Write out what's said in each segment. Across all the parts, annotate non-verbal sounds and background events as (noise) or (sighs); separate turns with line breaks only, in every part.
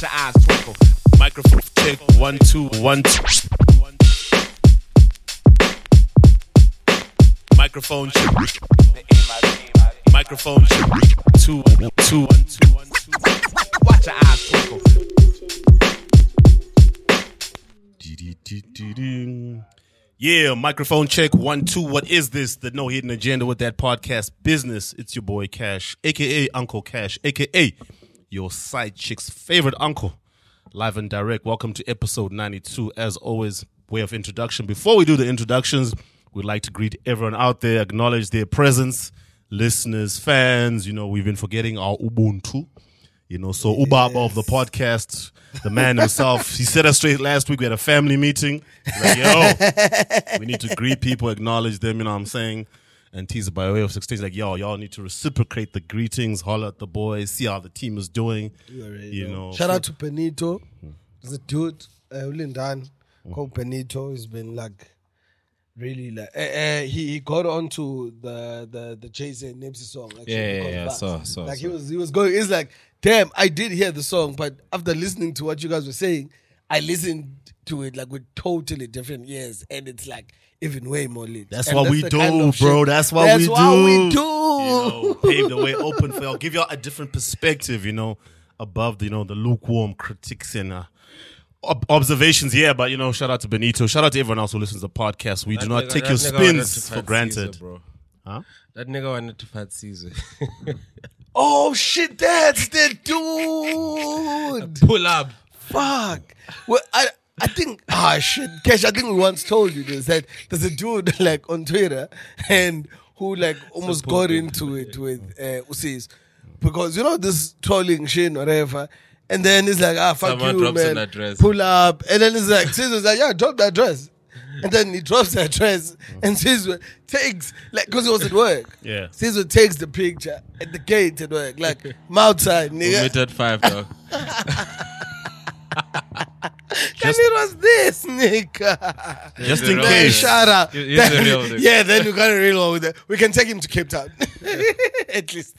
her eyes twinkle. Microphone tick, one, two, one, two. Microphone check. Microphone check. Two, two, one, two, one, two. Watch her eyes twinkle. Dee-dee-dee-dee-ding. Yeah, microphone check one two. What is this? The no hidden agenda with that podcast business. It's your boy Cash, aka Uncle Cash, aka your side chick's favorite uncle, live and direct. Welcome to episode ninety two. As always, way of introduction. Before we do the introductions, we'd like to greet everyone out there, acknowledge their presence, listeners, fans. You know, we've been forgetting our Ubuntu. You know, so Ubab of the podcast, the man himself, he set us straight last week. We had a family meeting. He's Like, yo, we need to greet people, acknowledge them, you know what I'm saying? And tease by way of 16, like, yo, y'all need to reciprocate the greetings, holler at the boys, see how the team is doing. You, know. Mm-hmm.
Shout out to Benito. There's a dude, uh, Ulindan, called Benito. He's been like really like eh, eh, he, he got onto the the the Jay Z Nipsey song. Actually,
Yeah, yeah,
because
yeah,
of
I
that.
saw- saw-
like he
saw.
was he was going. He's like, damn, I did hear the song, but after listening to what you guys were saying, I listened to it like with totally different ears, and it's like even way more lit.
That's
And
what we
the
do,
kind of
bro.
shit-
That's what
that's
we
what
do.
we do.
you know, pave the way open for y'all, give y'all a different perspective, you know, above the, you know, the lukewarm critiques and uh, ob- observations. Yeah, but you know, shout out to Benito. Shout out to everyone else who listens to the podcast. We do not take your spins for granted.
bro.
Huh?
That nigga wanted to fight Caesar.
Oh shit, that's the
(laughs)
dude.
(laughs) Pull up.
Fuck. Well, I I think ah shit, Cash. I think we once told you this that there's a dude (laughs) like on Twitter and who like almost got into it with uh, Usis because you know this trolling shit whatever. And then it's like, ah, fuck
Someone
you,
drops
man.
an address.
Pull up. And then it's like, Caesar's like, yeah, drop the address. And then he drops the address. And Caesar takes, like, because he was at work.
Yeah.
Caesar takes the picture at the gate at work, like,
(laughs)
mountain,
We
nigga.
met at five, dog.
Just, and it was this,
(laughs)
nigga.
Just
the
in
real
Man,
case.
shut up.
He- he's the real
(laughs)
nigga.
yeah, then you got a real one with that. We can take him to Cape Town. (laughs) At least.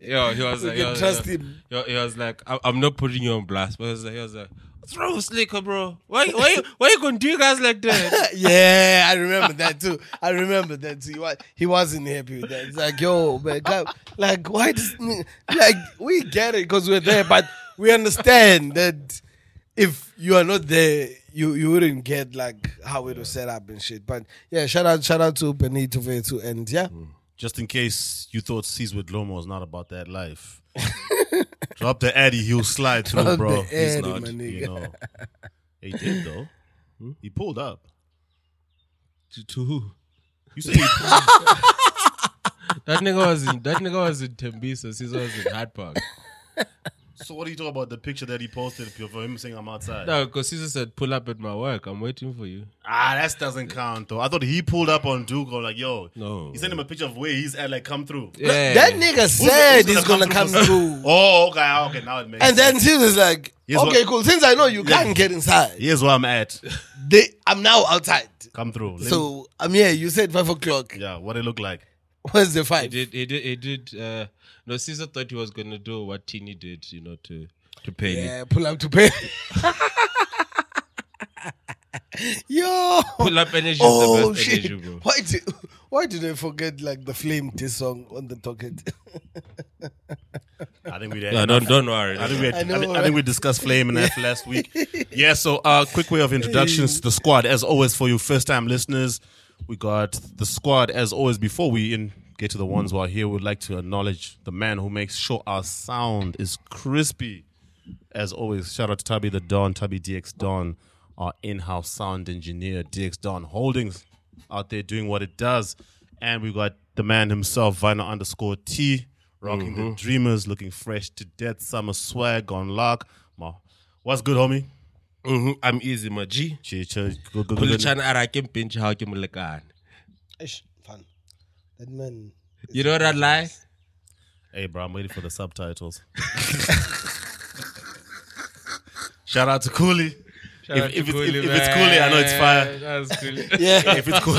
Yo, he was
We
like,
can
yo,
trust
yo,
him.
yo, he was like, I'm, I'm not putting you on blast, but he was like, he was like, what's wrong with Slicker, bro? Why, why, you- why you gonna do guys
(laughs)
like that?
(laughs) yeah, I remember that too. I remember that too. He, wa- he wasn't happy with that. It's like, yo, man, come, like, why does. Like, we get it because we're there, but we understand that if you are not there, you, you wouldn't get like how it was set up and shit. But yeah, shout out shout out to Benito for it too. And yeah,
Just in case you thought C's with Lomo was not about that life. (laughs) Drop the Addy, he'll slide through,
Drop
bro.
the
He's
Addy,
not,
my nigga.
you know. He did
(laughs)
though. Hmm? He pulled up.
to, to who?
You said he pulled
That nigga was in, that nigga was in Tembiso, Caesar was in Hyde Park.
So what do you talk about the picture that he posted for him saying I'm outside?
No, because Caesar said, pull up at my work, I'm waiting for you.
Ah, that doesn't count though. I thought he pulled up on Dugo like, yo,
No.
He sent him a picture of where he's at, like, come through.
Yeah.
That nigga said he's gonna come through.
(laughs) Oh, okay, okay, now it makes
And then
sense.
she was like,
Here's
okay,
what-
cool. Since I know you
Yeah.
can't get inside,
here's where I'm at.
they, I'm now outside.
Come through. Let me-
So I'm here. You said five o'clock.
yeah, what it look like.
Where's the
He
fight?
did. He did. He did. Uh, no, Caesar thought he was gonna do what Tini did, you know, to to pay.
Yeah, pull up to pay. (laughs) Yo.
Pull up energy is the
Oh
best
shit!
energy,
(laughs)
bro.
Why did why did I forget like the flame diss song on the docket?
I think we did.
No, don't don't worry.
I think we, had, I,
I know,
think, I
right?
think we discussed Flame and
(laughs)
F last week. Yeah, so uh, quick way of introductions to the squad. As always, for you first time listeners, we got the squad. As always, before we in, get to the ones who are here, we'd like to acknowledge the man who makes sure our sound is crispy. As always, shout out to Tabby the Don, Tabby DX Don, our in house sound engineer, DX Don Holdings, out there doing what it does. And we got the man himself, Vinyl underscore T, rocking the Dreamers, looking fresh to death, summer swag on lock. Ma, what's good, homie?
hmm I'm easy, my G.
Cheer, cheer, good, good, good, good.
Puluchan arakim pinch how kim lekan.
(laughs) Ish, fun. That man.
You know that lie?
Hey, bro, I'm waiting for the (laughs) subtitles. shout out to Cooley.
Shout
If-
out to
if it's-
Cooley,
if it's
man.
Cooley, I know it's fire.
Shout out to Cooley.
(laughs) Yeah.
if it's cool.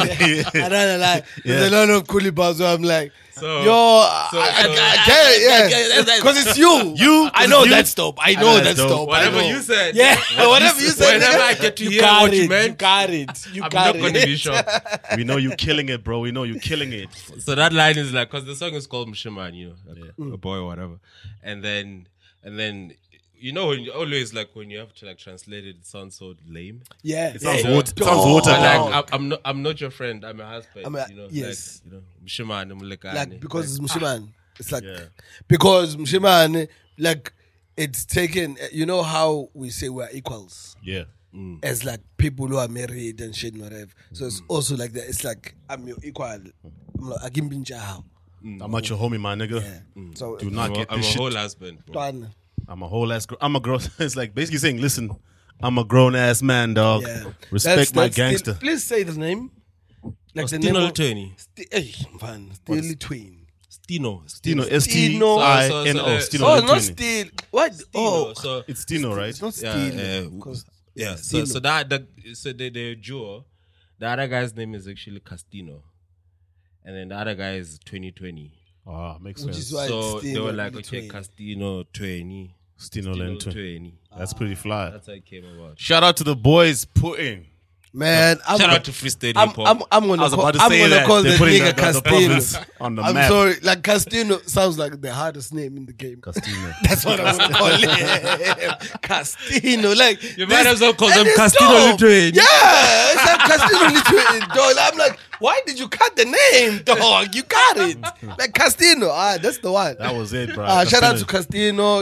I don't like. There's a lot of coolie bars where I'm like,
So-
yo, I,
Uh, so-
I, I,
so-
get it, yeah, because it's you.
You-
I know
you-
that's dope. I
know
know
that's
that's
dope.
dope. I
Whatever
know.
you said.
Yeah, (laughs)
What
whatever you said.
Whenever
nigga.
I get to
you
hear
got
what
it,
you meant,
got it. You
I'm
got
not
it.
going to be shocked.
(laughs) we know you're killing it, bro. We know you're killing it.
so that line is like because the song is called Mshima, you know, like
Mm.
a boy or whatever, and then and then you know when you always like when you have to like translate it, it sounds so lame.
Yeah,
It sounds
yeah.
Oh, water. It sounds
Dog.
watered
But like
down.
I'm, I'm not I'm not your friend. I'm your husband.
Oh. I'm a-
you know,
yes.
like, you know, Mshima and Mulekani.
like because it's Mshiman. It's like
Yeah.
because Mshiman, like it's taken. You know how we say we're equals
yeah.
Hmm.
as like people who are married and shit and whatever. So it's also like that. It's like I'm your equal.
Hmm.
I'm like Agimbinja.
I'm not your homie, my nigga.
Hmm.
So
Do not
I'm, a,
get
I'm a
this shit.
whole husband. bro.
Twana.
I'm a whole ass. Gr- I'm a grown. (laughs) it's like basically saying, listen, I'm a grown ass man, dog.
Yeah.
Respect
That's-
my
that's still- (laughs)
gangster. Oh,
please say the name. Like
Stino
of- eh,
Luteni.
Sti- hey, man, Steely Twin.
Stino.
Stino.
Stino.
S T
Stino.
I
So-
N
so-
O.
so,
Stino.
Oh, not
Lutwini.
Steel. What? Oh,
So
It's Stino, right?
it's not
Yeah,
Steel.
uh,
because-
Yeah. So,
Stilo.
so that the, so they they duo. The other guy's name is actually Castino, and then the other guy is 2020.
Ah, makes
Which
sense.
is why- Right,
so they
Stilo
were like,
and
okay,
20.
Castino 20.
Stino
Stilo
Lento.
20.
That's pretty
Ah,
fly.
That's how it came about.
Shout out to the boys putting.
man, I'm,
Shout out to Free State
I'm,
Hip Hop.
I'm, I'm gonna
I was
call,
about to
I'm
say
gonna
that.
call
They're
the
putting
nigga
the- the province
Castillo.
on the
I'm
map.
sorry, like Castillo sounds like the hardest name in the game. (laughs)
Castino.
That's what I'm gonna call him. (laughs) Castillo, like
You might as well call
and
them
it's
Castillo
dope.
Lithuanian.
Yeah, it's like Castillo Lithuanian, dog. I'm like, why did you cut the name, dog? You got it, like Castillo. Ah, that's the one.
That was it, bro.
Ah, shout out to
Castino.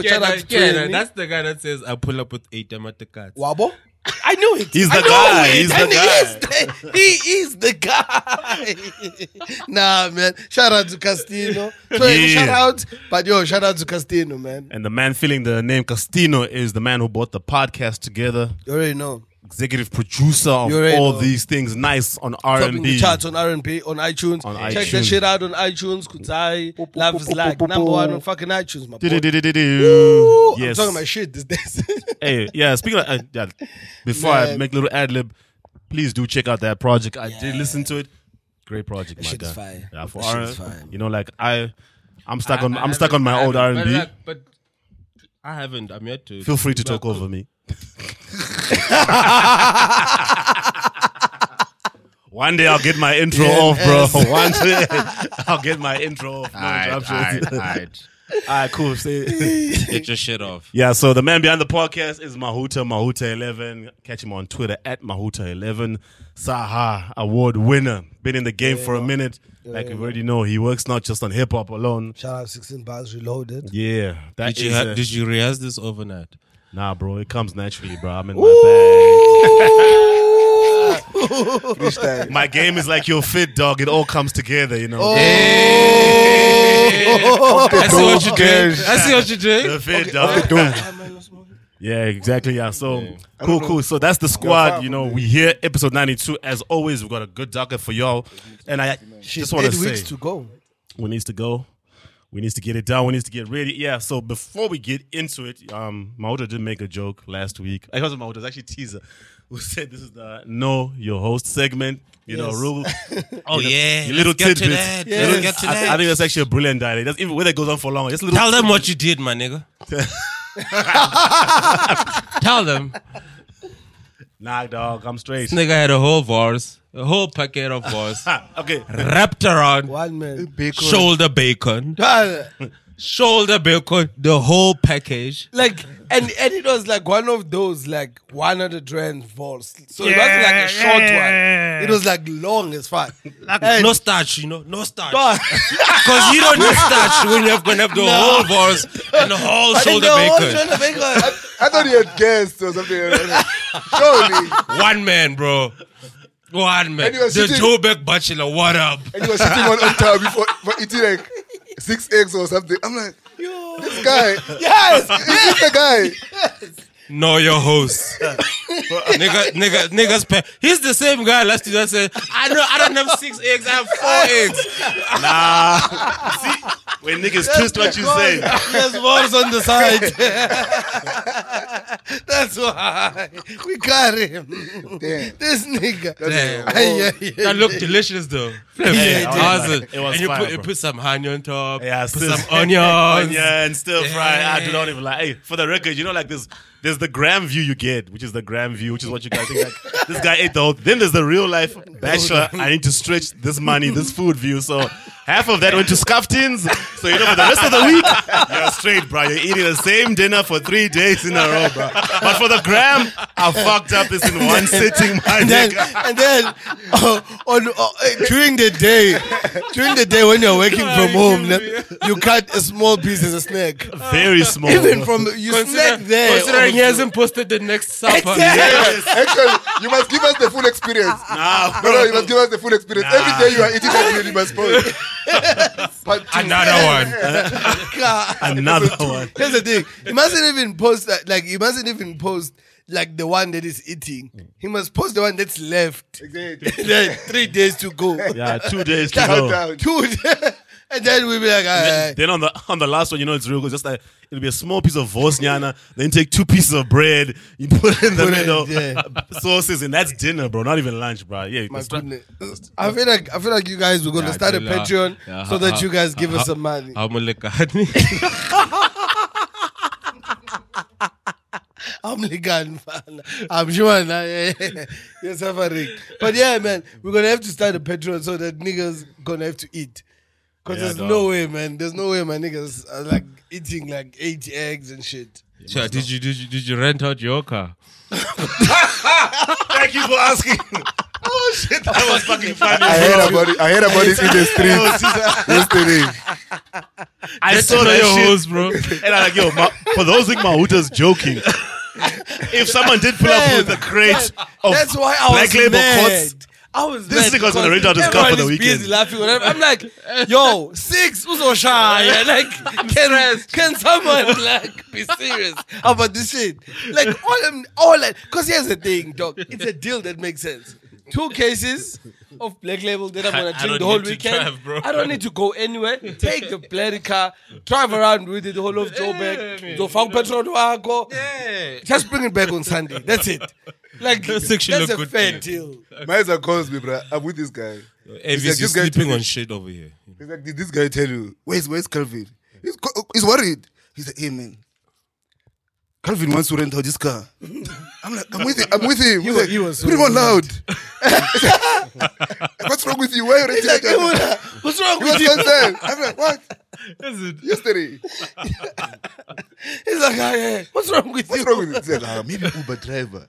Castillo.
yeah,
shout out
that-
to
yeah,
Twini.
that's the guy that says I pull up with eight Amatakas.
Wabo? I knew it.
He's the
I know
guy.
it.
He's the
And
guy.
He is the, he is the guy. (laughs) nah, man. Shout out to Castino. So,
Yeah.
Shout out. But yo, shout out to Castino, man.
And the man feeling the name Castino is the man who brought the podcast together.
You already know.
Executive producer of
You already
all
know.
these things. Nice on R
Topping
and B.
the charts on R&B, on iTunes.
On
Check
iTunes.
that shit out on iTunes. Kutai. Love is like number one on fucking iTunes, my boy. Ooh, I'm
Yes.
talking my shit these days.
hey, yeah. Speaking of uh, yeah, before I
Man.
make little ad lib, please do check out that project. I did listen to it. Great project, my
shit is
guy.
fire.
Yeah, for
That shit
R-
is fire.
you know, like I, I'm stuck
I-
on
I
I, am stuck on my
haven't-
old
I
R
haven't-
and B.
But, like, but I haven't. I'm yet to.
Feel free to
But
talk over
(laughs)
me. One day I'll get my intro off, bro. One day I'll get my intro off. No
Alright,
interruptions.
(laughs) alright, alright.
Alright, cool.
(laughs)
Say-
Get your shit off.
yeah, so the man behind the podcast is Mahuta, Mahuta11. Catch him on Twitter at Mahuta11. Saha award winner. Been in the game for a minute. Like we already know, he works not just on hip hop alone.
(laughs) shout out 16 Bars (laughs) Reloaded.
Yeah, that
Did you,
is
ha-
a-
did you rehearse
(laughs)
this overnight?
Nah, bro, it comes naturally, bro. I'm in my bag. my game is like your fit, dog. It all comes together, you know.
Oh. I see what you did.
gosh.
I see what you
The
did.
fit, dog. (laughs) Yeah, exactly. Yeah. So cool, cool. So that's the squad. You know, we here, episode 92. As always, we've got a good docket for y'all. And I just want to
eight weeks
say,
to go.
we needs to go. We needs to get it down. We needs to get ready. Yeah. So before we get into it, um, Mauda did make a joke last week. I was Mauda, it was actually teaser. (laughs) Who said this is the know your host segment? You know,
Yes.
rule.
Oh yeah,
your little
let's get to
tidbits.
that.
Your
Let's
little-
get to
I,
that.
I think that's actually a brilliant dialect. That's even whether it goes on for long. Just little.
Tell them what you did, my nigga. Tell them.
Nah, dog. I'm straight.
This nigga had a whole verse, a whole packet of verse,
Ha, okay.
wrapped around
One (laughs) man.
shoulder bacon,
Ah,
shoulder bacon, the whole package.
like and and it was like one of those like 100 rand volts so it wasn't like a short one it was like long as
(laughs)
fuck
Like,
And-
no starch, you know, no starch.
Dog,
Because you don't need starch when you're gonna have the whole verse and the whole
I didn't
shoulder
know what
bacon.
shoulder (laughs) bacon.
I thought he had guests or something. Surely.
One man, bro. One man.
And he was
The
sitting-
Joburg Bachelor, what up?
And he was sitting on, on top before, for eating like six eggs or something. I'm like, this guy.
yes
Is this the guy?
Know your host. nigga, nigga, nigga's pa- He's the same guy last year that said, I know I don't have six eggs, I have four eggs.
Nah. See, when niggas twist what you say.
there's balls on the side (laughs) That's why we got him.
Damn.
This nigga.
Damn.
Ay, ay, ay,
That
ay.
looked delicious though.
it did. It
Awesome.
was
and you
fire,
put, you
bro.
put some honey on top.
Yeah,
put
still-
some
(laughs)
onions.
onion, still fried. I do
Yeah.
not even like. Hey, for the record, you know, like this. There's the gram view you get, which is the gram view, which is what you guys think.
(laughs)
Like, this guy ate the whole. Then there's the real life bachelor. I need to stretch this money, this food view. So half of that went to scuffins. So you know, for the rest of the week, you're straight, bro. You're eating the same dinner for three days in a row, bro. But for the gram, I fucked up this in
(laughs)
one sitting, my
And then,
nigga.
and then uh, on, uh, during the day, during the day when you're working from home, ne- you cut a small piece as a snack.
Very small.
Even
bro.
from you snack
Consider,
there.
considering he hasn't posted the next supper.
Actually, you must give us the full experience.
(laughs)
Nah,
No,
Ah, bro.
no, you must give us the full experience. Every day you are eating that meal, you must post. But
Another one.
(laughs) God.
Another one.
Here's the thing. He mustn't even post that. Like he mustn't even post like the one that is eating. He must post the one that's left.
Exactly.
Then three days to go.
Yeah, two days to
Calm
go.
down.
Two. days. (laughs) and then we'll be like, all right.
Then on the on the last one, you know it's real good. Just like it'll be a small piece of vosnyana, then take two pieces of bread, you put it in the
Put it,
middle,
yeah.
(laughs) sauces, and that's dinner, bro. Not even lunch, bro. Yeah, you
My
can start-
goodness. I feel like I feel like you guys were gonna
Yeah,
start a
chill out.
Patreon
Yeah, uh-huh.
so
ha-
that
ha-
you guys give
ha-
us some money.
I'm a liquor honey.
I'm Ligan fan. I'm sure now. Yeah, yeah. (laughs) You're suffering. But yeah, man, we're gonna have to start a Patreon so that niggas gonna have to eat. Cause
Yeah,
there's
dog.
no way, man. There's no way my niggas are like eating like eight eggs and shit.
Sure, did you did you did you rent out your car?
Thank you for asking. (laughs) oh shit, that was fucking funny.
I heard about it. I heard about it in the streets yesterday.
I saw
Tell
that
your
shit,
hoes, bro.
and I'm like, yo, Ma- for those think Mahuta's (laughs) joking. If someone did pull up with a crate of
That's why I
black
was
label
mad.
cots,
I was
This
mad
nigga's gonna
because
rent out his car for the
everyone is
weekend.
Busy laughing, whatever. I'm (laughs) like, yo, six, who's so (laughs) shy? Yeah, Like, can, can someone like be serious about this shit? Like, all I'm, all that. Because here's the thing, dog. It's a deal that makes sense. Two cases of black label that I'm
(laughs) I
gonna drink
don't
the whole
need to
weekend.
drive, bro.
I don't need to go anywhere. Take the bloody car, drive around with it the whole of Joburg.
man.
Yeah, found petrol, wago.
Yeah.
Just bring it back on Sunday. That's it. Like
This
that's
actually
a
look good
fair
to
deal.
Might as well calls me, bro. I'm with this guy.
Avis,
like,
you're
this guy
sleeping
took
on
it.
shit over here.
He's like, did this guy tell you where's where's Calvin? He's, co- he's worried. He's like, hey man, Calvin wants to rent out this car.
(laughs)
I'm like, I'm with him. I'm with him. He's
wa-
like,
he was so
put him on loud. (laughs) What's wrong with you? Why are you
He's like,
renting like,
"Hey,
out?
Mona, (laughs) what's wrong
He
with
was
you?
concerned. I'm like, what?
Is it?
Yesterday,
He's like, "Ah, yeah, what's wrong with
what's
you?
wrong with it? He's like, ah, maybe Uber driver.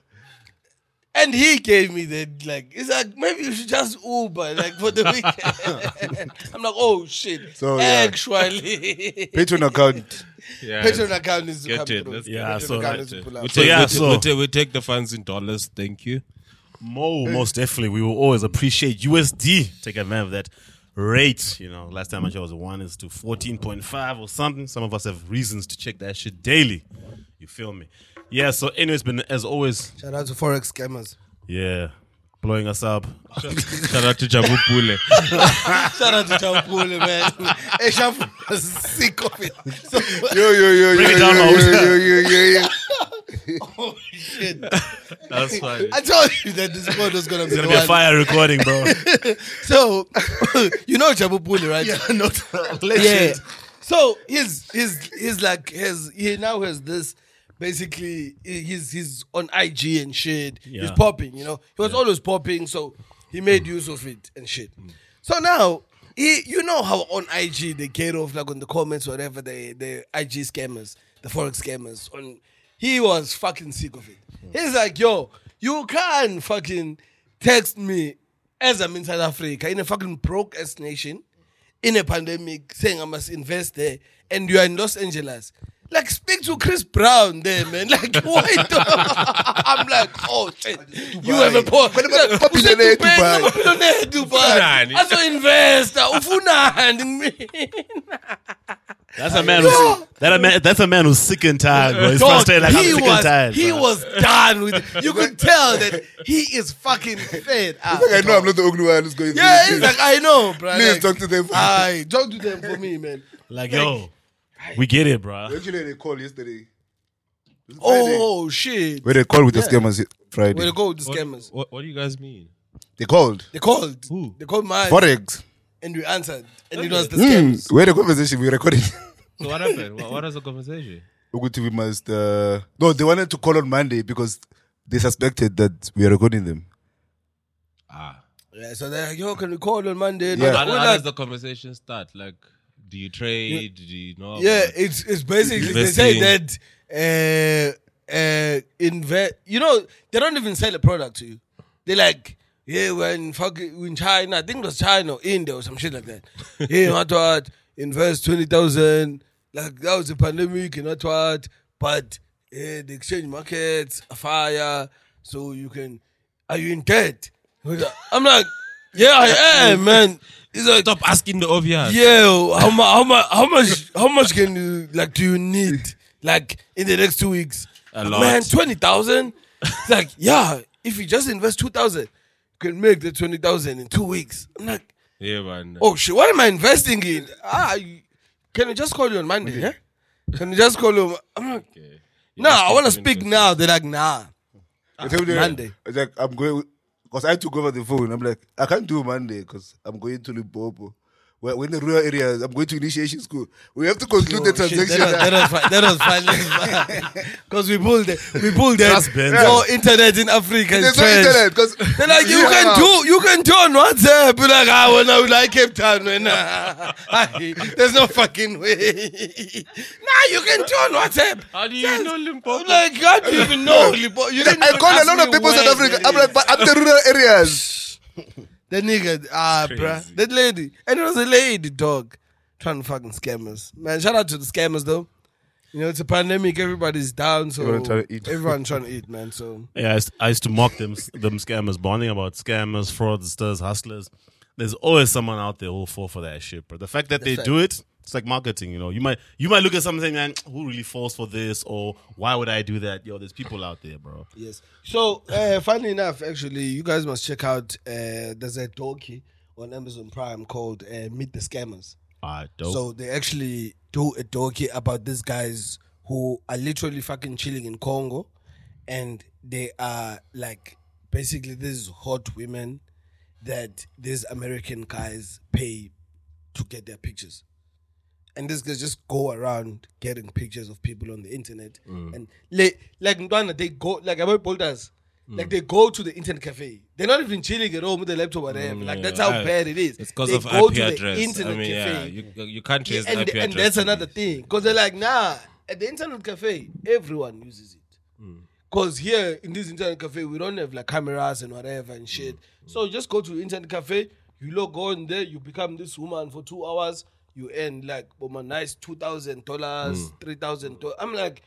And he gave me that like, he's like, maybe you should just Uber like for the weekend. (laughs) I'm like, oh shit.
So, yeah. (laughs)
Actually, (laughs)
Patreon account.
Yeah.
Patreon account is to
Get
come
to it.
through.
Let's
Yeah,
Patreon
so
account
right.
is to pull
We
up.
take,
yeah,
we, take,
so-
we, take, we take the funds in dollars. Thank you.
Mo, most definitely. We will always appreciate USD. Take advantage of that rate. You know, last time I checked was one is to 14.5 or something. Some of us have reasons to check that shit daily. You feel me? Yeah, so anyway, it's been, as always,
Shout out to Forex scammers.
yeah, blowing us up.
(laughs) Shout out to Jabu Pule.
(laughs) Shout out to Champule, man. hey, Champule was sick of it. So,
Yo yo yo
Break
yo
it down,
yo,
Mahout.
yo yo yo yo yo.
oh, shit.
That's funny.
(laughs) I told you that this pod was going to be,
It's going
the
to be a
one.
fire recording, bro.
So, (laughs) you know Chabupuli, right? (laughs) Yeah, So he's he's he's like his he now has this basically he's he's on IG and shit. He's
Yeah. Mm.
popping, you know. He was always popping, so he made use of it and shit. So now he you know how on IG they get off like on the comments whatever they the IG scammers, the forex scammers on he was fucking sick of it. He's like, yo, you can't fucking text me as I'm in South Africa in a fucking broke ass nation in a pandemic saying I must invest there and you are in Los Angeles. Like speak to Chris Brown there, man. (laughs) Like why do I'm like, oh shit. You have a point.
Kwani ba- ba-
(laughs)
billionaire Dubai.
Billionaire Dubai. uh,
Ufunani.
As an investor, ufunani.
That's a man who's, that a man, that's a man who's sick and tired, bro. He's
Dog,
frustrated like I'm
he
sick
was,
and tired.
He
bro.
was done with it. You could tell that he is fucking fed up.
I know I'm not the only one who's going. through
Yeah,
this.
he's like, I know, bro.
please
Like, ah,
talk to them.
Aye, talk to them for me, man.
like, yo, we get it, bro.
Actually, they called yesterday.
Oh shit!
Where they called with the scammers Friday.
Where they go with the
What-
scammers?
What, what do you guys mean?
They called.
They called.
Who?
They called mine,
Forex.
and we answered, and it was the scammers.
Mm, where the conversation we recorded. (laughs)
So what happened? what, what was the conversation?
Ukuthi we must. Uh, no, they wanted to call on Monday because they suspected that we are recording them.
(laughs) Ah.
Yeah, so they're like, yo, can we call on Monday?
Yeah.
How,
We're
how
like,
does the conversation start? Like, do you trade? Do you know?
yeah,
about-
it's it's basically they say that uh uh invest. You know, they don't even sell a product to you. They like. Yeah, we're in, fuck, we're in China. I think it was China or India or some shit like that. yeah, what what? Invest 20,000. Like, that was a pandemic and what what? But eh, the exchange markets are fire. So you can. Are you in debt? I'm like, yeah, I am, man. He's like,
Stop asking the obvious.
Yeah, how much? How much? How much? How much can you like? Do you need like in the next two weeks?
A lot.
man. Twenty thousand. like yeah, if you just invest two thousand, you can make the twenty thousand in two weeks. I'm like,
Yeah, man.
oh shit, what am I investing in? Ah, you, can you just call you on Monday? Yeah, can you just call you? I'm like,
Okay. You Ah,
no,
just
I want to
keep doing
speak
this.
now. They're like, nah.
I told you,
Ah, Monday.
I was like, I'm going because I took over the phone. I'm like, I can't do Monday because I'm going to Limpopo. Well, we're in the rural areas. I'm going to initiation school. We have to conclude the
Oh, shit,
transaction.
That was, that was fine. That was
(laughs)
fine. Because we pulled it. We pulled
That's
it.
bad.
No internet in Africa. is
There's no
trash.
internet because
They're like, you can do, you can do on WhatsApp. You're like, ah, well, now like Cape Town, man.
(laughs)
Ah, There's no fucking way. (laughs) nah, you can do on WhatsApp.
How do you
Yes.
know
I'm
Limpopo?
like, how do you even
(laughs)
know? Lipo? You didn't
I
even
call a
ask
lot of
me
people in South
where
Africa.
it
I'm
is.
like, but I'm the rural areas.
the nigga, ah,
Crazy.
bruh. That lady. And it was a lady, dog. Trying to fucking scam us. Man, shout out to the scammers, though. You know, it's a pandemic. Everybody's down, so
Everyone trying to eat.
everyone trying to eat, man. So
Yeah, I used, I used to mock them them scammers, bonding about scammers, fraudsters, hustlers. There's always someone out there who'll fall for that shit. But the fact that they
That's
do it, it's like marketing. You know, you might you might look at something and who really falls for this, or why would I do that? Yo, there's people out there, bro.
Yes. So, uh, funny enough, actually, you guys must check out. Uh, there's a donkey on Amazon Prime called uh, "Meet the Scammers."
Ah, dope.
So they actually do a donkey about these guys who are literally fucking chilling in Congo, and they are like basically these hot women that these American guys pay to get their pictures. And these guys just go around getting pictures of people on the internet.
Mm.
And like, like Ndwana, they go, like about boulders,
Mm.
like they go to the internet cafe. They're not even chilling at home with their laptop or whatever. like that's how
Mm, yeah. Uh,
bad it is.
It's because
They
of
go
IP
to the
address.
internet
I mean, yeah,
cafe.
you, you can't trace
Yeah, and,
IP address.
and that's
to
another
me.
thing because they're like nah at the internet cafe everyone uses it
Hmm.
because here in this internet cafe we don't have like cameras and whatever and shit
Hmm,
so you just go to internet cafe you log on there you become this woman for two hours you earn like boom, a nice two thousand
Hmm.
dollars three thousand dollars i'm like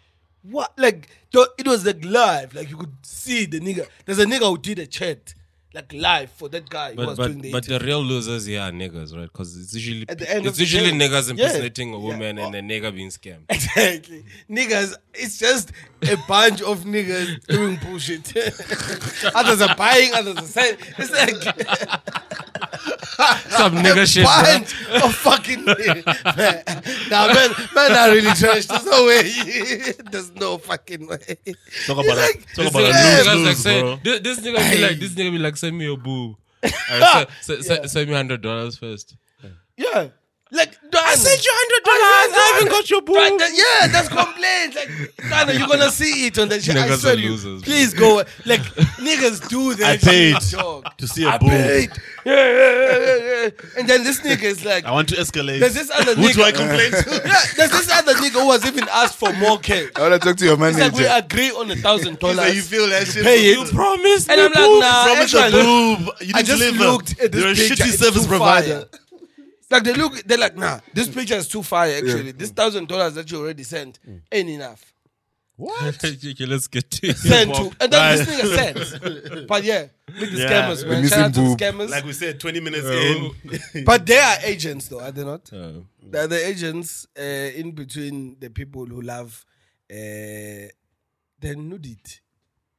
what like th- it was like live like you could see the nigga there's a nigga who did a chat like live for that guy who
But
was doing
but,
the
but
internet.
the real losers here are niggas, right? Because it's usually
At the end of
it's
the
usually
day,
niggas
yeah,
impersonating a
yeah.
woman and the nigga being
(laughs)
scammed.
Exactly. Niggas, it's just a bunch of niggas doing bullshit.
(laughs)
others are buying, others are selling. It's like (laughs)
Some nigga shit. bro.
bunch of fucking (laughs) niggas. Man, nah, men, men are really trash. There's no way. (laughs) There's no fucking way.
Talk
(laughs)
about
It's
a- talk about a lose-
man,
Niggas like
lose,
say,
bro.
thi- this nigga be like, this nigga be like, send me your boo.
(laughs)
Alright, se- se- se- Send me hundred dollars first.
Yeah. Like, I sent you hundred dollars.
I haven't got your boo.
yeah, that's complaints. Like, Dana, you're gonna see it on the shit. I
Niggas
swear
are
you.
losers, bro.
Please go. Like, niggas do that.
I paid
shit, (laughs) dog.
to see a boo.
Yeah, yeah, yeah, yeah, yeah. And then this nigga is
(laughs)
like,
I want to escalate.
there's this other
Who
nigga.
do I complain to?
(laughs) yeah, there's this other nigga who has even asked for more cash.
I want to talk to your
It's
manager.
like we agree on a thousand
Like, you
dollars.
feel that shit?
Pay
You
it.
(laughs) Promise
And I'm
me.
like, nah,
promised
actually,
a boob. You didn't
I just
deliver.
looked at this
You're a
picture.
shitty
it's
service
too
provider.
fire. Like they look, they're like, nah, this picture is too fire. Actually, this thousand dollars that you already sent
Mm.
ain't enough.
okay, let's get to it.
Sent to, and then this
Right. (laughs)
nigga sent. But yeah, with the
Yeah.
scammers, man.
missing
Shout out to the
boob.
scammers.
Like we said, 20 minutes
Oh.
(laughs)
in.
but they are agents, though, are they not?
Uh,
They're the agents uh, in between the people who love uh, their nudity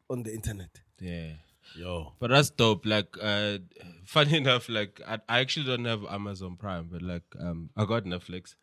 on the internet.
yeah.
Yo.
But that's dope. Like, uh, (laughs) funny enough, like I, I actually don't have Amazon Prime, but like um, I got Netflix,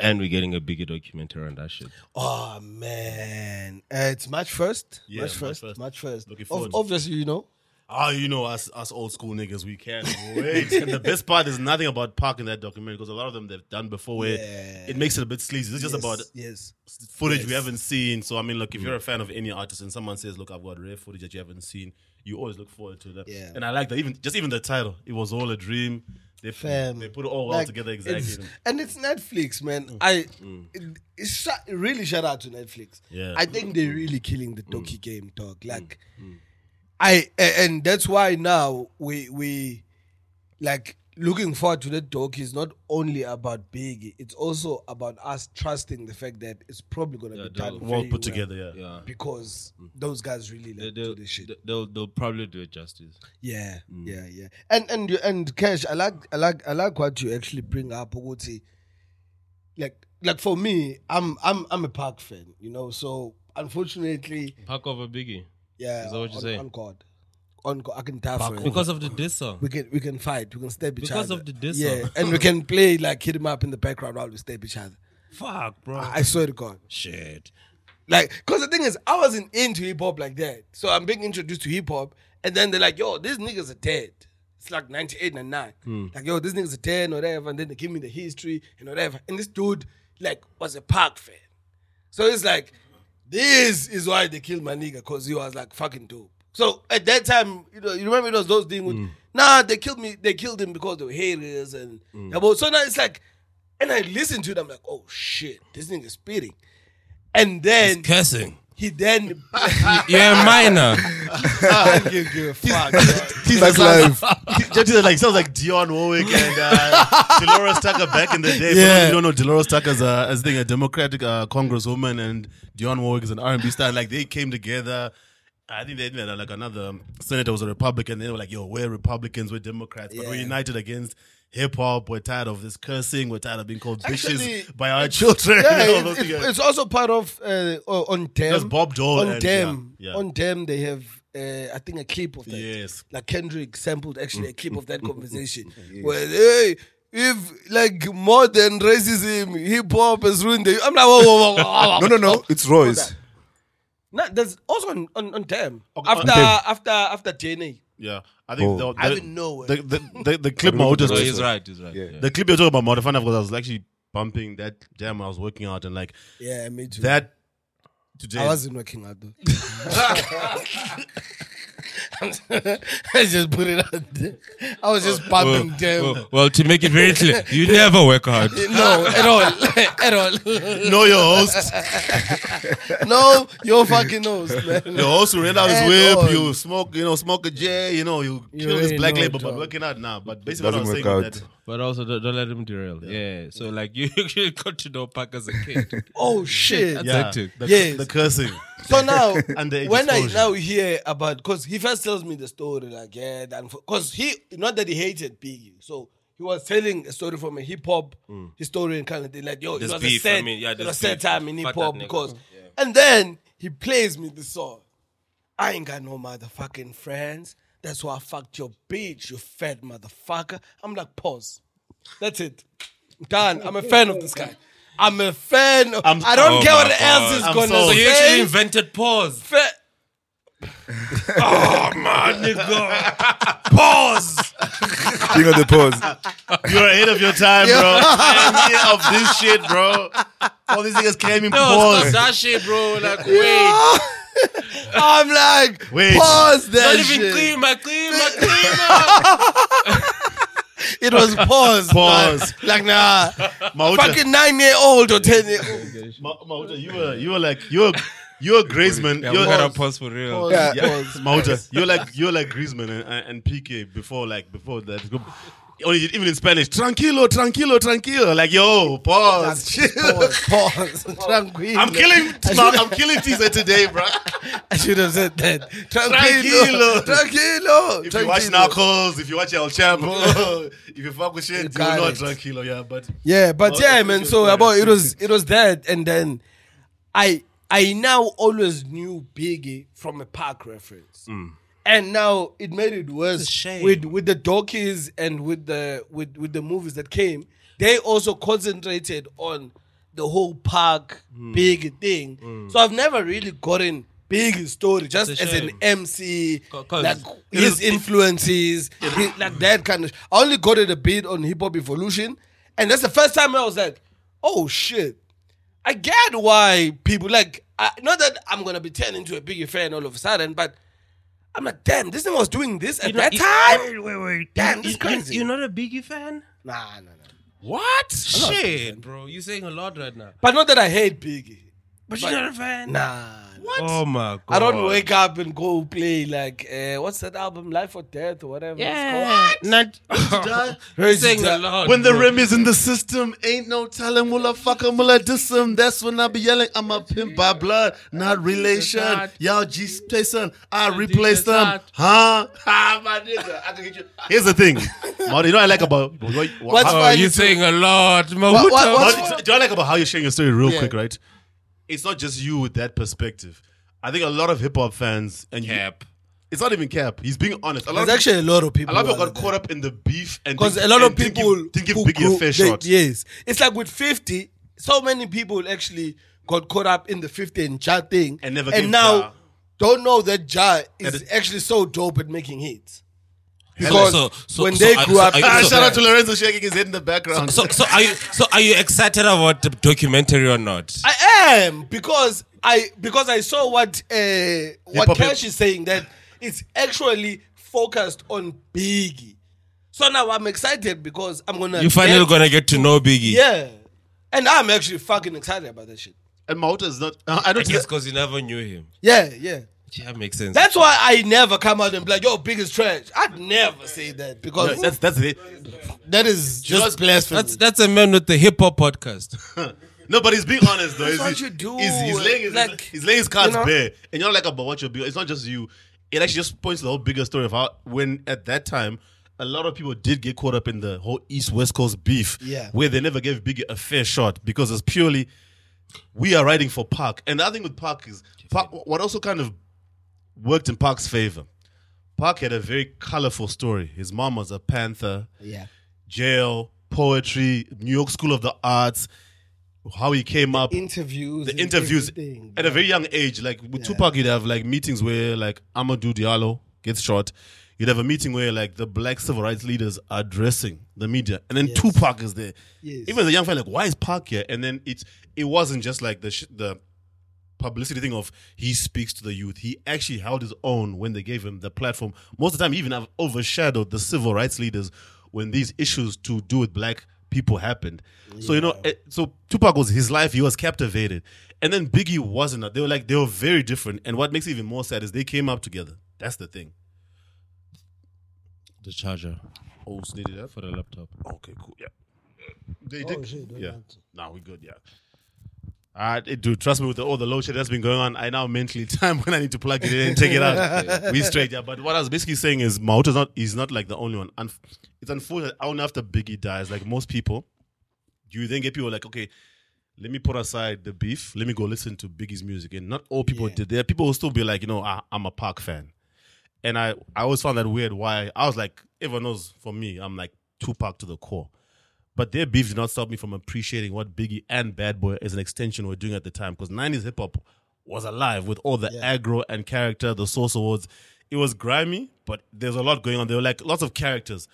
And we're getting a bigger documentary on that shit.
Oh man, uh, it's March first.
Ah, Yeah,
March
March
first.
1st.
March first.
Looking
Ob-
forward.
obviously, you know.
Ah, you know us, us old school niggas, we can't wait. and the best part is nothing about parking that documentary because a lot of them they've done before where
Yeah.
it makes it a bit sleazy. It's just
Yes,
about
yes.
footage we
Yes.
haven't seen. So I mean, look, if you're a fan of any artist and someone says, "Look, I've got rare footage that you haven't seen," you always look forward to that.
Yeah.
And I like that. Even just even the title, it was all a dream. They
Fam.
they put it all
Like,
well together
it's-
exactly. Mm.
and it's Netflix, man. I it, it's sh- really shout out to Netflix.
Yeah. Mm.
I think they're really killing the donkey game, dog. Like, I a- and that's why now we we like looking forward to the doc is not only about Biggie. It's also about us trusting the fact that it's probably gonna be done
dog.
very
Well put
well
together, Mm. yeah.
Yeah.
because those guys really
They,
like
they'll,
to this shit.
they'll, they'll probably do it justice.
Yeah,
Mm.
yeah, yeah. And and you and Cash, I like I like I like what you actually bring up, Uguti. Like like for me, I'm I'm I'm a Park fan, you know. So unfortunately,
Pack over Biggie.
yeah,
Is that what you're
on,
saying?
On God, on God, I can die for it.
Because of the diss song.
we can we can fight, we can stab each
Because
other
of the diss
Yeah,
song.
and
(laughs)
we can play like hit him up in the background while we stab each other.
Fuck, bro.
I, I swear to God.
shit.
Like, cause the thing is, I wasn't into hip hop like that. So I'm being introduced to hip hop, and then they're like, "Yo, these niggas are dead." It's like 98 and 9. Like, yo, these niggas are dead, and whatever. And then they give me the history and whatever. And this dude, like, was a Park fan. So it's like, this is why they killed my nigga, cause he was like fucking dope. So at that time, you know, you remember it was those things with, nah, they killed me, they killed him because they were haters and yeah, but so now it's like, and I listen to them like, oh shit, this nigga's spitting. And then
Cursing.
he (laughs) then
You're a minor.
I don't give a (laughs) fuck. bro.
That's life.
(laughs) Just like sounds like Dion Warwick and
(laughs)
uh, Dolores Tucker back in the day. Yeah.
Yeah.
you don't know, Dolores Tucker's a, as thing a Democratic uh, Congresswoman, and Dion Warwick is an R and B star. Like they came together. I think they had like another um, senator was a Republican. They were like, "Yo, we're Republicans, we're Democrats, but we're
Yeah.
united against hip hop. We're tired of this cursing. We're tired of being called
Actually,
bitches by our children." (laughs)
Yeah,
and all
it's,
those
it's-
things.
it's also part of uh, o- on them.
That's Bob Dole
on
and-
them.
yeah, yeah.
On them, they have uh, I think a clip of that.
Yes.
like Kendrick sampled actually a clip of
(laughs)
that conversation where hey. If like modern racism, hip hop has ruined the. I'm like, whoa, whoa,
(laughs)
whoa, whoa, whoa.
No, no, no. It's Royce.
No, there's also on on, on them
Okay, on
after
them.
after after DNA.
yeah, I think
Oh.
the,
I
the-
didn't know it.
the, the, the, the clip my
No,
oldest
he's right. He's right.
Yeah.
yeah.
The clip you're talking about, Modifana, because I was actually bumping that jam I was working out and like
Yeah, me too.
that today.
I wasn't working out though. (laughs) I just put it out there. I was just bumping
Well,
them.
well, well, to make it very clear, you never work hard.
No, at all, (laughs) at all.
know your
(laughs)
host.
No, your fucking nose, man.
Your host who ran out his
Head
whip.
on.
You smoke, you know, smoke a J. You know, you,
You
kill this
ain't
black
no
label, but
dog.
working out now. But basically, what I was
Doesn't
saying
work
is
out.
that
But also, don't, don't let him derail. Yeah. So, like, (laughs) you actually got to know Pac as a kid.
Oh shit!
That's
yeah,
hectic.
the,
Yes.
the cursing.
So
(laughs)
now,
Underage
when I
exposure.
now hear about, because he first tells me the story, like yeah, and because he not that he hated Biggie, so he was telling a story from a hip hop historian kind of thing, like yo,
There's
it was
Mm. beef,
a sad,
I mean, yeah,
it
there's
was a sad
beef.
time in
Fuck
hip
that
hop
nigga.
because, and then he plays me the song. I ain't got no motherfucking friends. That's why I fucked your bitch, you fat motherfucker. I'm like, pause. That's it. Done. I'm a fan of this guy. I'm a fan. Of,
I'm-
I don't
Oh
care what
my
else
God.
is
I'm
going
sold.
to
So
you
you
actually
say.
invented pause.
Fa-
Pause.
King of the pause.
You're ahead of your time, bro.
(laughs)
Pioneer of this shit, bro. All these niggas claiming
No, stop
pause.
that shit, bro. Like, wait.
(laughs) I'm like,
Wait.
pause that
Not even
shit.
clean my clean my clean
It
(laughs)
was pause.
Pause.
man. Like, nah.
Mauta.
Fucking nine year old or ten year old.
Ma- Mauta, you were, you were like, you were, you were Griezmann.
Yeah,
you
we
were,
gotta pause for real.
Yeah.
Yeah, Mauta, you're like you're like Griezmann and, and, and PK before like before that group. Only even in Spanish, tranquilo, tranquilo, tranquilo. Like yo, pause.
Pause, pause,
(laughs)
tranquilo.
I'm killing, I'm killing teaser today, bro.
I should have said that.
Tranquilo.
Tranquilo, tranquilo.
If you watch
tranquilo.
Knuckles, if you watch El Champo, (laughs) if you fuck with shit,
You
you are not
got it.
tranquilo, yeah.
(laughs)
But
Yeah, but
Well,
yeah,
it's
man.
just
So
like-
about it was it was that, and then I I now always knew Biggie from a park reference, and now it made it worse
shame.
with with the Dockies and with the with with the movies that came. They also concentrated on the whole park big thing. So I've never really gotten big story just
It's a
as an
shame.
MC,
'Cause
like
it
his
is-
influences, hi- like that kind of. I only got it a bit on Hip Hop Evolution, and that's the first time I was like, oh shit. I get why people like. I, not that I'm gonna be turned into a biggie fan all of a sudden, but I'm like, damn, this thing was doing this at that time.
Wait, wait, wait.
Damn,
You-
this
you-
crazy.
You're not a Biggie fan?
Nah, nah, nah.
What? Shit, bro. You're saying a lot right now.
But not that I hate Biggie.
But you're not a fan?
Nah. What?
Oh my god.
I don't wake up and go play like uh, what's that album, Life or Death or whatever.
Yeah. Not. You're saying a lot.
When the
bro.
rim is in the system, ain't no telling will I fuck him, will I diss him. That's when I be yelling, I'm a pimp by blood, not relation. Y'all G Station, I replace them. Huh? Ha, my nigga. I can get you. Here's the thing. Marty, you know what I like about what,
What's
how-
Oh,
Why
you're
you-
saying a lot. man.
What-
Who
what-
the-
what's-
Marty, do you know what I like about how you're sharing your story real quick, right? It's not just you with that perspective. I think a lot of hip hop fans and you-
Cap.
it's not even cap. He's being honest. A lot
There's
of
actually a lot
a
of people.
lot of people got caught up in the beef and
because
think-
a lot of
and think
people
give- think give
who
Biggie
grew-
a fair
they-
shot.
Yes, it's like with fifty, so many people actually got caught up in the fifty and Ja thing,
And never gave
and now
Ja.
don't know that Ja is
And it-
actually so dope at making hits
Hello,
because
so- so-
when
so
they
I-
grew
(laughs) so
up,
I-
Ah,
it was
shout out
bad.
to Lorenzo shaking his head in the background.
So, so are you? So are you excited about the documentary or not?
I am because I because I saw what uh, what
Hip-hop-
Cash is saying that it's actually focused on Biggie. So now I'm excited because I'm gonna
you finally
get-
gonna get to know Biggie.
yeah, and I'm actually fucking excited about that shit.
and Mauta is not. Uh, I
I
don't.
guess because you never knew him.
Yeah, yeah.
Yeah, makes sense.
That's why I never come out and be like, "Yo, biggest trash." I'd never say that because
that's that's it.
that is
you know
just
what's-
blasphemy.
that's that's a man with the hip hop podcast.
(laughs) No, but he's being honest though.
That's
He's-
what you do,
He's, he's laying his
like,
he's laying his cards
you know?
bare, and you're like about what you're being. It's not just you. It actually just points to the whole bigger story of how when at that time. A lot of people did get caught up in the whole East West Coast beef,
Yeah.
where they never gave Biggie a fair shot because it's purely we are riding for Park. And the other thing with Park is Park, what also kind of worked in Park's favor. Park had a very colorful story. His mom was a panther.
yeah.
jail, poetry, New York School of the Arts, how he came up,
Interviews,
the
and
interviews
everything.
at a very young age. Like with Tupac, you'd have like meetings where like Amadou Diallo gets shot. You'd have a meeting where like the black civil rights leaders are addressing the media, and then Tupac is there.
Yes.
Even as a young fan, like why is Pac here? And then it's it wasn't just like the sh- the publicity thing of he speaks to the youth. He actually held his own when they gave him the platform. Most of the time, he even have overshadowed the civil rights leaders when these issues to do with black people happened. So you know, eh, so Tupac was his life. He was captivated, and then Biggie wasn't. They were like they were very different. And what makes it even more sad is they came up together. That's the thing.
(laughs) the charger
Oh, sneed it up.
for the laptop.
Okay, cool. Yeah. They
Oh,
did. yeah. Now we good. Yeah. Uh, it, dude, trust me with the, all the low shit that's been going on. I now mentally (laughs) time when I need to plug it in and take it out. we straight, yeah. But what I was basically saying is, Mauta's not. He's not like the only one. Unf- it's unfortunate. Only after Biggie dies, like most people, you then get people like, okay, let me put aside the beef. Let me go listen to Biggie's music. And not all people did. There are people who still be like, you know, ah, I'm a Park fan. And I, I always found that weird. Why I was like, everyone knows for me, I'm like Tupac to the core. But their beef did not stop me from appreciating what Biggie and Bad Boy as an extension were doing at the time. Because 90s hip hop was alive with all the aggro and character, the Source Awards. It was grimy, but there's a lot going on. There were like lots of characters.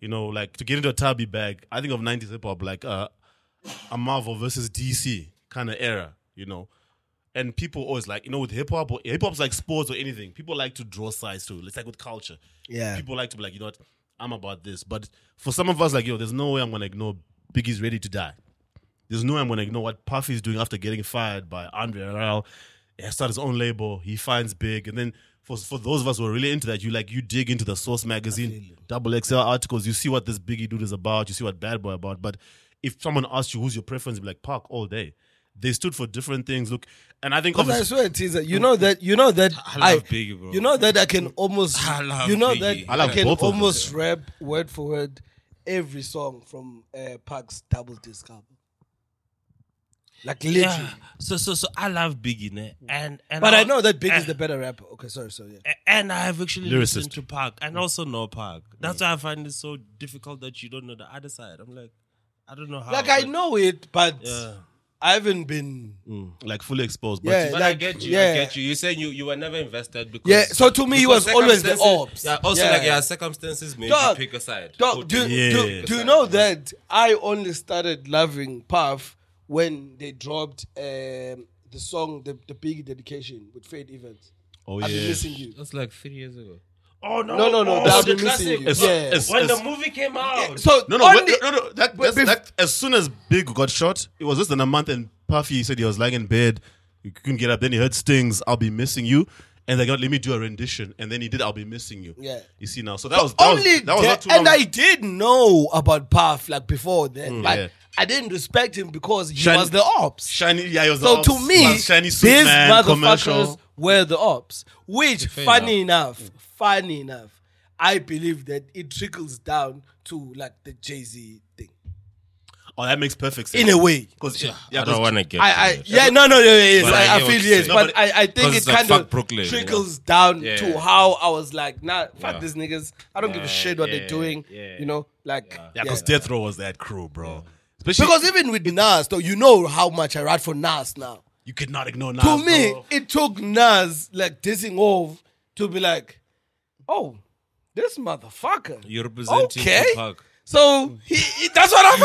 You know, like to get into a tabby bag, I think of 90s hip hop, like uh, a Marvel versus DC kind of era, you know. And people always like, you know, with hip hop, or hip hop's like sports or anything. People like to draw sides too. It's like with culture.
Yeah.
People like to be like, you know what, I'm about this. But for some of us, like, yo, there's no way I'm going to ignore Biggie's Ready to Die. There's no way I'm going to ignore what Puffy's doing after getting fired by Andre Arel. He started his own label. He finds big. And then for, for those of us who are really into that, you like, you dig into the Source magazine, double XL articles. You see what this Biggie dude is about. You see what Bad Boy about. But if someone asks you who's your preference, be like, Park all day. They stood for different things. Look, and I think
Because I swear, teaser, you know that you know that
I love Biggie, bro.
You know that I can almost,
I love
you know
Biggie.
that
I
I,
love
can
both of them.
almost rap word for word every song from uh, Park's Double Disc album. Like literally,
Yeah. So so so I love Biggie, ne? and and
but I
al-
know that Big is
Eh.
and-
the better rapper. Okay, sorry, sorry. Yeah.
And I have actually
Lyricist.
listened to Park, and also know Park. That's why I find it so
Ah,
difficult that you don't know the other side. I'm like, I don't know how.
Like I
but-
know it, but
Yeah.
I haven't been.
Mm. like fully exposed. But
Yeah.
But I
Like,
get you.
yeah.
I get you. You saying you you were never invested because
Yeah, so to me, he
because
was always the
circumstances-
orbs.
Yeah, also
Yeah.
like yeah, circumstances made
Dog,
you pick a side.
Dog, do,
Yeah.
do, do you know that I only started loving Puff when they dropped um, the song, the, the big dedication with Fade Evans.
oh
I've been
yeah.
missing you.
That's like three years ago.
Oh no!
No, no, no.
Oh,
that I've
the
been missing you.
classic.
It's-
Yeah.
it's-
When the
it's-
movie came out,
so
no, no,
on
wait,
the-
no, no. That, that's,
bef-
that, as soon as Big got shot, it was less than a month, and Puffy said he was lying in bed, he couldn't get up. Then he heard Stings, "I'll be missing you," and they got let me do a rendition, and then he did, "I'll be missing you."
Yeah.
you see now. So that was that
only
was, that was
the-
not too
and
long.
I did know about Puff like before then. like
Mm, yeah.
I didn't respect him because he
Shiny-
was the ops.
shiny, yeah, it was
so
the
to
ops,
me,
plus shiny suit
these
man,
motherfuckers
commercial.
were the ops. Which, funny enough, funny enough, I believe that it trickles down to like the Jay Z thing
Oh, that makes perfect sense.
in a way.
because yeah,
I
'cause-
don't want to get.
I,
to
I
it.
yeah, no, no, no, yes,
But I
I, I
hear
feel
what you're
yes,
saying.
but
No,
I, I think
because
it
it's like
kind
fuck
of
Brooklyn, you
trickles down
Yeah.
to how I was like, nah, fuck
Yeah.
these niggas. I don't give a
Yeah,
shit what
yeah,
they're doing.
yeah.
You know, like
yeah,
yeah.
because Death Row was that crew, bro. Especially
Because even with Nas, though, you know how much I ride for Nas now.
you could not ignore Nas.
to me,
bro.
it took Nas like dissing off to be like, oh, this motherfucker.
You're representing
Okay.
the park.
So he, he- that's what I'm. I,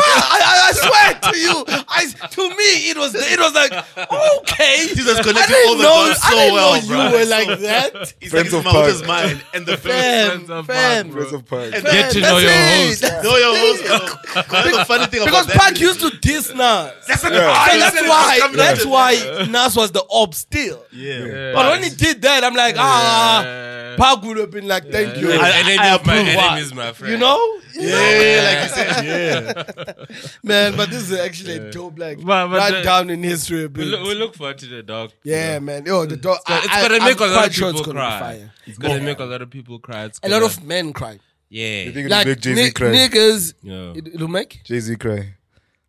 (laughs)
I, I swear to you, I to me it was it was like okay.
He's just connecting
I didn't
all the
know,
dots
I
so
didn't
well,
know
bruh.
you were like
(laughs)
that.
He's
Friends
like his
of
mouth
(laughs)
is
Park.
mine, and the
Fam,
Friends of
fam,
Park,
Friends of Park.
And
fam,
then
Get to
that's
know your
it.
host.
That's
know your host, (laughs)
it.
bro. That's the funny thing
(laughs) Because
about that.
Park used to diss Nas.
That's, what-
So
I
that's
said it
why.
was
That's
coming.
why Nas was the op still.
Yeah.
But when he did that, I'm like, ah, Park would have been like, thank you.
Yeah.
An enemy
I
of my
approve
enemy
why.
is my friend.
You know? You know?
Yeah, like
(laughs)
you said, yeah.
Man, but this is actually a dope, like,
But- but
right
the-
down in history.
We look, we
bit.
look forward to the dog.
Yeah, man. Yo, the dog.
It's
I- I-
gonna make a
I'm
lot
quite
of
sure
people
it's gonna be
cry.
fire.
It's gonna make a lot of people cry. It's
A lot
gonna-
of men cry.
You
yeah.
think it'll
Like,
make Jay
ni-
Z cry?
niggas,
Yeah.
it, it'll make.
Jay Z cry.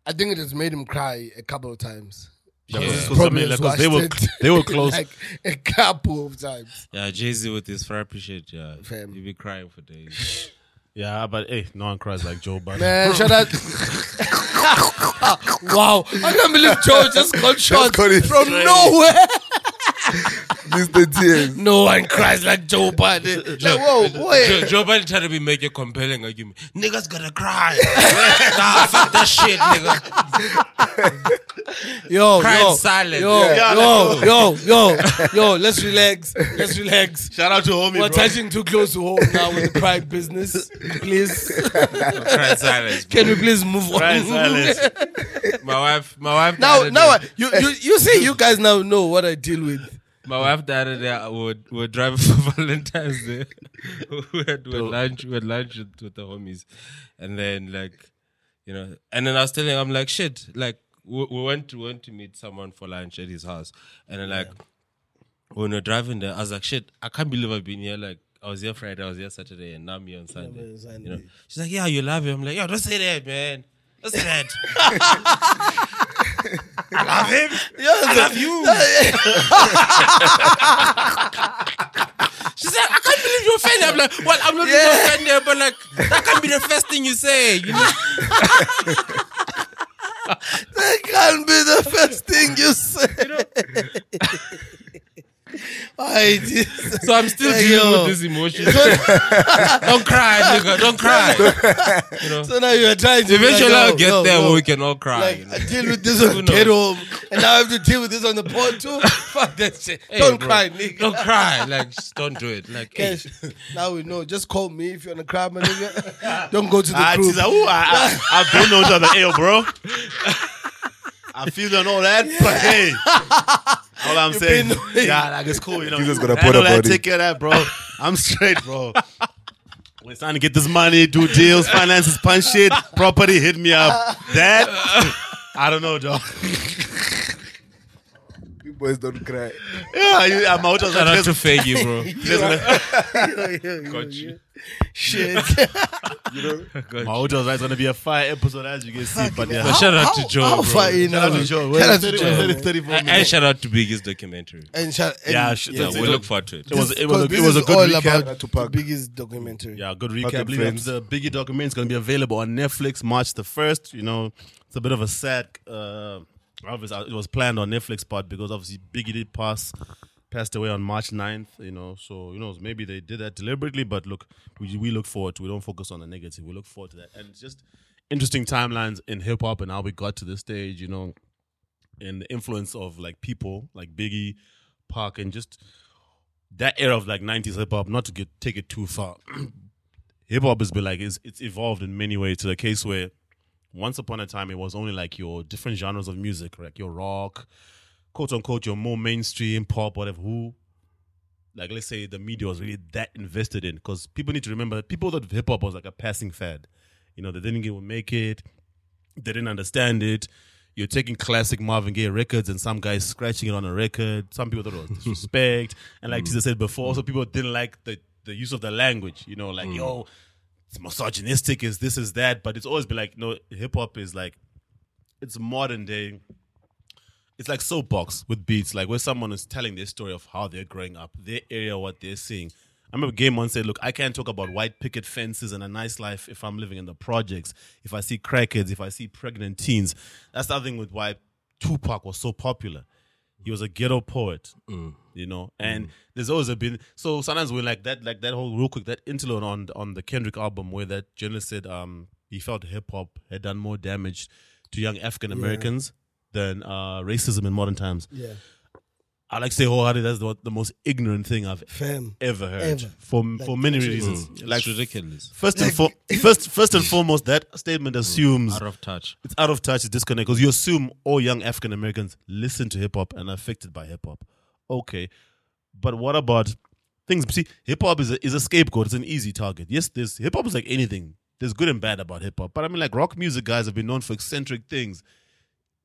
I think it has made him cry a couple of times.
Because
Probably has
they were
watched it
they were close.
(laughs) like a couple of times.
Yeah, Jay Z with his frappy shit. Yeah,
Fam.
you be crying
(laughs)
for days.
yeah, but hey, no one cries like Joe Biden.
Man, shout out. (laughs) wow. I can't believe Joe just got shot
got it
from
straight.
nowhere.
Mr.
(laughs)
Tears.
No one cries like Joe Biden. Like, whoa, boy.
Joe, Joe Biden trying to be make a compelling argument. (laughs) Niggas gotta
(laughs)
cry. nah, fuck that shit, nigga.
Yo,
Cry in
yo,
silence.
yo,
Yeah,
yo, yo, yo, yo, let's relax. Let's relax.
Shout out to homie,
We're
bro.
touching too close to home now with the pride business. Please,
Cry in silence.
can we please move on?
Cry in silence.
My wife, my wife.
(laughs)
the
Now,
other
now, I-
day-
you, you, you see, you guys now know what I deal with.
my wife the other day I would we were driving (laughs) for Valentine's Day. we had we had lunch we had lunch with, with the homies, and then like, you know, and then I was telling I'm like shit like we, we went to went to meet someone for lunch at his house, and then like when we we're driving there I was like shit I can't believe I've been here like. I was here Friday, I was here Saturday, and now I'm here on Sunday. You know? She's like, Yeah, you love him. I'm like, Yo, don't say that, man. Don't say
(laughs)
that. I love him. I
(laughs)
love you. (laughs) She said, I can't believe you're offended. I'm like, well, I'm not really offended, but like, that can't be the first thing you say. You know?
That can't be the first thing you say. (laughs) I just,
So I'm still
Hey,
dealing
yo.
with this emotion. don't cry, nigga. Don't cry. You know?
so now you're trying to
Eventually,
like,
I'll
oh,
get
no,
there
no.
where we can all cry.
Like,
you know?
I deal with this
Who
on
knows?
get home, and now I have to deal with this on the
(laughs)
pod too. Fuck that shit.
Hey,
don't
bro,
cry, nigga.
Don't cry. Like, just don't do it. Like, hey.
Cash. Now we know. Just call me if you're gonna cry,
(laughs)
my nigga. Don't go to the
Ah,
group.
she's like, ooh, I, I, I've been on
(laughs)
the L, bro. I feel and all that, but hey, all I'm saying,
been-
yeah, like it's cool, you know.
You just gotta
Handle
put a
that,
body.
take care of that, bro. I'm straight, bro. We're trying to get this money, do deals, finances, punch shit, property, hit me up. That, I don't know, dog.
You boys don't cry.
(laughs) Yeah, you, I'm out of
Shout out
the
to Faggy, bro.
Got you.
(laughs)
Shit.
My hotel's right. It's gonna be a fire episode as you can see, but yeah.
But shout out to Joe.
How
bro.
far in
Shout
are
out
we?
to Joe.
Shout out to Joe.
It's 34
And
minutes.
and shout out to Biggie's documentary.
And shout- and-
Yeah, sh-
Yeah,
that's
we
it.
look forward to it.
It was it was a, it
Because this
was a
is
good
all
recap.
about
Tupac.
the biggest documentary.
Yeah, good
Fucking
recap. Leading up
friends.
to the Biggie documentary is going to be available on Netflix March the 1st. You know, it's a bit of a sad uh, obviously it was planned on Netflix part because obviously Biggie did pass passed away on March 9th, you know. So, you know, maybe they did that deliberately, but look, we we look forward to we don't focus on the negative. We look forward to that. And it's just interesting timelines in hip hop and how we got to this stage, you know, and the influence of like people like Biggie, Park and just that era of like 90s hip hop, not to get take it too far. hip hop has been like it's, it's evolved in many ways to the case where once upon a time it was only like your different genres of music, like your rock, quote unquote, your more mainstream pop, whatever. Who, like, let's say the media was really that invested in because people need to remember that people thought hip hop was like a passing fad. You know, they didn't get make it, they didn't understand it. You're taking classic Marvin Gaye records and some guys scratching it on a record. Some people thought it was disrespect, and like Tisa said before, also people didn't like the the use of the language. You know, like yo, it's misogynistic, is this, is that, but it's always been like, no, hip hop is like, it's modern day. It's like soapbox with beats, like where someone is telling their story of how they're growing up, their area, what they're seeing. I remember Game One said, "Look, I can't talk about white picket fences and a nice life if I'm living in the projects, if I see crackheads, if I see pregnant teens." That's the other thing with why Tupac was so popular. He was a ghetto poet
Mm.
you know. And there's always a been so sometimes we're like that, like that whole real quick that interlude on on the Kendrick album where that journalist said um he felt hip hop had done more damage to young African Americans than uh racism in modern times.
Yeah.
I like to say wholeheartedly that's the, the most ignorant thing I've
Fam.
ever heard
Ever. Mm.
for for many reasons. Like
Like ridiculous.
first
(laughs)
and for, first first and foremost, that
Mm.
statement assumes
Out
(laughs)
of touch.
it's out of touch, it's disconnect. Because you assume all young African Americans listen to hip hop and are affected by hip hop. Okay. But what about things? See, hip hop is a, is a scapegoat, it's an easy target. Yes, there's hip hop is like anything. There's good and bad about hip hop. But I mean, like rock music guys have been known for eccentric things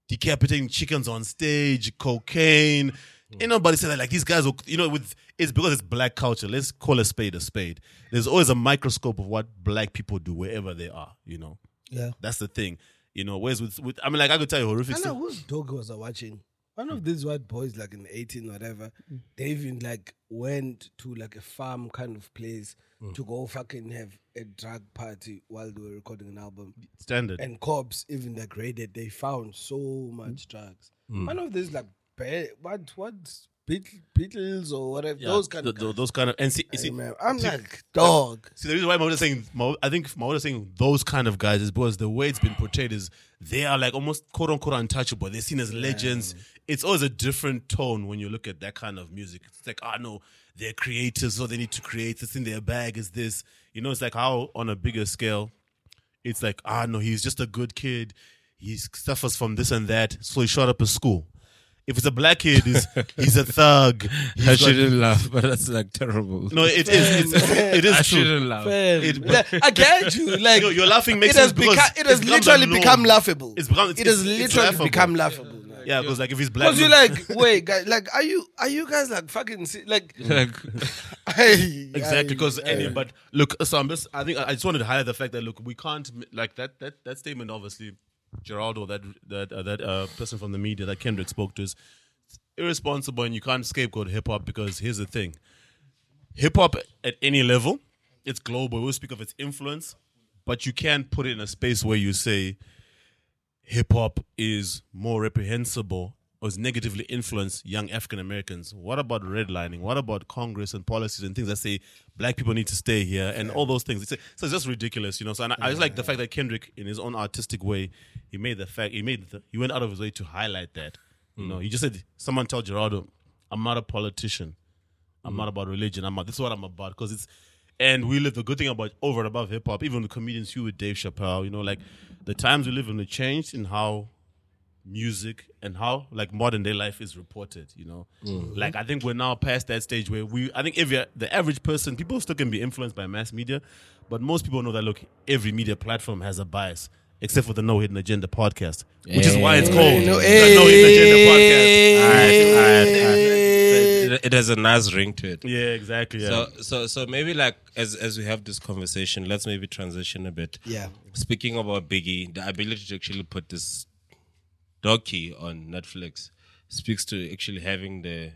decapitating chickens on stage, cocaine.
Hmm.
Ain't nobody said that. Like these guys, will, you know, with it's because it's black culture. Let's call a spade a spade. There's always a microscope of what black people do wherever they are. You know,
Yeah.
that's the thing. You know, whereas with, with I mean, like I could tell you horrific
I know
stuff.
whose dog was I watching? One of these white boys, like in 18 whatever,
Mm.
they even like went to like a farm kind of place
Mm.
to go fucking have a drug party while they were recording an album.
standard.
And cops, even the graded, they found so
Mm.
much drugs. One of these like bear, what what beet- beetles or whatever those kind
Th-
of.
th- those kind of and see,
guys,
see,
man. I'm like dog.
see the reason why Maoda saying Mao- I think Maoda saying those kind of guys is because the way it's been portrayed is they are like almost quote unquote untouchable. They're seen as legends. It's always a different tone when you look at that kind of music. It's like ah no, they're creators, so they need to create. It's in their bag. Is this you know? It's like how on a bigger scale it's like ah no he's just a good kid he suffers from this and that so he shot up his school if it's a black kid he's, he's a thug He's
I
got-
shouldn't laugh, but that's like terrible.
no it is it's, it
(laughs) I
is true
shouldn't laugh.
It-
Like, I get
(laughs)
you. Like
Yo, you're laughing makes
it has
sense because
become, it
it's
has
become the
literally
norm.
become laughable.
It's become- it's-
it has
it's- it's
literally
laughable.
become laughable. now.
yeah because like if he's black
Cause you like, (laughs) wait, guys, like, are you are you guys like fucking se- like (laughs)
Like,
exactly because any but look so I'm just I think I just wanted to highlight the fact that look we can't m- like that that that statement obviously Geraldo that that uh, that uh, person from the media that Kendrick spoke to is irresponsible and you can't scapegoat hip hop because here's the thing hip hop at any level it's global we'll speak of its influence but you can't put it in a space where you say hip hop is more reprehensible or has negatively influenced young African Americans? What about redlining? What about Congress and policies and things that say black people need to stay here and all those things? It's, so it's just ridiculous, you know. So and I, I just like the fact that Kendrick, in his own artistic way, he made the fact he made the, he went out of his way to highlight that. You know, he just said, "Someone tell Gerardo, I'm not a politician." I'm not about religion. I'm about this is what I'm about because it's and we live the good thing about over and above hip hop, even the comedians you with Dave Chappelle, you know, like the times we live in have changed in how music and how like modern day life is reported, you know. Like I think we're now past that stage where we I think every the average person, people still can be influenced by mass media, but most people know that look, every media platform has a bias. Except for the No Hidden Agenda podcast, which is why it's called
No-
the No Hidden Agenda podcast.
it, it has a nice ring to it.
Yeah, exactly. Yeah.
So, so, so maybe like as as we have this conversation, let's maybe transition a bit.
Yeah.
Speaking about Biggie, the ability to actually put this docu on Netflix speaks to actually having the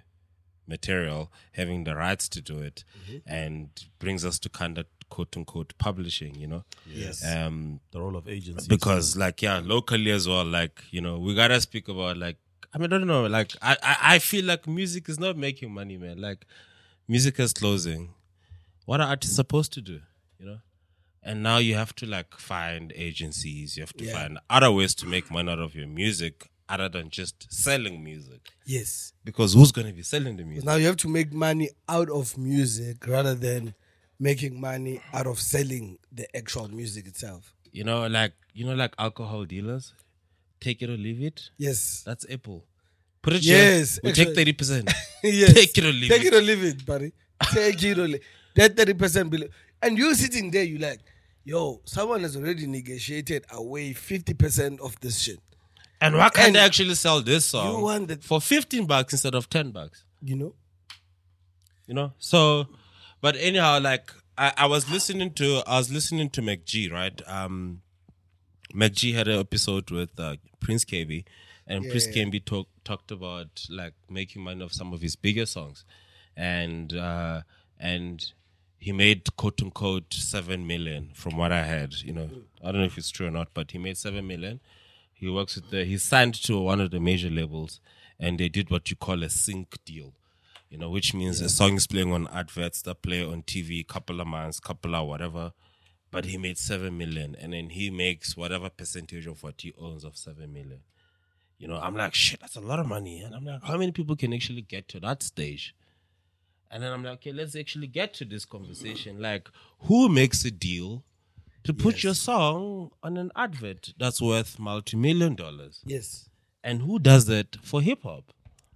material, having the rights to do it,
Mm-hmm.
and brings us to kind of quote unquote publishing, you know?
Yes.
Um,
The role of agency.
because like yeah locally as well like you know we gotta speak about like i mean i don't know like i i, I feel like music is not making money man like music is closing what are artists supposed to do you know and now you have to like find agencies you have to find other ways to make money out of your music other than just selling music
Yes.
because who's going to be selling the music
Now you have to make money out of music rather than making money out of selling the actual music itself.
you know like you know like alcohol dealers take it or leave it
Yes. (laughs)
that's apple put it
Yes,
here. we
actually-
take 30%
yes.
Take it or leave
Take it
it.
or leave it, buddy. Take it or leave That 30% below. And you sitting there, you like, yo, someone has already negotiated away 50% of this shit.
And why can't
And
they actually sell this song
you want the-
for 15 bucks instead of 10 bucks?
You know?
You know? So, but anyhow, like I, I was listening to I was listening to McG, right? Um McG had an episode with uh, Prince KB, and Prince KB talk, talked about like making money of some of his bigger songs, and uh and he made quote unquote seven million from what I had. You know, I don't know if it's true or not, but he made seven million. He works with the, he signed to one of the major labels and they did what you call a sync deal. You know, which means a song is playing on adverts that play on TV couple of months, couple of whatever. But he made seven million and then he makes whatever percentage of what he owns of seven million. You know, I'm like, shit, that's a lot of money. And I'm like, how many people can actually get to that stage? And then I'm like, okay, let's actually get to this conversation. Like, who makes a deal to put your song on an advert that's worth multi million dollars?
Yes.
And who does that for
(laughs)
hip hop?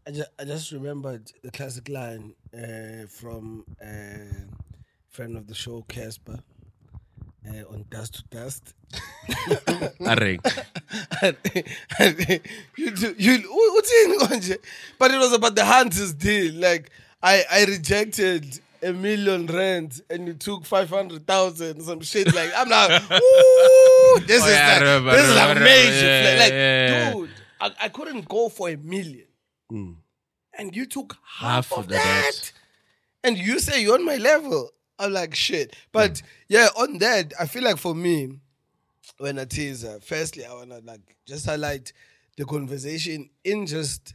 I just, I just remembered the classic line uh, from uh, friend of the show, Casper, uh, on Dust to Dust. (laughs) you do, you, wh- what's in konje? But it was about the Hunters deal. Like, I, I rejected a million rand and you took 500,000, some shit. Like, I'm
(laughs)
like, ooh, this
Oh,
is
yeah, I
like,
remember,
this is
I
like
remember,
major.
yeah,
flex. like,
yeah, yeah.
dude, I, I couldn't go for a million. And you took half,
Half of
of
the
that
debt.
and you say you're on my level. I'm like shit. But
Hmm.
yeah, on that, I feel like for me, when I teaser, firstly I wanna like just highlight the conversation in just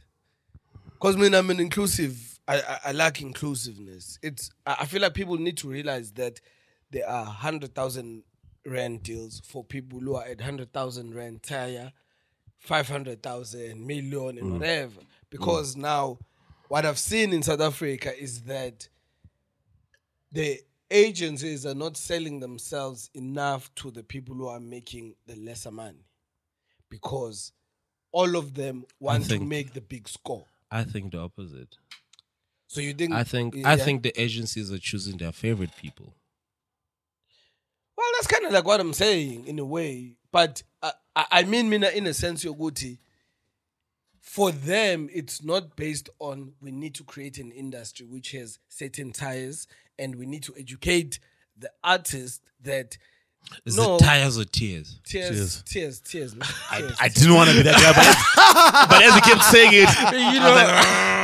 because when I'm an inclusive, I, I, I lack inclusiveness. It's I, I feel like people need to realize that there are hundred thousand rand deals for people who are at hundred thousand rand tire, five hundred thousand million
Mm.
and whatever. Because now, what I've seen in South Africa is that the agencies are not selling themselves enough to the people who are making the lesser money, because all of them want to
think-
make the big score.
I think the opposite.
So you think?
I think
yeah.
I think the agencies are choosing their favorite people.
Well, that's kind of like what I'm saying in a way, but I, I I mean, mina in a sense, Yoguti. For them, it's not based on we need to create an industry which has certain tires, and we need to educate the artist that
Is
No.
it tires or tears?
tears, tears, tears. no, tears.
I didn't want to be that guy, but, (laughs) but as he kept saying it,
you know,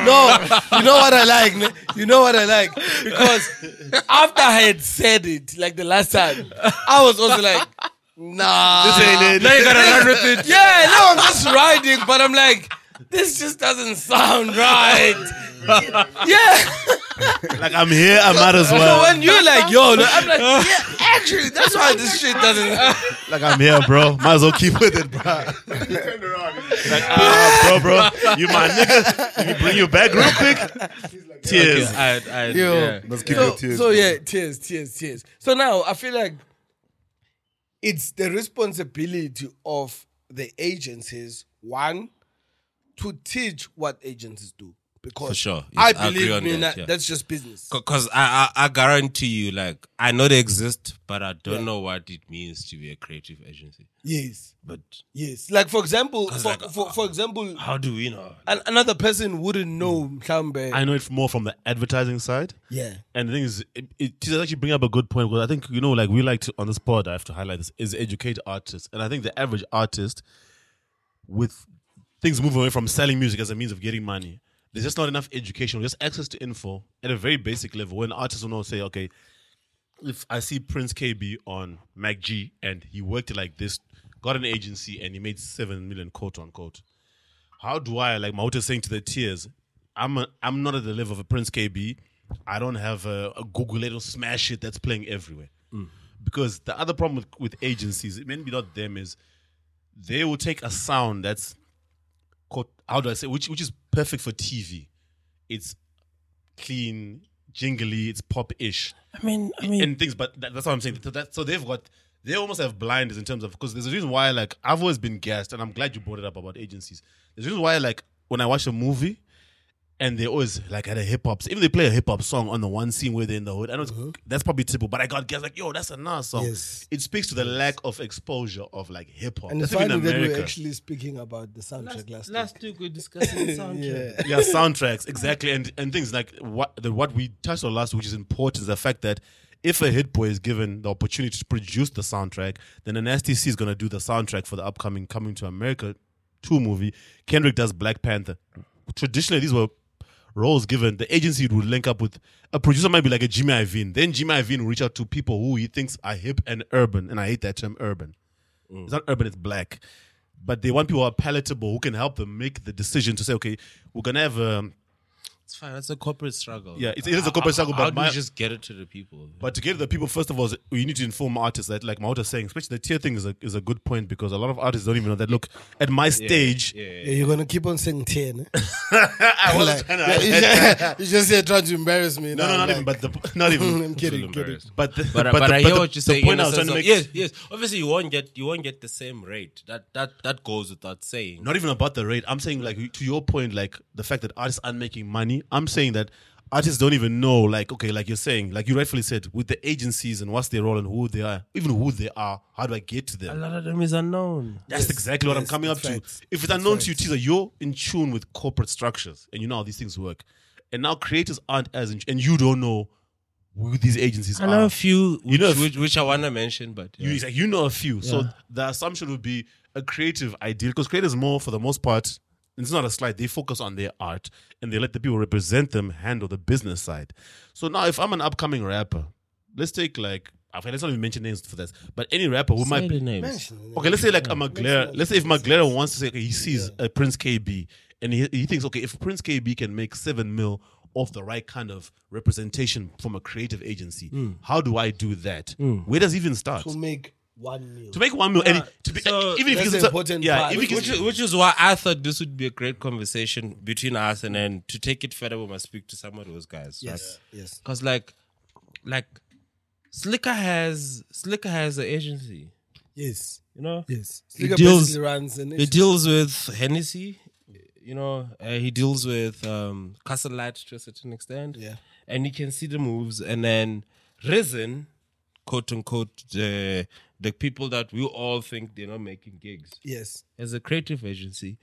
no, you know what I like, man? You know what I like? Because after I had said it, like the last time, I was also like, nah.
Now you gotta run with it.
(laughs) Yeah, no, I'm just riding, but I'm like, this just doesn't sound right. yeah.
Like I'm here, I might as
(laughs) So
well.
when you're like, yo, no, I'm like, yeah, actually, that's why this shit doesn't.
Like I'm here, bro. Might as well keep with it, bro. Like, ah, bro, bro, you my nigga. Let me bring you back real quick. Tears.
Okay, I, I,
Yo.
yeah.
Let's keep
so,
your tears.
so yeah, tears, tears, tears. So now I feel like it's the responsibility of the agencies one to teach what agencies do because
For sure. Yes,
I
I agree
believe
on
me,
that,
na-
yeah.
that's just business.
Because I, I, I guarantee you, like, I know they exist, but I don't know what it means to be a creative agency.
Yes,
But
yes. Like for example, for,
like,
for, for example,
how do we know?
an, another person wouldn't know Mklambe.
I know it more from the advertising side.
yeah,
And the thing is, it, it Tisa actually bring up a good point because I think you know, like we like to on this pod, I have to highlight this is educate artists, and I think the average artist with things move away from selling music as a means of getting money. There's just not enough education, just access to info at a very basic level. When artists will know, say, okay, if I see Prince KB on Mac G and he worked like this, got an agency and he made seven million, quote unquote. How do I, like Mahout is saying to the tears, I'm a, I'm not at the level of a Prince KB. I don't have a, a Google it or smash it that's playing everywhere. Because the other problem with, with agencies, maybe not them, is they will take a sound that's quote, how do I say which which is perfect for TV. It's clean, jingly, it's pop ish
I mean, I mean,
and things. But that, that's what I'm saying. So, that, so they've got they almost have blinders in terms of because there's a reason why like I've always been gassed, and I'm glad you brought it up about agencies. There's a reason why like when I watch a movie. And they always like at a hip hop. Even they play a hip hop song on the one scene where they're in the hood. I know it's, that's probably typical, but I got guys like, "Yo, that's a nice song."
Uh-huh. Yes.
It speaks to the lack of exposure of like hip hop.
and it's
That's even
funny that
America.
we're actually speaking about the soundtrack last,
Last week we discussed the
week.
(laughs)
Yeah.
soundtrack.
yeah, soundtracks exactly, and and things like what the, what we touched on last, week, which is important, is the fact that if a hit boy is given the opportunity to produce the soundtrack, then an STC is going to do the soundtrack for the upcoming Coming to America two movie. Kendrick does Black Panther. Traditionally, these were roles given. The agency would link up with a producer, might be like a Jimmy Iovine. Then Jimmy Iovine will reach out to people who he thinks are hip and urban, and I hate that term, urban. It's not urban, it's black. But they want people who are palatable, who can help them make the decision to say, okay, we're gonna have um,
It's fine. That's a corporate struggle.
Yeah, it's- it is a corporate
How-
struggle,
How
but
do
my-
you just get it to the people?
But to get to the people, first of all, is you need to inform artists that, like Mahota is saying, especially the tier thing is a, is a good point because a lot of artists don't even know that. Look, at my stage,
Yeah, you're gonna keep on saying ten. eh?
I wasn't
Like,
trying to-
yeah, (laughs) you just, you just here trying to embarrass me.
no, no, not even. But the, not even.
(laughs) I'm
Feel
kidding, kidding.
embarrassed.
But the,
But,
but,
but,
the,
I
but
hear
the-
what
the
you're saying.
point
in
I
a
was trying
sense
to
of-
make.
yes, yes. Obviously, you won't get you won't get the same rate. That that that goes without saying.
Not even about the rate. I'm saying like to your point, like the fact that artists aren't making money. I'm saying that artists don't even know. Like okay, like you're saying, like you rightfully said, with the agencies and what's their role and who they are, even who they are. How do I get to them?
A lot of them is unknown.
That's exactly what I'm
yes,
coming up
that's
to.
right.
If it's unknown to you, teaser, you're in tune with corporate structures and you know how these things work. And now creators aren't as in, and you don't know who these agencies
I know
are.
a few, which,
Ah. know, if-
which, which I wanna mention, but
You,
yeah.
it's like, you know a few. So the assumption would be a creative ideal because creators more for the most part. and It's not a slide. They focus on their art and they let the people represent them handle the business side. So now, if I'm an upcoming rapper, let's take like I've let's not even mention names for this, but any rapper who might
Say
be
the names.
Okay, let's say like a Maglera. Let's say if Maglera wants to say okay, he sees a Prince KB and he, he thinks, okay, if Prince KB can make seven mil off the right kind of representation from a creative agency, how do I do that? Where does he even start?
to make one meal.
To make one mil, and to be,
so
even if
that's
he's
the important
yeah,
part.
if he
Which,
can,
which, which is why I thought this would be a great conversation between us, and then to take it further, we must speak to some of those guys.
yes, yes.
because like, like, Slicker has Slicker has an agency.
Yes.
You know,
Yes.
He
Slicker
deals-
basically runs an
he deals with Hennessy. You know, uh, he deals with um, Castle Light to a certain extent.
Yeah.
and you can see the moves, and then Risen, quote unquote, the the people that we all think they're not making gigs.
Yes.
as a creative agency.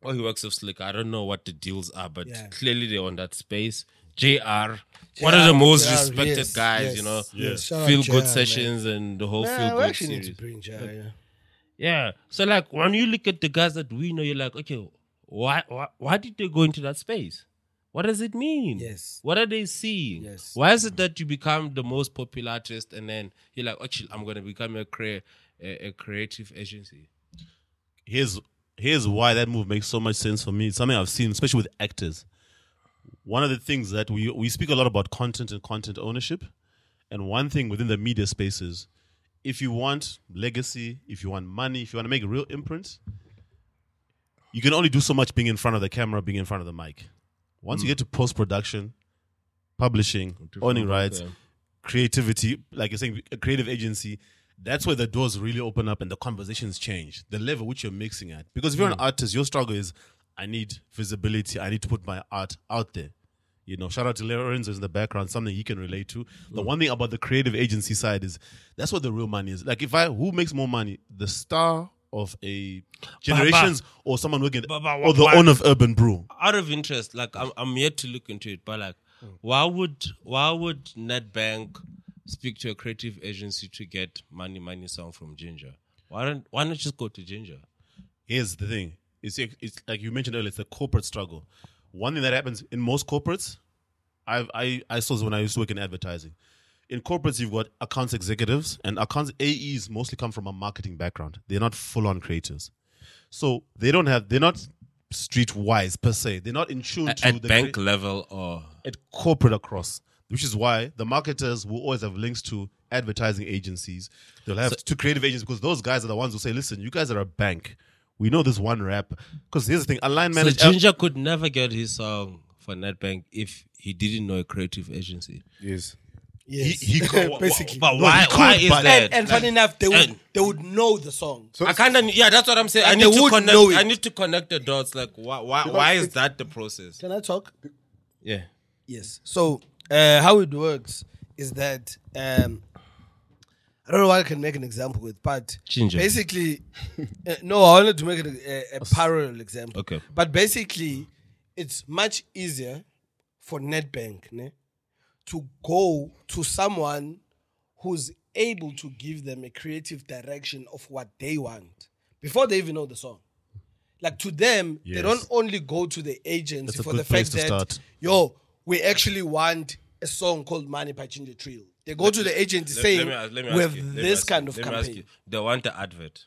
Or he works with Slick. I don't know what the deals are, but
Yeah.
clearly they're on that space. JR, one of the most
JR,
respected
yes,
guys,
yes,
you know.
yes. Shout out
Feel
JR,
good
man.
sessions and the whole
Nah,
feel
we
good
actually
series.
need to bring Jai. Yeah.
yeah. So like when you look at the guys that we know, you're like, okay, why why, why did they go into that space? What does it mean?
Yes.
What are they seeing?
Yes.
Why is it that you become the most popular artist and then you're like, actually, I'm gonna become a crea- a, a creative agency?
here's here's why that move makes so much sense for me. It's something I've seen, especially with actors. One of the things that we we speak a lot about content and content ownership, and one thing within the media space is, if you want legacy, if you want money, if you want to make a real imprint, you can only do so much being in front of the camera, being in front of the mic. Once you get to post production, publishing, owning rights, creativity, like you're saying, a creative agency, that's where the doors really open up and the conversations change. The level which you're mixing at. Because if you're an artist, your struggle is I need visibility, I need to put my art out there. You know, shout out to Lorenzo in the background, something he can relate to. The one thing about the creative agency side is that's what the real money is. Like if I who makes more money? The star of a generations or someone working
But- but
or the
why-
owner of Urban Brew.
out of interest, like I'm, I'm yet to look into it, but like, why would why would NetBank speak to a creative agency to get money money song from Ginger? Why don't why not just go to Ginger?
Here's the thing. It's, it's like you mentioned earlier, it's the corporate struggle. One thing that happens in most corporates, I've, I I saw this when I used to work in advertising. In corporates, you've got accounts executives, and accounts AEs mostly come from a marketing background. They're not full on creators, so they don't have they're not street wise per se. They're not in tune
At,
to
at
the
bank
crea-
level or
at corporate across, which is why the marketers will always have links to advertising agencies. They'll have to creative agents because those guys are the ones who say, "Listen, you guys are a bank. We know this one rap." Because here's the thing: a line manager.
so Ginger could never get his song for NetBank if he didn't know a creative agency.
he,
Yes.
Yes.
he could,
(laughs) Basically.
but
No, why-
he could,
why is
but-
that?
and and funny enough, they would
and-
they would know the song.
So
I kind of yeah, that's what I'm saying. I
And
need
they
to
would
connect.
know it.
I need to connect the dots. Like why why why is that the process?
Can I talk?
Yeah.
Yes. So uh, how it works is that um, I don't know what I can make an example with, but
Ginger.
basically, (laughs) uh, no, I wanted to make it a, a, a parallel example.
Okay.
But basically, it's much easier for NetBank ne, to go to someone who's able to give them a creative direction of what they want before they even know the song. Like to them, they
Yes.
don't only go to the agents
That's a
for
good
the
place
fact
to
that
start.
yo, we actually want a song called Money by Ginger Trio. They go to the agent
Let-
saying
let me ask- let me
we
ask
have
you, let me
this
ask
kind
you,
of
let me ask
campaign.
you. They want the advert.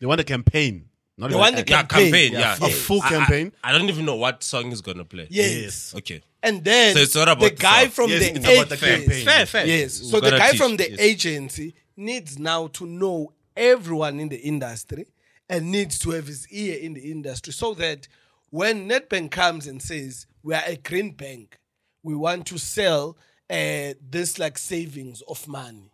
They want a campaign. Not
They
even an
want the
ad.
Yeah, campaign.
Campaign,
Yeah,
yeah. A full
I- I-
campaign.
I, don't even know what song is gonna play.
Yes.
Yes.
Okay.
And then
So it's not about
the
the
guy
song.
from
Yes,
the
it's about the
agency-
campaign. Fair, fair.
Yes.
We've
So the
gotta
guy
teach,
from the
yes.
agency needs now to know everyone in the industry and needs to have his ear in the industry so that when NetBank comes and says, We are a green bank, we want to sell uh, this like savings of money.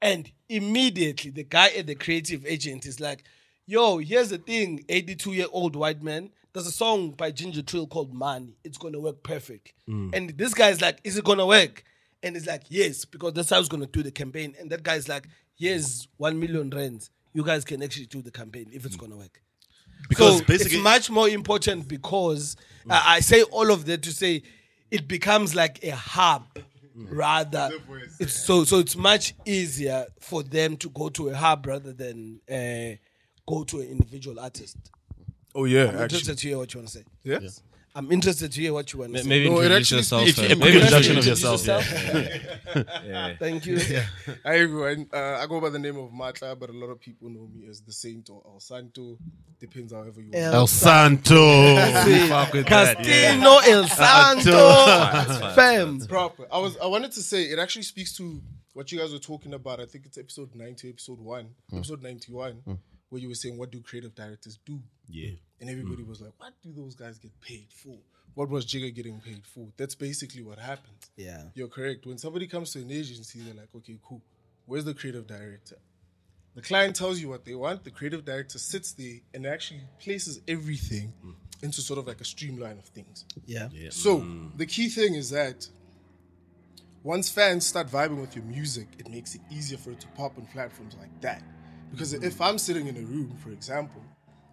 And immediately the guy at the creative agent is like, Yo, here's the thing, 82 year old white man. There's a song by Ginger Trill called Money. It's gonna work perfect. And this guy's like, Is it gonna work? And he's like, Yes, because that's how it's gonna do the campaign. And that guy's like, Here's one million rands. You guys can actually do the campaign if it's gonna work.
Because
so
basically-
it's much more important because uh, I say all of that to say it becomes like a hub rather. It's so so it's much easier for them to go to a hub rather than uh, go to an individual artist.
Oh yeah,
I'm interested to hear what you want to say.
Yeah.
(laughs)
I'm interested to hear what you want to
M-
say.
Maybe
No, it
introduce yourself.
actually speaks-
If- a quick
first. Maybe
Can I
introduction of
introduce
yourself. yeah. (laughs)
Thank you.
Hi everyone. Uh, I go by the name of Matla, but a lot of people know me as the Saint or El Santo. Depends however you want.
El Santo. (laughs)
Sí. (laughs) Castino El Santo. Fam.
Proper. I was. I wanted to say it actually speaks to what you guys were talking about. I think it's episode nine to episode one,
Hmm.
episode ninety-one, where you were saying what do creative directors do,
Yeah.
and everybody was like, what do those guys get paid for? What was Jigga getting paid for? That's basically what happens.
Yeah.
You're correct. When somebody comes to an agency, they're like, okay, cool. Where's the creative director? The client tells you what they want. The creative director sits there and actually places everything into sort of like a streamline of things.
Yeah.
So the key thing is that once fans start vibing with your music, it makes it easier for it to pop on platforms like that. Because if I'm sitting in a room, for example,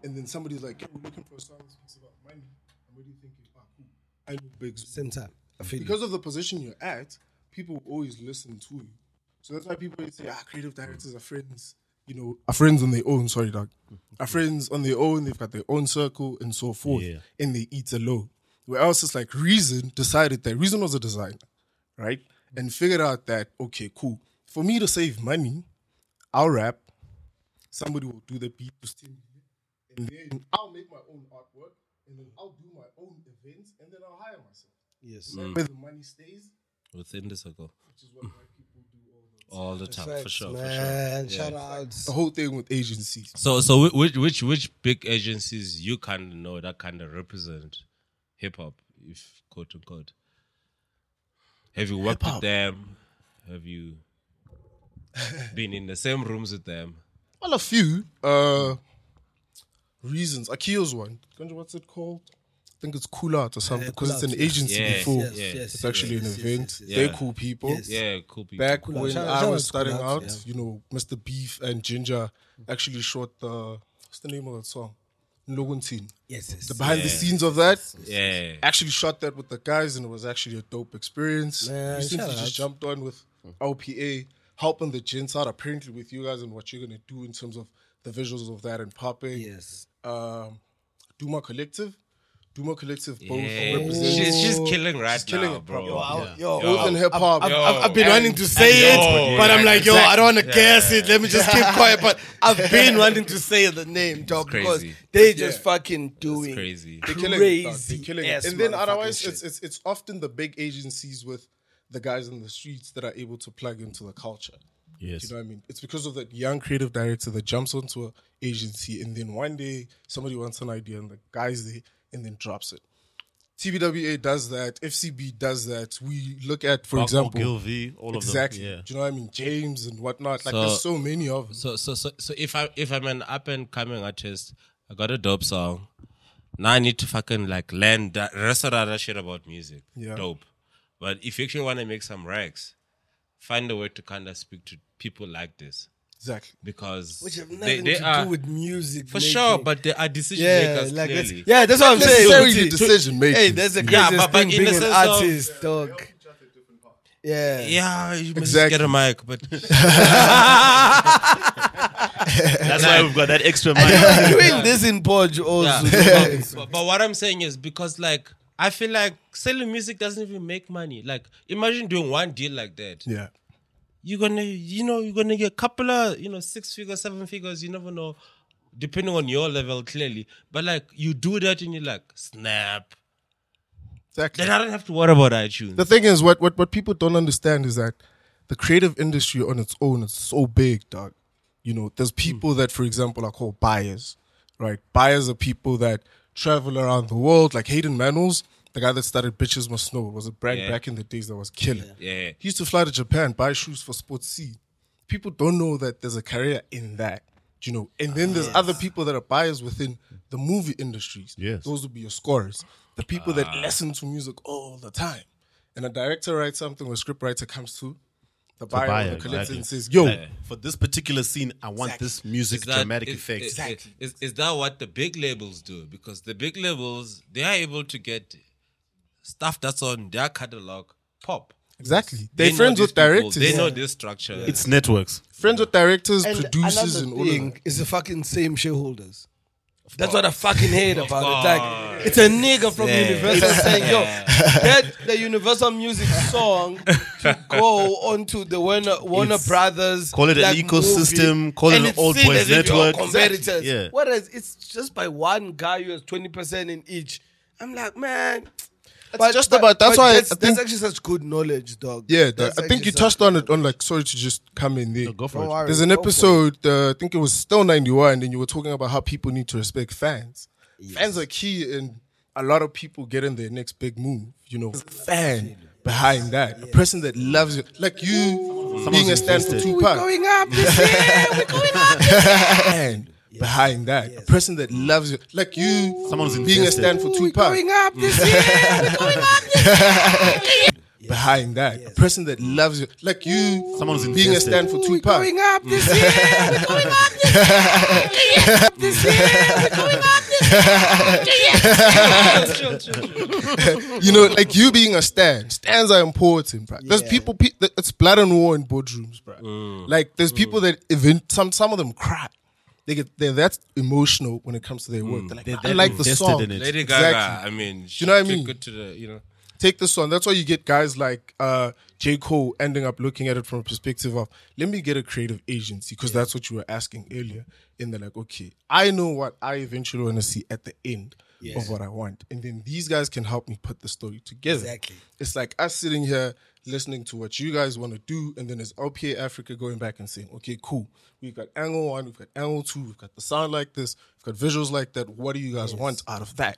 and then somebody's like, "Yo, we're looking for a song that speaks about money," I'm already thinking, "Ah, cool. I know Biggs
Same time. I feel you.
because of the position you're at, people will always listen to you. So that's why people always say, ah, creative directors are friends, you know, are friends on their own. Sorry, dog. Are friends on their own. They've got their own circle and so forth.
Yeah.
And they eat alone. Where else it's like Reason decided that Reason was a designer, right? And figured out that, okay, cool. For me to save money, I'll rap. Somebody will do the beat to steal me. And then I'll make my own artwork. And then I'll do my own events. And then I'll hire myself.
Yes.
So where the money stays,
Within the circle,
which is what white people do all the time.
all the time, for
Facts,
sure, for sure.
Man, shout outs.
The whole thing with agencies.
So, so whi- which which which big agencies you kind of know that kind of represent hip hop, if quote unquote? Have you worked with them? Have you been in the same rooms with them?
Well, a few uh, reasons. Akio's one. Kendra, What's it called? I think it's Cool Out or something
Yeah,
because
Cool
it's an
Out, yes.
agency
Yes,
before.
yes, yes,
It's actually
yes,
an
yes,
event.
yes, yes.
They're
Yeah.
cool people.
Yes.
Yeah, cool people.
Back
Cool Out.
when
Shout-
I
shout out
was
to
starting
Cool
out,
Out, yeah.
you know, Mr. Beef and Ginger actually shot the. What's the name of that song? Loguntin.
Yes, yes.
The behind the
Yeah.
scenes of that.
Yeah,
actually shot that with the guys, and it was actually a dope experience.
Man,
you
shout
simply
out.
just jumped on with LPA, helping the gents out apparently with you guys and what you're gonna do in terms of the visuals of that and popping.
Yes.
Um, Duma Collective, Boomer Collective both
Yeah.
represent
She's, she's killing right
killing
now,
it,
bro.
bro.
Yo,
both in hip hop.
I've,
Yo,
I've, I've been
and-
wanting to say
and
it,
yo,
but
yeah,
I'm like, yo, I don't want to
exactly.
guess
Yeah.
it. Let me just keep quiet.
(laughs)
But I've been wanting to say the name, dog, because
crazy.
they just
Yeah.
fucking doing
Crazy.
They're killing it, dog.
crazy
They're killing
ass
it. And then
motherfucking
otherwise,
shit.
it's, it's it's often the big agencies with the guys in the streets that are able to plug into the culture. Do
Yes.
you know what I mean? It's because of that young creative director that jumps onto an agency and then one day somebody wants an idea and the guy's there and then drops it. TBWA does that. FCB does that. We look at, for example,
Gilvy, all
exactly. (laughs)
of them.
Do you know what I mean? James and whatnot. Like
So-
there's so many of them.
So so so so if I if I'm an up and coming artist, I got a dope song. Now I need to fucking like learn that rest of that shit about music.
Yeah.
Dope. But if you actually want to make some racks, find a way to kind of speak to people like this
Exactly.
because
which have
they-
nothing
they
to
are-
do with music
for
making.
sure. But they are decision
yeah,
makers
like that's,
clearly.
yeah, that's what I'm
Necessarily
saying.
decision making.
Hey, that's the
Yeah,
craziest
but- but
thing
in the
being an
sense of-
artist, dog. Yeah, (laughs)
Yeah, you must
Exactly.
get a mic, but
That's why we've got that extra
And
money.
(laughs) they were doing this in Portugal. (laughs) also.
(laughs) Yeah. but, but what I'm saying is because like I feel like selling music doesn't even make money. Like imagine doing one deal like that.
Yeah.
You're gonna you know you're gonna get a couple of you know six figures, seven figures. You never know, depending on your level clearly. But like you do that and you're like snap.
Exactly.
Then I don't have to worry about iTunes.
the thing is what, what what people don't understand is that the creative industry on its own is so big dog you know
Hmm.
there's people that for example are called buyers right buyers are people that travel around the world like hayden manuels the guy that started bitches must know was a brand
Yeah.
back in the days that was killing
Yeah.
he used to fly to japan buy shoes for sports c people don't know that there's a career in that you know and then
Ah,
there's other people that are buyers within the movie industries
Yes.
those would be your scores the people that
Ah.
listen to music all the time and a director writes something or a script writer comes to the buyer, or
buyer,
the collector
exactly.
and says yo
For this particular scene, I want this music dramatic
is-
effect.
is- Is, is that what the big labels do? Because the big labels they are able to get stuff that's on their catalog pop.
exactly they're friends
know these
with
people.
directors
They know this structure.
It's networks.
friends with directors
And
producers
another
and all of
thing
that
is the fucking same shareholders. That's what I fucking hate about it. Like,
course.
it's a nigga from
Yeah.
Universal saying, "Yo, get the Universal Music song to go onto the Warner, Warner
It's-
Brothers."
call it an ecosystem, call it
and
an
it's
old
seen
boys
as if you're
network.
Competitors.
Yeah.
Whereas it's just by one guy who has twenty percent in each. I'm like, man.
just about- that's why I
that's, that's
think-
actually such good knowledge, dog.
yeah
That's
i think
actually
you
such
touched on it on like sorry to just come in there
Go for
Don't
it.
worry,
There's an
go for it.
episode, uh, I think it was still 91, and you were talking about how people need to respect fans. Fans are key, and a lot of people get in their next big move. You know, fan behind that, a person that loves you, like you being a stand for
invested.
(laughs) Tupac,
Going up this year, we're going up.
fan behind that, a person that loves you, like you
Someone's
being a
invested.
stand for Tupac,
up this year. We're going up this
behind that, a person that loves you, like you
Someone's
being a
invested.
stand for Tupac,
up this year. We're going up this year. We're going up this
you know, like you being a stand. Stands are important, bro. There's
Yeah.
people, pe- th- it's blood and war in boardrooms, bro.
Mm.
Like there's people that even some some of them cry. They get they're that emotional when it comes to their work. They're like, "Nah, I
that
like the
invested
song.
in it.
Mm. Lady Gaga.
Exactly.
I mean, she
you know what I
took
mean?
it to the, you know,
Take this song. That's why you get guys like uh, J Cole ending up looking at it from a perspective of, let me get a creative agency because that's what you were asking earlier. And they're like, okay, I know what I eventually want to see at the end. Of what I want, and then these guys can help me put the story together.
Exactly.
It's like us sitting here listening to what you guys want to do, and then it's LPA Africa going back and saying, okay, cool. We've got angle one, we've got angle two, we've got the sound like this, we've got visuals like that. What do you guys want out of that?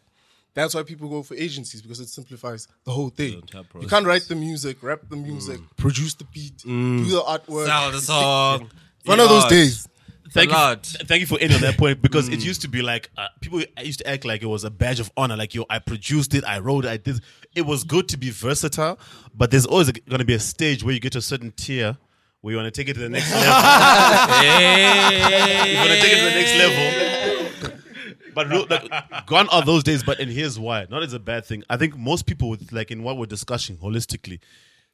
That's why people go for agencies because it simplifies the whole thing.
entire
You can't write the music, rap the music, produce the beat, do the artwork.
sell the song.
One of those
Lot.
days.
Thank
Thank you,
lot.
th- thank you for ending on that point because it used to be like uh, people used to act like it was a badge of honor. Like yo, I produced it, I wrote, it, I did. It was good to be versatile, but there's always going to be a stage where you get to a certain tier where you want to take it to the next level. you want to take it to the next level. But real- like, gone are those days. But and here's why: not as a bad thing. I think most people, with, like in what we're discussing holistically,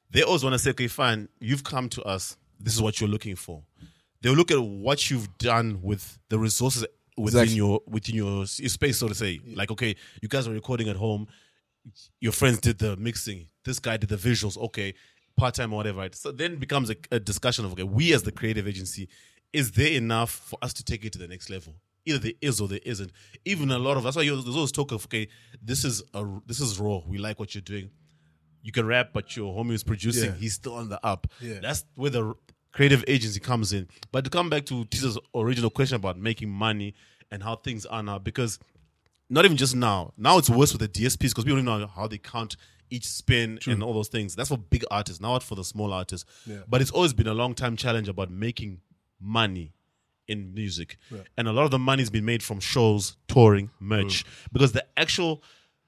they always want to say, okay, fine, you've come to us. This is what you're looking for. They'll look at what you've done with the resources within
Exactly.
your within your s- your space, so to say. Like, okay, you guys are recording at home. Your friends did the mixing. This guy did the visuals. Okay, part time or whatever. Right? So then it becomes a, a discussion of okay, we as the creative agency, is there enough for us to take it to the next level? Either there is or there isn't. Even a lot of that's why you, there's always talk of okay, this is a this is raw. We like what you're doing you can rap, but your homie is producing,
Yeah.
he's still on the up.
Yeah.
That's where the creative agency comes in. But to come back to Tisa's original question about making money and how things are now, because not even just now, now it's worse with the DSPs because people don't know how they count each spin and all those things. That's for big artists, not for the small artists.
Yeah.
But it's always been a long time challenge about making money in music. And a lot of the money's been made from shows, touring, merch. Because the actual,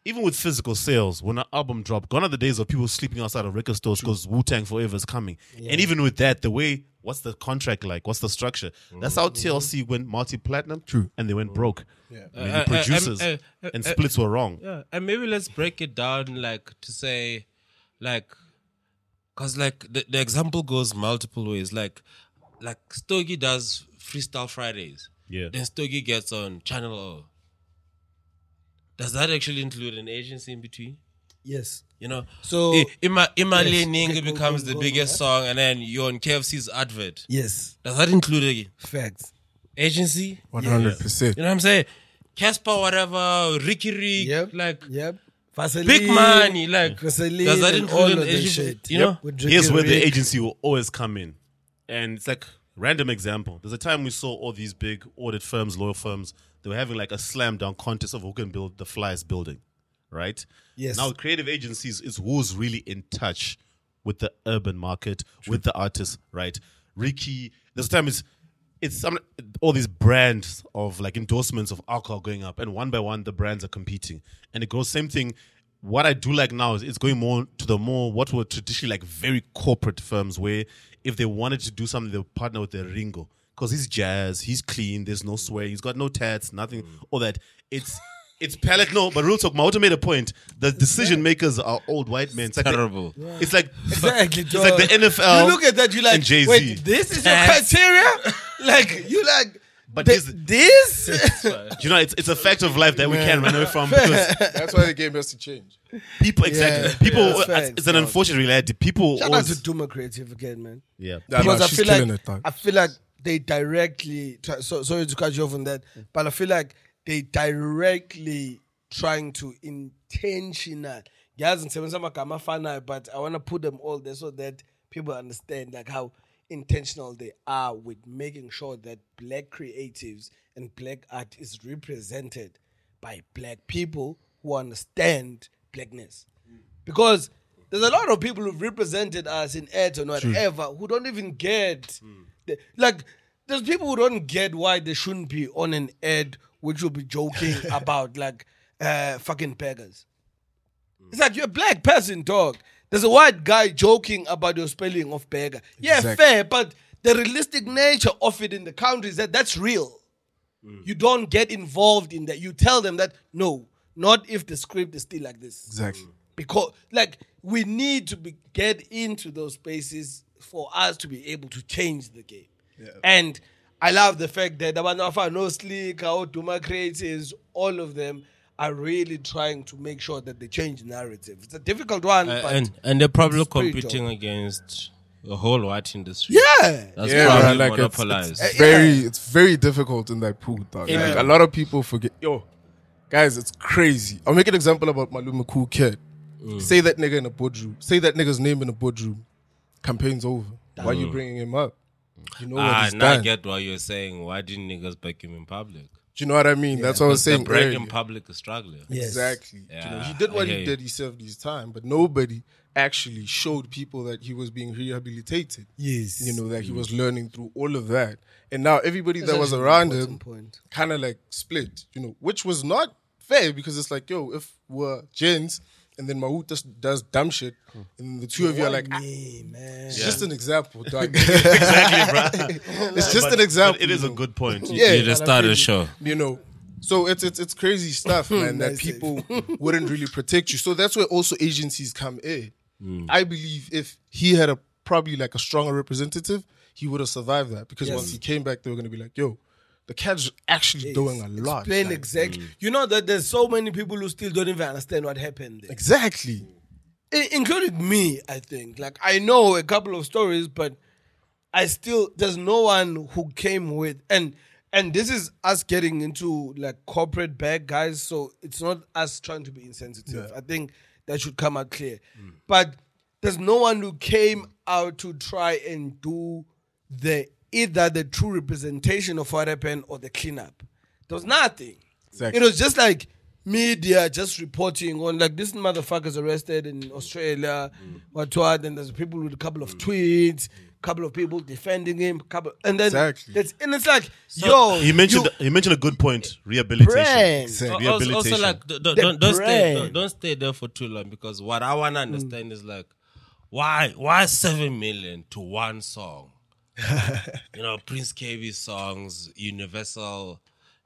even with physical sales, when an album dropped, gone are the days of people sleeping outside of record stores because Wu Tang Forever is coming. And even with that, the way, what's the contract like? What's the structure? That's how TLC went multi platinum. Mm-hmm. True. And they went broke. Yeah. Many
Uh, uh, uh,
producers
um, uh, uh,
and
uh,
splits were wrong.
Yeah, and maybe let's break it down, like to say, like, cause like the, the example goes multiple ways. Like, like Stogie does Freestyle Fridays.
Yeah.
Then Stogie gets on Channel O. Does that actually include an agency in between?
Yes.
You know,
So-
I- Ima Ima
Yes,
Ninga
okay, go-
becomes
go-
the
go on,
biggest song, and then you're on KFC's advert.
Yes.
Does that include a
Facts.
agency?
One hundred percent.
You know what I'm saying? Casper, whatever, Ricky Rick,
Yep.
like
Yep. Vaseline,
big money, like
Vaseline
does that
and
include
all
an
of that
agency?
shit.
You know,
With
Here's
Ricky
where the
Rick.
agency will always come in. And it's like random example. There's a time we saw all these big audit firms, lawyer firms, they were having like a slam dunk contest of who can build the flyest building, right?
Yes.
Now creative agencies is who's really in touch with the urban market, with the artists, right? Ricky, this time it's it's some all these brands of like endorsements of alcohol going up, and one by one the brands are competing, and it goes same thing. What I do like now is it's going more to the more what were traditionally like very corporate firms where if they wanted to do something they would partner with their Ringo because he's jazz, he's clean, there's no swear, he's got no tats, nothing, all that. It's it's palate no, but real talk. Mauta made a point. The decision makers are old white men. It's like the-
Terrible.
it's like
Exactly,
It's like the
dog.
NFL.
You look at that, you like
and Jay-Z.
Wait, this is your
Facts.
criteria? like you like
But
the-
here's the-
this?
you know, it's, it's a fact of life that we can't run away from because
That's why the game has to change.
people exactly
Yeah,
people.
yeah, that's
it's-
facts,
it's an unfortunate reality. People
Shout out
always,
to Duma Creative again, man.
yeah.
(laughs) because I
she's
feel
killing
like
it, dog.
I feel like they directly. Try, so sorry to cut you off on that, but I feel like they directly trying to intentional. Guys, and I'm fan, but I want to put them all there so that people understand like how intentional they are with making sure that black creatives and black art is represented by black people who understand blackness because there's a lot of people who've represented us in ads and whatever who don't even get the, like there's people who don't get why they shouldn't be on an ad which will be joking about like uh fucking beggars it's like you're a black person dog there's a white guy joking about your spelling of beggar yeah
Exactly.
fair but the realistic nature of it in the country is that that's real you don't get involved in that you tell them that no not if the script is still like this
Exactly.
because like we need to be, get into those spaces for us to be able to change the game. And I love the fact that Abanafa, No Sleek, Kao Duma Creatives, all of them are really trying to make sure that they change narrative. It's a difficult one,
Uh,
but
and and they're probably
it's pretty
competing
dope.
against the whole white industry.
yeah,
that's
Yeah,
probably
man, like it's-
monopolized.
It's very, it's very difficult in that pool, dog. Like, a lot of people forget. Yo, guys, it's crazy. I'll make an example about Maluma Cool Kid.
Mm.
Say that nigga in a boardroom. Say that nigga's name in a boardroom. Campaign's over. Why are you bringing him up? You know what
Mm. ah,
he's
now I
done.
get why you're saying why didn't niggas back him in public?
Do you know what I mean? That's what I was
The
saying.
break
earlier.
in public is struggling.
yes.
Exactly. You know,
Yeah,
he did what
I hear
he
you.
did. He served his time, but nobody actually showed people that he was being rehabilitated.
Yes.
You know that
Mm.
he was learning through all of that, and now everybody that was
actually an
around
important
him
point.
kind of like split. You know, which was not fair because it's like, yo, if we're gents and then Mahut does, does dumb shit,
Hmm.
and the two of you are like, ah,
Hey, man.
it's just an
(laughs)
example, dog. (laughs) exactly, bro. it's just an example.
But it is
you
a
know.
good point.
Yeah,
you just
and I
started
feel
a
you.
show.
You know, so it's it's, it's crazy stuff,
Hmm.
man. that
(laughs)
Nice
people wouldn't really protect you. So that's where also agencies come in.
Hmm.
I believe if he had a probably like a stronger representative, he would have survived that because once he came back, they were going to be like, "Yo, The cat's actually doing a lot.
Explain
like- mm.
exactly. You know that there's so many people who still don't even understand what happened there.
exactly.
I- including me, I think. Like I know a couple of stories, but I still there's no one who came with and and this is us getting into like corporate bag guys, so it's not us trying to be insensitive. I think that should come out clear. But there's no one who came out to try and do the either the true representation of what happened or the cleanup. There was nothing.
Exactly.
It was just like media just reporting on like this motherfucker's arrested in Australia,
Mm.
what what, and there's people with a couple of tweets, couple of people defending him, couple, and then
Exactly.
that's, and it's like yo,
he mentioned he mentioned a good point. Rehabilitation.
Brand.
Exactly.
Al-
Rehabilitation.
Also, also, like, d- d- don't, don't stay,
brand.
don't, don't stay there for too long because what I want to understand is like, why, why seven million to one song? you know, Prince KV songs, Universal,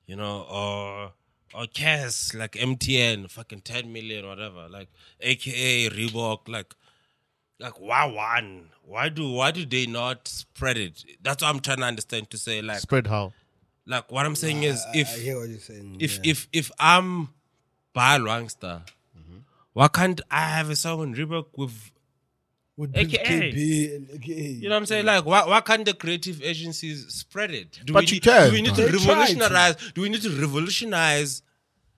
you know, or or Cass, like MTN, fucking ten million, whatever, like AKA Reebok, like. Like why one? Why do why do they not spread it? That's what I'm trying to understand. To say like
spread how.
like what I'm saying is if
I hear what you're saying.
if if if I'm Baal Wangster, why can't I have a song on Reebok with
With
AKA.
BKB and AKA.
you know what I'm saying? Like why why can't the creative agencies spread it? Do
But
we
you
need,
can.
Do we need to
They tried to.
revolutionize? Do we need to revolutionize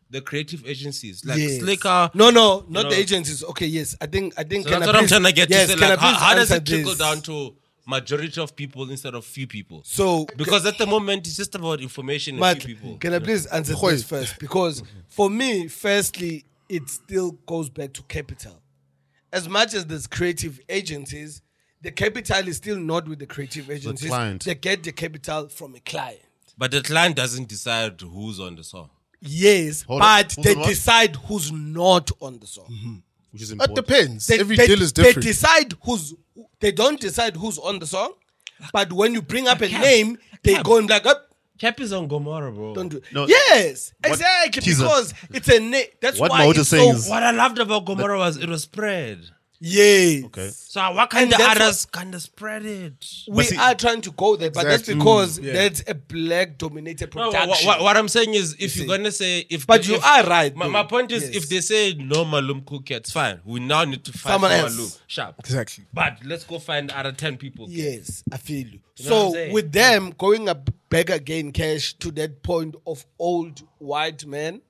the creative agencies like
Yes.
Slicker?
No, no, not
know.
the agencies. Okay, yes, I think I think.
So
can
that's
I
what I'm
please-
trying to get
yes,
to. Say,
can I
like, how,
please
how does
answer
it trickle
this?
down to majority of people instead of few people?
So
Because at the moment it's just about information and
But
few people.
can I please answer
(laughs)
this first? Because for me, firstly, it still goes back to capital. As much as there's creative agencies, the capital is still not with the creative agencies.
client.
They get the capital from a client.
but the client doesn't decide who's on the song.
Yes,
Hold on.
but
Hold
they
on, what? Mm-hmm.
decide who's not on the song.
Which is
That
important.
depends.
They,
Every
they-
deal is
they
different.
decide who's. They don't decide who's on the song, but when you bring up a name, they go and be like, up.
Cap is on Gomorrah, bro.
Don't do.
No.
yes, exactly.
Jesus.
Because it's a name. That's
What
why
Maud is
it's
saying
so
is-
What I loved about Gomorrah was it was spread.
Yes.
Okay.
So what kind
And
of
that's
others kind of spread it?
We
see-
are trying to go there, but that's
Mm,
because that's a black dominated
No,
production.
wha- wha- what, I'm saying is, if
see.
you are gonna say if,
But
if-
you are right,
My,
though.
my point is,
Yes.
if they say no Malum Kuki, it's fine. We now need to find
Someone
Someone
else.
Malum sharp.
Exactly.
But let's go find other ten people.
yes, I feel you.
know what I'm
so
saying?
with them going up back again, cash to that point of old white men.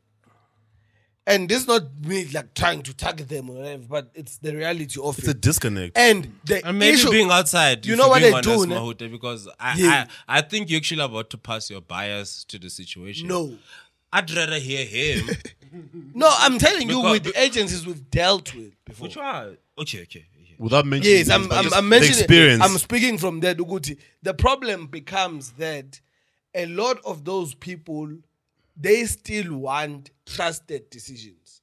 And this is not me like trying to target them or whatever, but it's the reality of
It's a
it.
disconnect.
and the
And maybe
issue,
being outside,
You
if
know
you're
what
being
they do,
honest,
ne?
Mahute, because I,
Yeah.
I I think you're actually about to pass your bias to the situation.
no,
I'd rather
(laughs)
hear him.
no, I'm telling you,
Because-
with the agencies we've dealt with before.
Which one? Okay, okay. okay.
Without mentioning.
Yes, I'm,
but
I'm,
just
I'm
the
mentioning.
experience.
I'm speaking from that. Uguti. The problem becomes that a lot of those people they still want trusted decisions.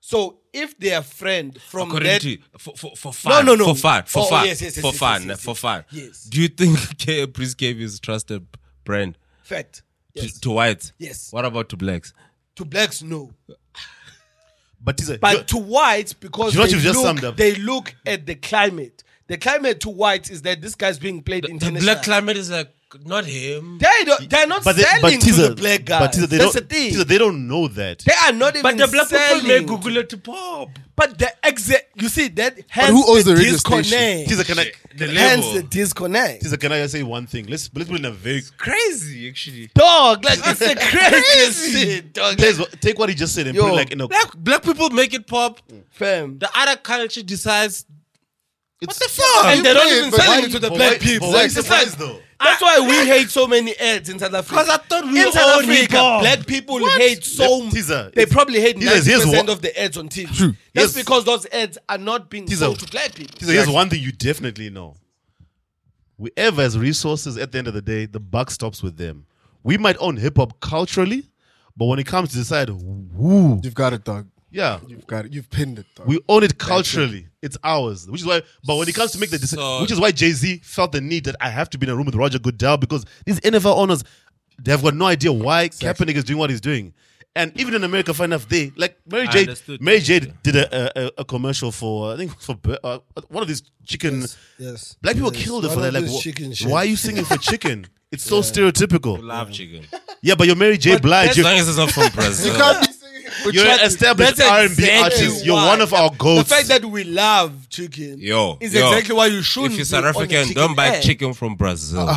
So if their friend from
According
that,
to you, for, for, for fun,
no, no.
for fun, for
Oh,
fun,
yes, yes, yes,
for
yes,
fun,
yes, yes,
for
yes.
fun.
Yes.
Do you think (laughs) K- Prince Cave is a trusted brand
fact,
to-
yes.
to, whites?
Yes.
What about to blacks?
to blacks, no,
but it's a,
but
Uh, you-
to whites because
You know what
they,
you've just
look,
summed up?
they look at the climate. The climate to whites is that this guy's being played
The
internationally.
black climate is like not him.
they don't, they're not
but they,
selling
but
to
teaser,
the black guy.
But teaser, they
That's
don't.
the thing.
teaser, they don't know that.
they are not even.
but the black people may
selling to
Google it to pop.
But the exit, you see, that hence
who owns the radio station?
disconnect.
Teaser, can I?
The
hence
label.
the disconnect.
Teaser, can I just say one thing? Let's let's put it in a very.
Crazy, actually.
Dog, like it's the craziest shit, dog.
Please, take what he just said and put
Yo.
it like in a.
Black black people make it pop.
Fam.
The other culture decides.
It's-
what the fuck?
And they don't
play it,
even
but
sell
why-
it to the
but
black
why-
people.
but why
It's just
surprised,
like-
though?
That's why we hate so many ads in South Africa.
'Cause I thought we
in
all
South
knew
Africa,
God.
black people hate so.
Yep, teaser.
They
It's-
probably hate
Teaser, here's
ninety percent
what-
of the ads on TV.
True.
That's
Yes.
because those ads are not being
Teaser.
sold to black people.
Teaser, here's one thing you definitely know. Whoever has resources at the end of the day, the buck stops with them. We might own hip hop culturally, but when it comes to decide who,
You've got it, dog.
yeah,
You've got it. You've pinned it, dog.
we own it culturally. It's ours, which is why. But when it comes to make the decision,
So-
which is why Jay Z felt the need that I have to be in a room with Roger Goodell because these NFL owners, they've got no idea why Kaepernick is doing what he's doing. And even in America, far enough, they like Mary
I
J.
understood.
Mary J. did a, a, a commercial for I think for bur- uh, one of these chicken.
Yes.
Black people killed her for that. Like, wh- why are you singing for chicken? It's
(laughs)
so stereotypical.
Love chicken.
Yeah, but you're Mary J. Blige.
As
You're,
long as it's not
(laughs)
from Brazil.
you're an established
That's
R&B
exactly
artist. You're
why.
one of our
The
goats.
fact that we love chicken
Yo,
is
yo.
exactly why you shouldn't.
if you're
be on
South
the
African,
chicken
don't buy
ad.
chicken from Brazil.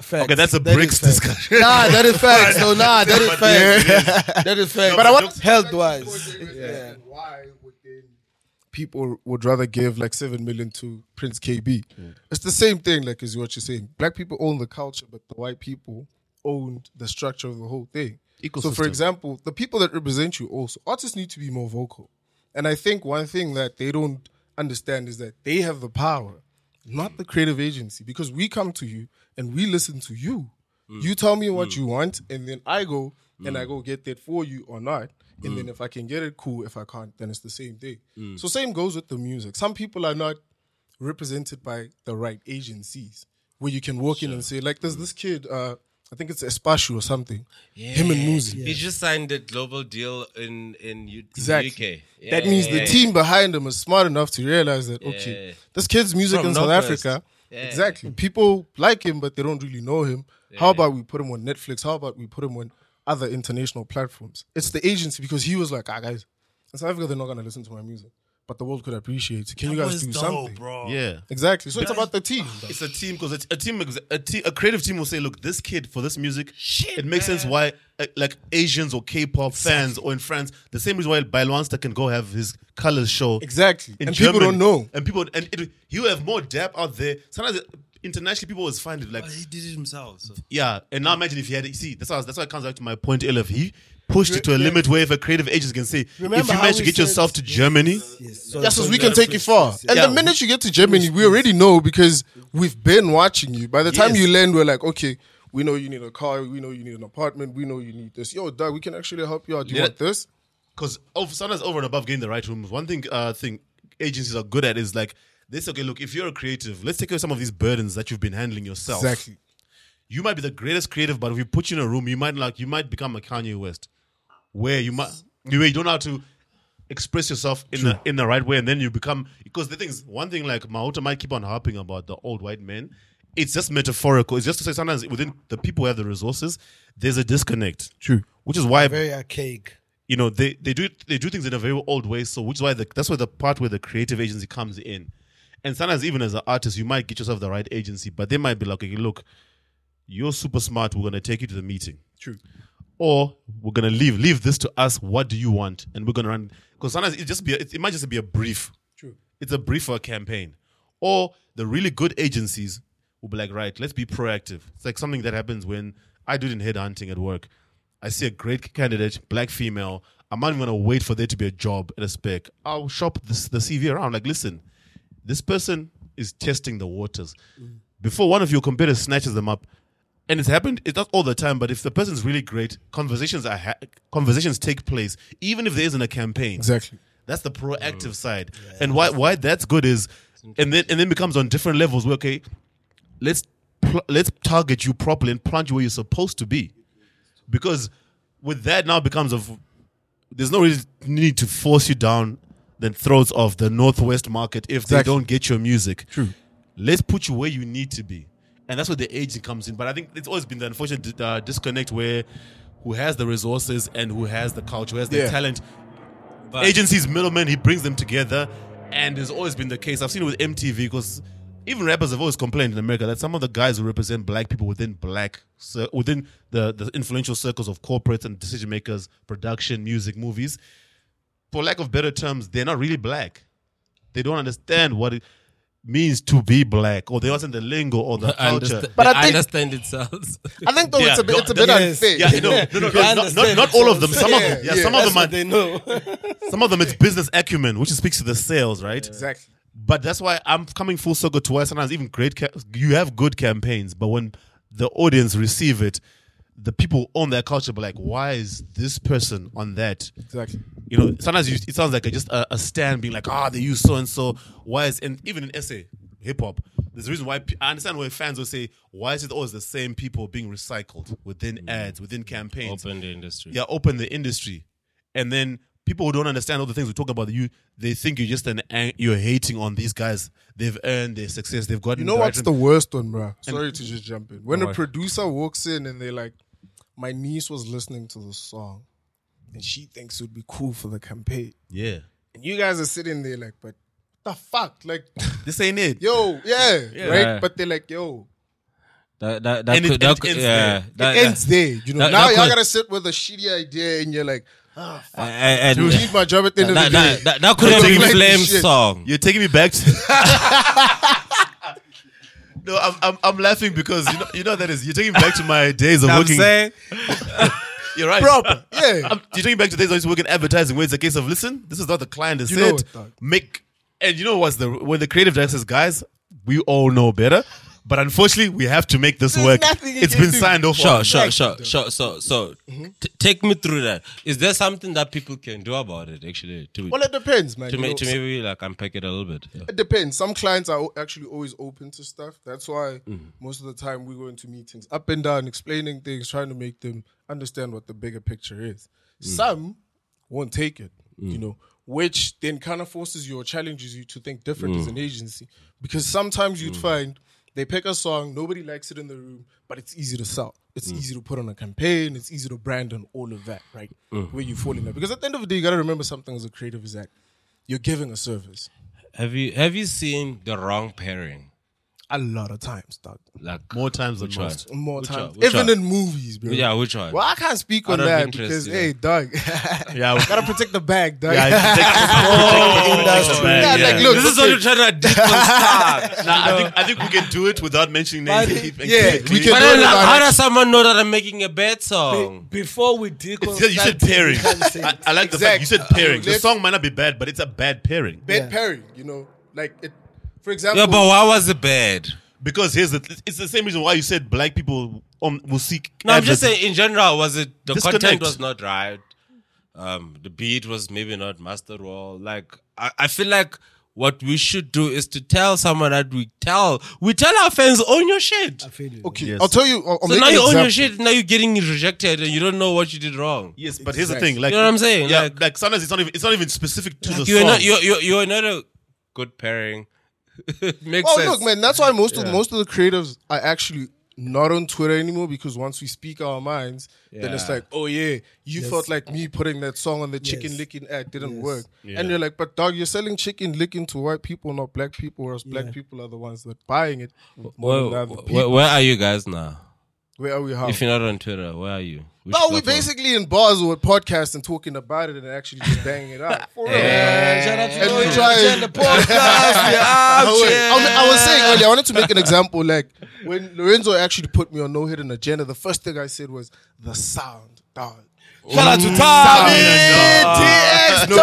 Facts.
okay, (laughs) that's a
That
bricks
is facts.
discussion.
(laughs) Nah, that is facts. No, nah, that is facts. (laughs) That is facts. But I want health wise.
yeah. Why would they- people would rather give like seven million to Prince KB? It's the same thing, like is what you're saying. Black people own the culture, but the white people owned the structure of the whole thing. So, for
Ecosystem.
example, the people that represent you also artists need to be more vocal, and I think one thing that they don't understand is that they have the power, not the creative agency, because we come to you and we listen to you. You tell me what you want, and then I go and I go get that for you or not. And then if I can get it, cool. If I can't, then it's the same thing. So same goes with the music. Some people are not represented by the right agencies where you can walk in and say, like, there's this kid, uh, I think it's Espacio or something. Him and Muzi.
He just signed a global deal in in, U- in
Exactly.
the UK. Yeah,
That means
yeah,
the
yeah.
team behind them is smart enough to realize that
Yeah.
okay, this kid's music
From
in South
Northwest.
Africa,
Yeah.
exactly. People like him, but they don't really know him. How about we put him on Netflix? How about we put him on other international platforms? It's the agency because he was like, ah, guys, in South Africa they're not gonna listen to my music, but the world could appreciate it. Can you guys do something?
bro.
Yeah.
Exactly. So it's about the team.
It's a team because a team, ex- a, te- a creative team will say, "Look, this kid for this music, it makes sense why uh, like Asians or K-pop fans or in France, the same reason why Bailwanster can go have his colors show
Exactly.
in
and
Germany.
people don't know.
and people and it, you have more depth out there. Sometimes uh, internationally, people always find it like,
Oh, He did it himself. So.
yeah. And now imagine if he had, you see, that's why that's why it comes back to my point. earlier. If he pushed it to a limit where if a creative agency can say, if
Remember
you
how
manage to
we
get
said-
yourself to Germany,
That's because we can take you far. And
Yeah.
the minute you get to Germany, we already know because we've been watching you. By the time
Yes.
you land, we're like, okay, we know you need a car, we know you need an apartment, we know you need this. Yo, Doug, we can actually help you out. Do you
Yeah.
want this?
because sometimes over and above getting the right rooms, one thing uh thing agencies are good at is like they say, okay, look, if you're a creative, let's take away some of these burdens that you've been handling yourself.
Exactly.
You might be the greatest creative, but if we put you in a room, you might like you might become a Kanye West, where you might you, you don't know how to express yourself in the in the right way, and then you become because the thing is one thing like Mahota might keep on harping about the old white men. It's just metaphorical. It's just to say sometimes within the people who have the resources, there's a disconnect. True. Which is why
Very archaic.
you know they, they do they do things in a very old way so which is why the, that's where the part where the creative agency comes in and sometimes even as an artist you might get yourself the right agency but they might be like okay, look you're super smart we're going to take you to the meeting
True.
or we're going to leave leave this to us what do you want and we're going to run because sometimes it just be a, it, it might just be a brief
True.
it's a brief for a campaign or the really good agencies will be like right let's be proactive it's like something that happens when i do it in headhunting at work I see a great candidate, black female. I'm not even gonna wait for there to be a job at a spec. I'll shop this, the CV around. Like, listen, this person is testing the waters. Before one of your competitors snatches them up, and it's happened. It's not all the time, but if the person's really great, conversations are ha- conversations take place, even if there isn't a campaign.
Exactly.
That's the proactive side. And why why that's good is and then and then becomes on different levels where okay, let's pl- let's target you properly and plant you where you're supposed to be. Because with that now becomes a f- there's no really need to force you down the throats of the northwest market if they
Exactly.
don't get your music. True. Let's put you where you need to be. And that's where the agent comes in. But I think it's always been the unfortunate di- uh, disconnect where who has the resources and who has the culture, who has the
Yeah.
talent,
But
agencies, middlemen, he brings them together. And there's always been the case. I've seen it with MTV because even rappers have always complained in America that some of the guys who represent black people within black, cir- within the, the influential circles of corporates and decision makers, production, music, movies, for lack of better terms, they're not really black. They don't understand what it means to be black, or they understand the lingo or the
(laughs) I
culture.
understand,
But I
I,
think-
understand it sounds.
I think though (laughs) Oh, it's a bit, it's a bit
Yes.
unfair.
Yeah,
(laughs)
no, no, no, no, not, not, not all of them. Some of them, yeah,
Yeah,
some of
That's
them are,
what they know.
some of them. It's business acumen, which speaks to the sales, right?
Exactly.
But that's why I'm coming full circle to why sometimes even great ca- you have good campaigns, but when the audience receive it, the people who own their culture. But like, why is this person on that?
Exactly.
You know, sometimes you, it sounds like a, just a, a stand being like, ah, they use so and so. Why is and even in essay hip hop, there's a reason why pe- I understand why fans will say, why is it always the same people being
Mm.
recycled within ads, within campaigns?
Open the industry.
yeah, open the industry, and then people who don't understand all the things we're talking about, you they think you're just an ang- you're hating on these guys. They've earned their success. They've gotten.
You know what's
direction.
the worst one, bro? Sorry to just jump in. When
No
a
worries.
producer walks in and they're like, "My niece was listening to the song, and she thinks it would be cool for the campaign,"
yeah.
and you guys are sitting there like, "But the fuck, like,
This ain't it.
yo, yeah, right?"
Yeah.
But they're like, "Yo,
That that that
And it-
could,
and
that
it
could
ends
yeah.
there.
That,
it ends there." You know,
that-
now
that
y'all
could-
gotta sit with a shitty idea, and you're like, "Ah,
that, and,
dude, need my job at the end of the
that,
day."
that, that, that could have
Don't
been
like this
Flame's
shit.
song.
You're taking me back to. (laughs) no, I'm, I'm I'm laughing because you know you know what that is. You're taking me back to my days of
I'm
working.
saying
You're right.
Proper, yeah.
I'm, you're taking back to days I used to work in advertising where it's a case of listen, this is not the client that
You know
said
it, dog.
make and you know what's the when the creative director says, guys, we all know better. But unfortunately, we have to make this work.
nothing you
It's
can
been
do.
signed off.
Sure,
on.
sure, sure, sure. So, so
Mm-hmm.
t- take me through that. Is there something that people can do about it? Actually, to
Well, it depends, man.
to,
you
ma-
know.
to maybe like unpack it a little bit. Yeah.
It depends. Some clients are o- actually always open to stuff. That's why most of the time we go into meetings up and down, explaining things, trying to make them understand what the bigger picture is. Some won't take it, you know, which then kind of forces you or challenges you to think different as an agency. Because sometimes you'd find they pick a song, nobody likes it in the room, but it's easy to sell. It's easy to put on a campaign, it's easy to brand and all of that, right? Where you fall in love. Because at the end of the day, you gotta remember something as a creative is that you're giving a service
Have you have you seen the wrong pairing?
a lot of times, dog.
Like
More times than
Which one?
most.
More
Which
times,
are- which
even
are-
in movies, bro.
yeah, which one?
Well, I can't speak on
Out of
that
interest,
because
yeah.
hey, dog,
(laughs)
(laughs)
Yeah.
gotta protect the bag, dog. (laughs)
Yeah, I think-
industry.
man,
Oh, Yeah, like,
yeah.
look,
this is what you're
(laughs)
trying to deconstruct.
Nah, I, think, I think we can do it without mentioning names.
But-
and keep- and
yeah,
keep it
we
clean.
can-
but
know
then, like,
that
how
I-
does someone know that I'm making a bad song?
(laughs) Before we deconstruct,
You said pairing. (laughs) I, I like the fact you said pairing. The
Let's-
song might not be bad, but it's a bad pairing.
bad
Yeah.
pairing, you know, like it. For example,
Yeah, but why was it bad?
Because here's the it's the same reason why you said black people um, will seek.
No, I'm just
advert-
saying in general, was it the
Disconnect.
content was not right? Um, the beat was maybe not master roll. Like I, I feel like what we should do is to tell someone that we tell we tell our fans own your shit. So
okay,
Yes.
I'll tell you. I'll, I'll make
now
an
you own your
example.
shit, now you're getting rejected and you don't know what you did wrong.
Yes, but here's the
Exactly.
thing. Like
You know what I'm saying?
Yeah, like,
Like-
sometimes it's not even it's not even specific to the
You're
song.
not you're, you're you're not a good pairing. (laughs) Makes
Oh,
sense.
look, man, that's why most of most of the creatives are actually not on Twitter anymore because once we speak our minds, then it's
Yeah.
like, oh yeah, you felt like me putting that song on the chicken
Yes.
licking ad didn't work, and you're like, but dog, you're selling chicken licking to white people, not black people, whereas black people are the ones that buying it more
Where,
than the other people.
where, where are you guys now?
Where are we? How?
If you're not on Twitter, where are you? Which
Oh,
No, we
platform?
basically in bars or podcasts and talking about it and actually just banging it
(laughs)
out. For real.
Shout out to
And
Joey
we try-
(laughs)
Agenda podcast. Yeah,
Oh, wait. I, was- I was saying earlier, I wanted to make an example. Like when Lorenzo actually put me on No Hidden Agenda, the first thing I said was the sound, dog.
Shout out to Tommy.
No,
DX
I was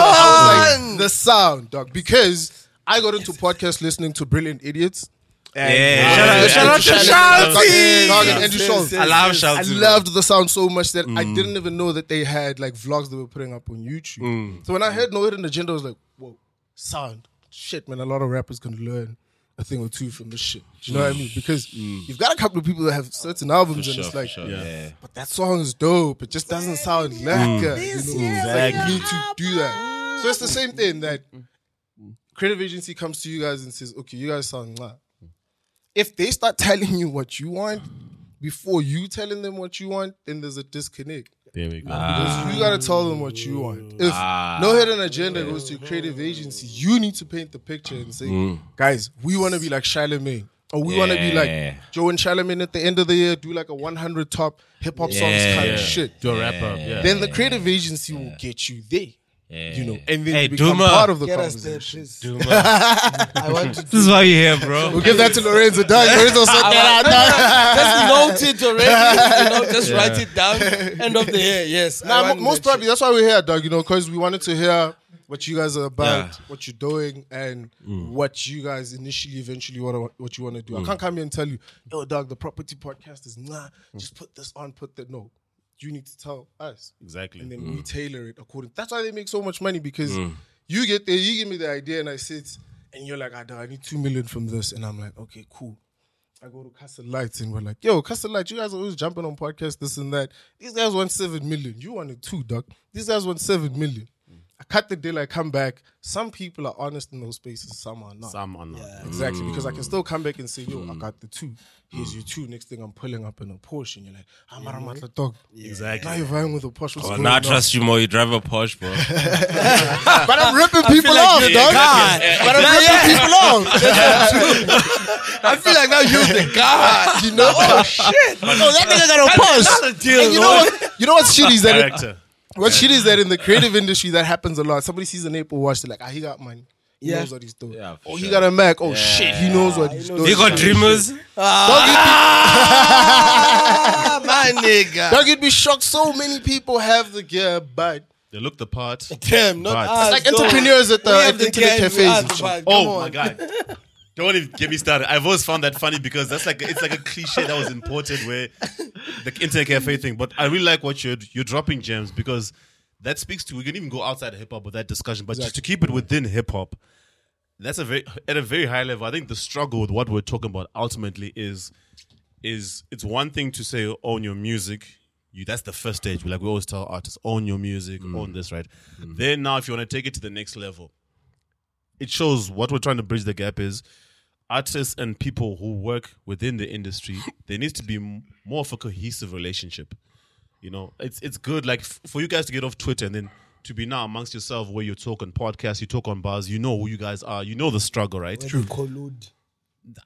Don.
like, the sound, dog, because I got into podcast listening to Brilliant Idiots. And-
Yeah.
Uh,
Shout out to
Shannon-
Shanti.
Dog and Andrew Schultz.
I love Shanti, Mm.
I
bro.
loved the sound so much that I didn't even know that they had like vlogs they were putting up on YouTube.
Mm.
So when I heard No Hidden Agenda, I was like, whoa, sound. Shit, man, a lot of rappers can learn a thing or two from this shit. Do you know what I mean? Because you've got a couple of people that have certain albums and
Mm. Sure,
it's like,
sure, yeah.
but that song is dope. It just doesn't sound lekker. You know, like, you need to do that. So it's the same thing that creative agency comes to you guys and says, okay, you guys sound like. If they start telling you what you want before you telling them what you want, then there's a disconnect.
There we go. Ah.
Because you gotta tell them what you want. If no hidden agenda goes to a creative agency, you need to paint the picture and say,
Mm.
guys, we wanna be like Charlemagne. Or we wanna be
Yeah.
like Joe and Charlemagne at the end of the year, do like a 100 top hip hop songs kind
Yeah.
of shit.
Do a wrap up. Yeah.
Then the creative agency will get you there. You know, and then
Hey,
you become
Duma.
part of the
Get us there,
conversation.
please.
Duma.
I want to.
this is why you're here, bro.
We'll
(laughs)
give that to Lorenzo. Dog, Lorenzo said that out.
Just note it already. You know,
(laughs)
just write it down. End of the year. Yes. I
Nah, mo-
want
most
that
probably that's why we're here, dog. You know, because we wanted to hear what you guys are about,
Yeah.
what you're doing, and what you guys initially, eventually, what what you want to do. I can't come here and tell you, yo, dog, the property podcast is nah. Just put this on, put that. No, you need to tell us, and
Exactly.
then we tailor it according. That's why they make so much money because you get there, you give me the idea, and I sit, and you're like, I, I need two million from this, and I'm like, okay, cool. I go to Castle Lights and we're like, yo, Castle Lights, you guys are always jumping on podcasts, this and that. These guys want seven million. You wanted two, doc. These guys want seven million. I cut the deal. I come back. Some people are honest in those spaces. Some are not.
Some Hmm. are not. Yeah.
Exactly, because I can still come back and say, "Yo, I got the two. Here's your two. Next thing, I'm pulling up in a Porsche, and you're like, "I'm out of my dog."
Exactly.
Now you're vying with a Porsche. What's
Oh,
going
now I
on?
trust you more. You drive a
(laughs)
Porsche, bro.
But I'm ripping people
like
off,
you're
dog.
the guy.
But I'm ripping people
(laughs)
off.
I feel like now you're the god. You know? Oh shit!
No, that nigga got a push.
Not a deal.
You know what? You know what's shitty is that it,
Character.
what's shitty is that in the creative industry that happens a lot. Somebody sees an Apple Watch, they're like, "Ah, he got money. He
Yeah.
knows what he's doing.
Yeah, for
oh, he
sure.
got a Mac. Oh shit, he knows what he's doing."
you got dreamers.
Ah, my nigga.
Dog, you'd be shocked. So many people have the gear, but
They look the part.
damn, not
But-
it's like entrepreneurs uh, at the, at the internet cafes. and shit.
Oh my god. Don't even get me started. I've always found that funny because that's like it's like a cliche that was imported where the internet cafe thing. But I really like what you're you're dropping gems because that speaks to we can even go outside hip hop with that discussion, but just to keep it within hip hop, that's a very at a very high level. I think the struggle with what we're talking about ultimately is is it's one thing to say own your music. You that's the first stage. Like we always tell artists, own your music, own this, right? Then now if you want to take it to the next level, it shows what we're trying to bridge the gap is artists and people who work within the industry there needs to be m- more of a cohesive relationship you know it's it's good like f- for you guys to get off twitter and then to be now amongst yourself where you talk on podcasts you talk on bars you know who you guys are you know the struggle right
True. Collude.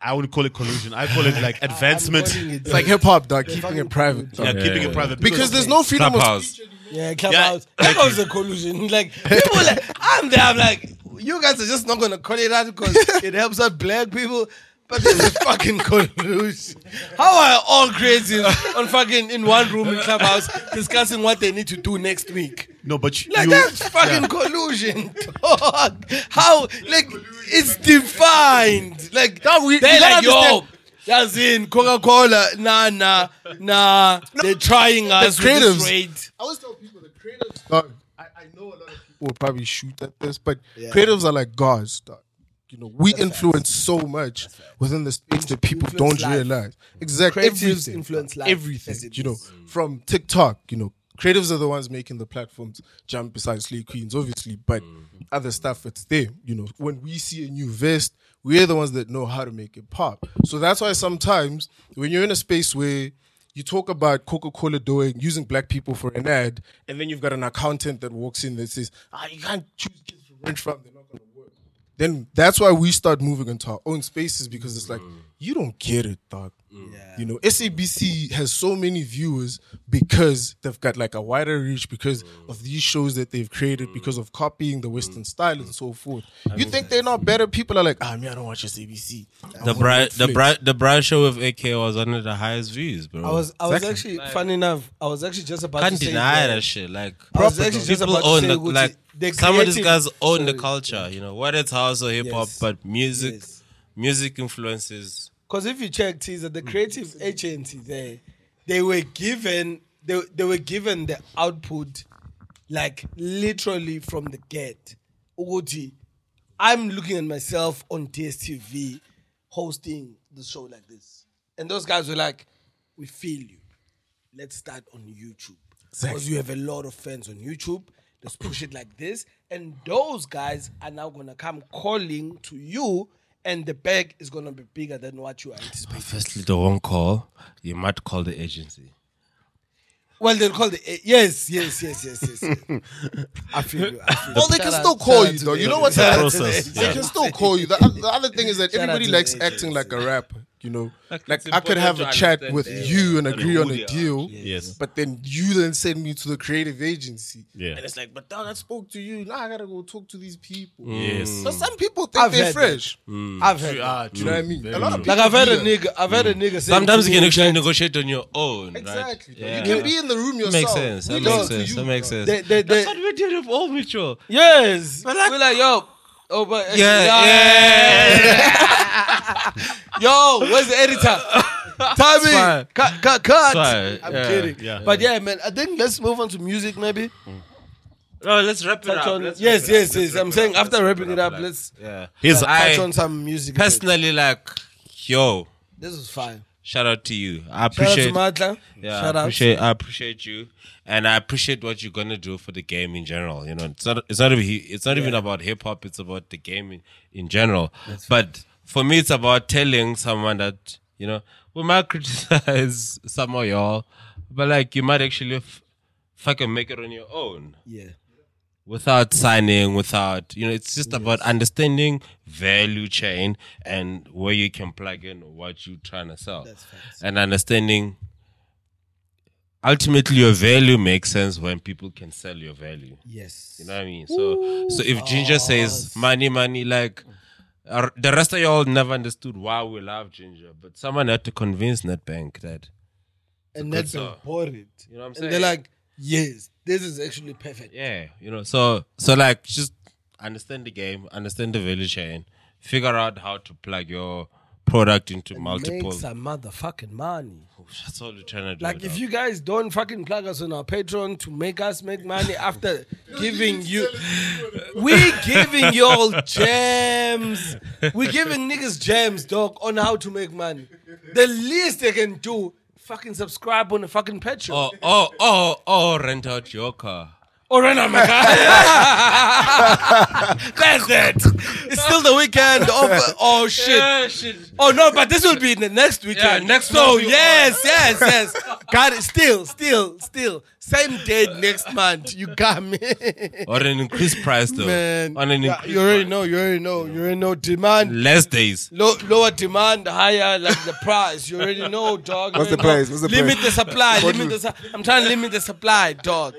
i wouldn't call it collusion i call it like advancement
calling it-
It's like hip hop, dog. Keeping it private, dog.
yeah,
Yeah,
keeping
yeah,
it private
Because there's no freedom of
Clubhouse.
speech.
Yeah, clubhouse. That was a collusion. Like people, like I'm there. I'm like, you guys are just not gonna call it out because it helps out black people. But this is fucking collusion. How are all creatives on fucking in one room in clubhouse discussing what they need to do next week?
no but you,
Like
you-
that's fucking collusion, (laughs) dog. How like it's defined. Like they're
you
like
gotta
yo.
understand-
That's in Coca Cola. Nah, nah, nah. They're trying us. with this
creatives.
rate.
I always tell people the creatives, dog. I, I know a lot of people will probably shoot at this, but creatives are like gods, dog. You know, we influence so much within the space that people
Influence
don't
life.
realize. Exactly.
Creatives
Everything,
influence
dog.
life, as
Everything.
it
You know,
is.
from TikTok, you know, creatives are the ones making the platforms jump besides Lee Queens, obviously, but other stuff, it's them. You know, when we see a new vest, we're the ones that know how to make it pop. So that's why sometimes when you're in a space where you talk about Coca Cola doing using black people for an ad, and then you've got an accountant that walks in that says, ah, you can't choose kids from rich from, they're not going to work. Then that's why we start moving into our own spaces because it's like, you don't get it, dog. You know, SABC has so many viewers because they've got like a wider reach because of these shows that they've created because of copying the Western style and so forth. you think they're not better? People are like, ah, me, I don't watch SABC. I
The
want
Brian, the
Netflix."
Brian, the Brian show with AK was one of the highest views, bro.
I was, I was actually, funny enough, I was actually just about
can't
to say
deny
that.
that shit. Like
I was actually just
people
about to
own
say
the,
Gucci,
like
the
some of these
creative-
guys own the culture. You know, whether it's house or hip hop,
Yes.
but music,
Yes.
music influences.
Because if you check teaser, the creative agency there, they were given they, they were given the output like literally from the get. Uguti, I'm looking at myself on DSTV hosting the show like this. And those guys were like, We feel you. Let's start on YouTube. Because you have a lot of fans on YouTube. Let's push it like this. And those guys are now gonna come calling to you, and the bag is gonna be bigger than what you are anticipating.
(laughs) Firstly, the wrong call. You might call the agency.
Well, they'll call the eh, yes, yes, yes, yes, yes. yes. (laughs) I feel you. I feel
Well, they can still call you, though. You know what's
Shout
the
out
other
to
thing?
the-
They can still call you. The, oth- the other thing is that
Shout out
everybody
to the
likes acting
agents.
like a rapper. You know,
Like,
like
it's
I could have a
important to
chat
understand
with
their-
you and
I mean,
agree on
who
a
they are.
deal.
yes
But then you then send me to the creative agency.
Yeah.
And it's like, but dog, I spoke to you. Now I gotta go talk to these people.
Yes.
So some people think
I've
they're
heard
fresh.
I've heard. that.
Ah,
You know what I mean? A lot of people
Like I've heard
do
a
that.
nigga, I've heard a nigga. saying
Sometimes
to
you can
me,
actually negotiate on your own.
Exactly.
Right? Yeah.
You can be in the room yourself.
that makes sense.
We
That
talk
makes
to
sense.
you,
That makes
dog.
They,
sense.
they, they,
That's what we did with all mutual.
yes, we're like yo, oh but
Yeah, yeah.
yo, where's the editor?
Swag.
Tommy, cut, cut, cut.
Swag,
I'm
yeah,
kidding.
yeah.
But yeah, man, I think let's move on to music, maybe.
No, let's wrap it
Touch
up.
on-
Let's
yes,
wrap it up.
yes,
Let's
yes.
wrap
I'm
it
saying
up.
after
Let's
wrapping
wrap
it up,
like-
let's
yeah.
Here's
touch
I
on some music.
personally like yo.
this is fine.
Shout out to you. I
Shout out
appreciate
to Matla.
Yeah,
Shout out.
I appreciate I appreciate you, and I appreciate what you're gonna do for the game in general. You know, it's not it's not even it's not even about hip hop. It's about the game in, in general. but for me, it's about telling someone that you know we might (laughs) criticize some of y'all, but like you might actually f- fucking make it on your own
Yeah.
without signing, without you know, it's just about understanding value chain and where you can plug in what you're trying to sell, and understanding. Ultimately, your value makes sense when people can sell your value.
Yes.
You know what I mean? So, so if Ginger says money, money, like uh, the rest of y'all never understood why we love Ginger, but someone had to convince NetBank that
and that's
song.
bought it.
You know what I'm
And
saying?
they're like, yes, this is actually perfect.
yeah, you know. So, so like just understand the game, understand the value chain, figure out how to plug your product into multiple.
Make some motherfucking money.
That's all you're trying to do.
Like uh, if
dog.
you guys don't fucking plug us on our Patreon to make us make money (laughs) after giving you, we giving you (laughs) all gems. We giving niggas gems, dog, on how to make money. The least they can do, fucking subscribe on the fucking Patreon
oh oh oh oh rent out your car.
or run out my (laughs) car. That's it. It's still the weekend. Of, oh shit.
Yeah, shit.
Oh no, but this will be the next weekend.
Yeah, next
So
month you-
yes, yes, yes. Got it. Still, still, still. Same date next month. You got me, (laughs)
Or an increased price though.
man.
On an
Yeah,
increased
you already
price.
know. You already know. You already know. Demand
less days.
low, lower demand, higher like the price. You already know, dog. You
What's the
already know.
price? What's the
limit
price?
the supply.
What
limit
do-
the. Su- I'm trying to limit the supply, dog.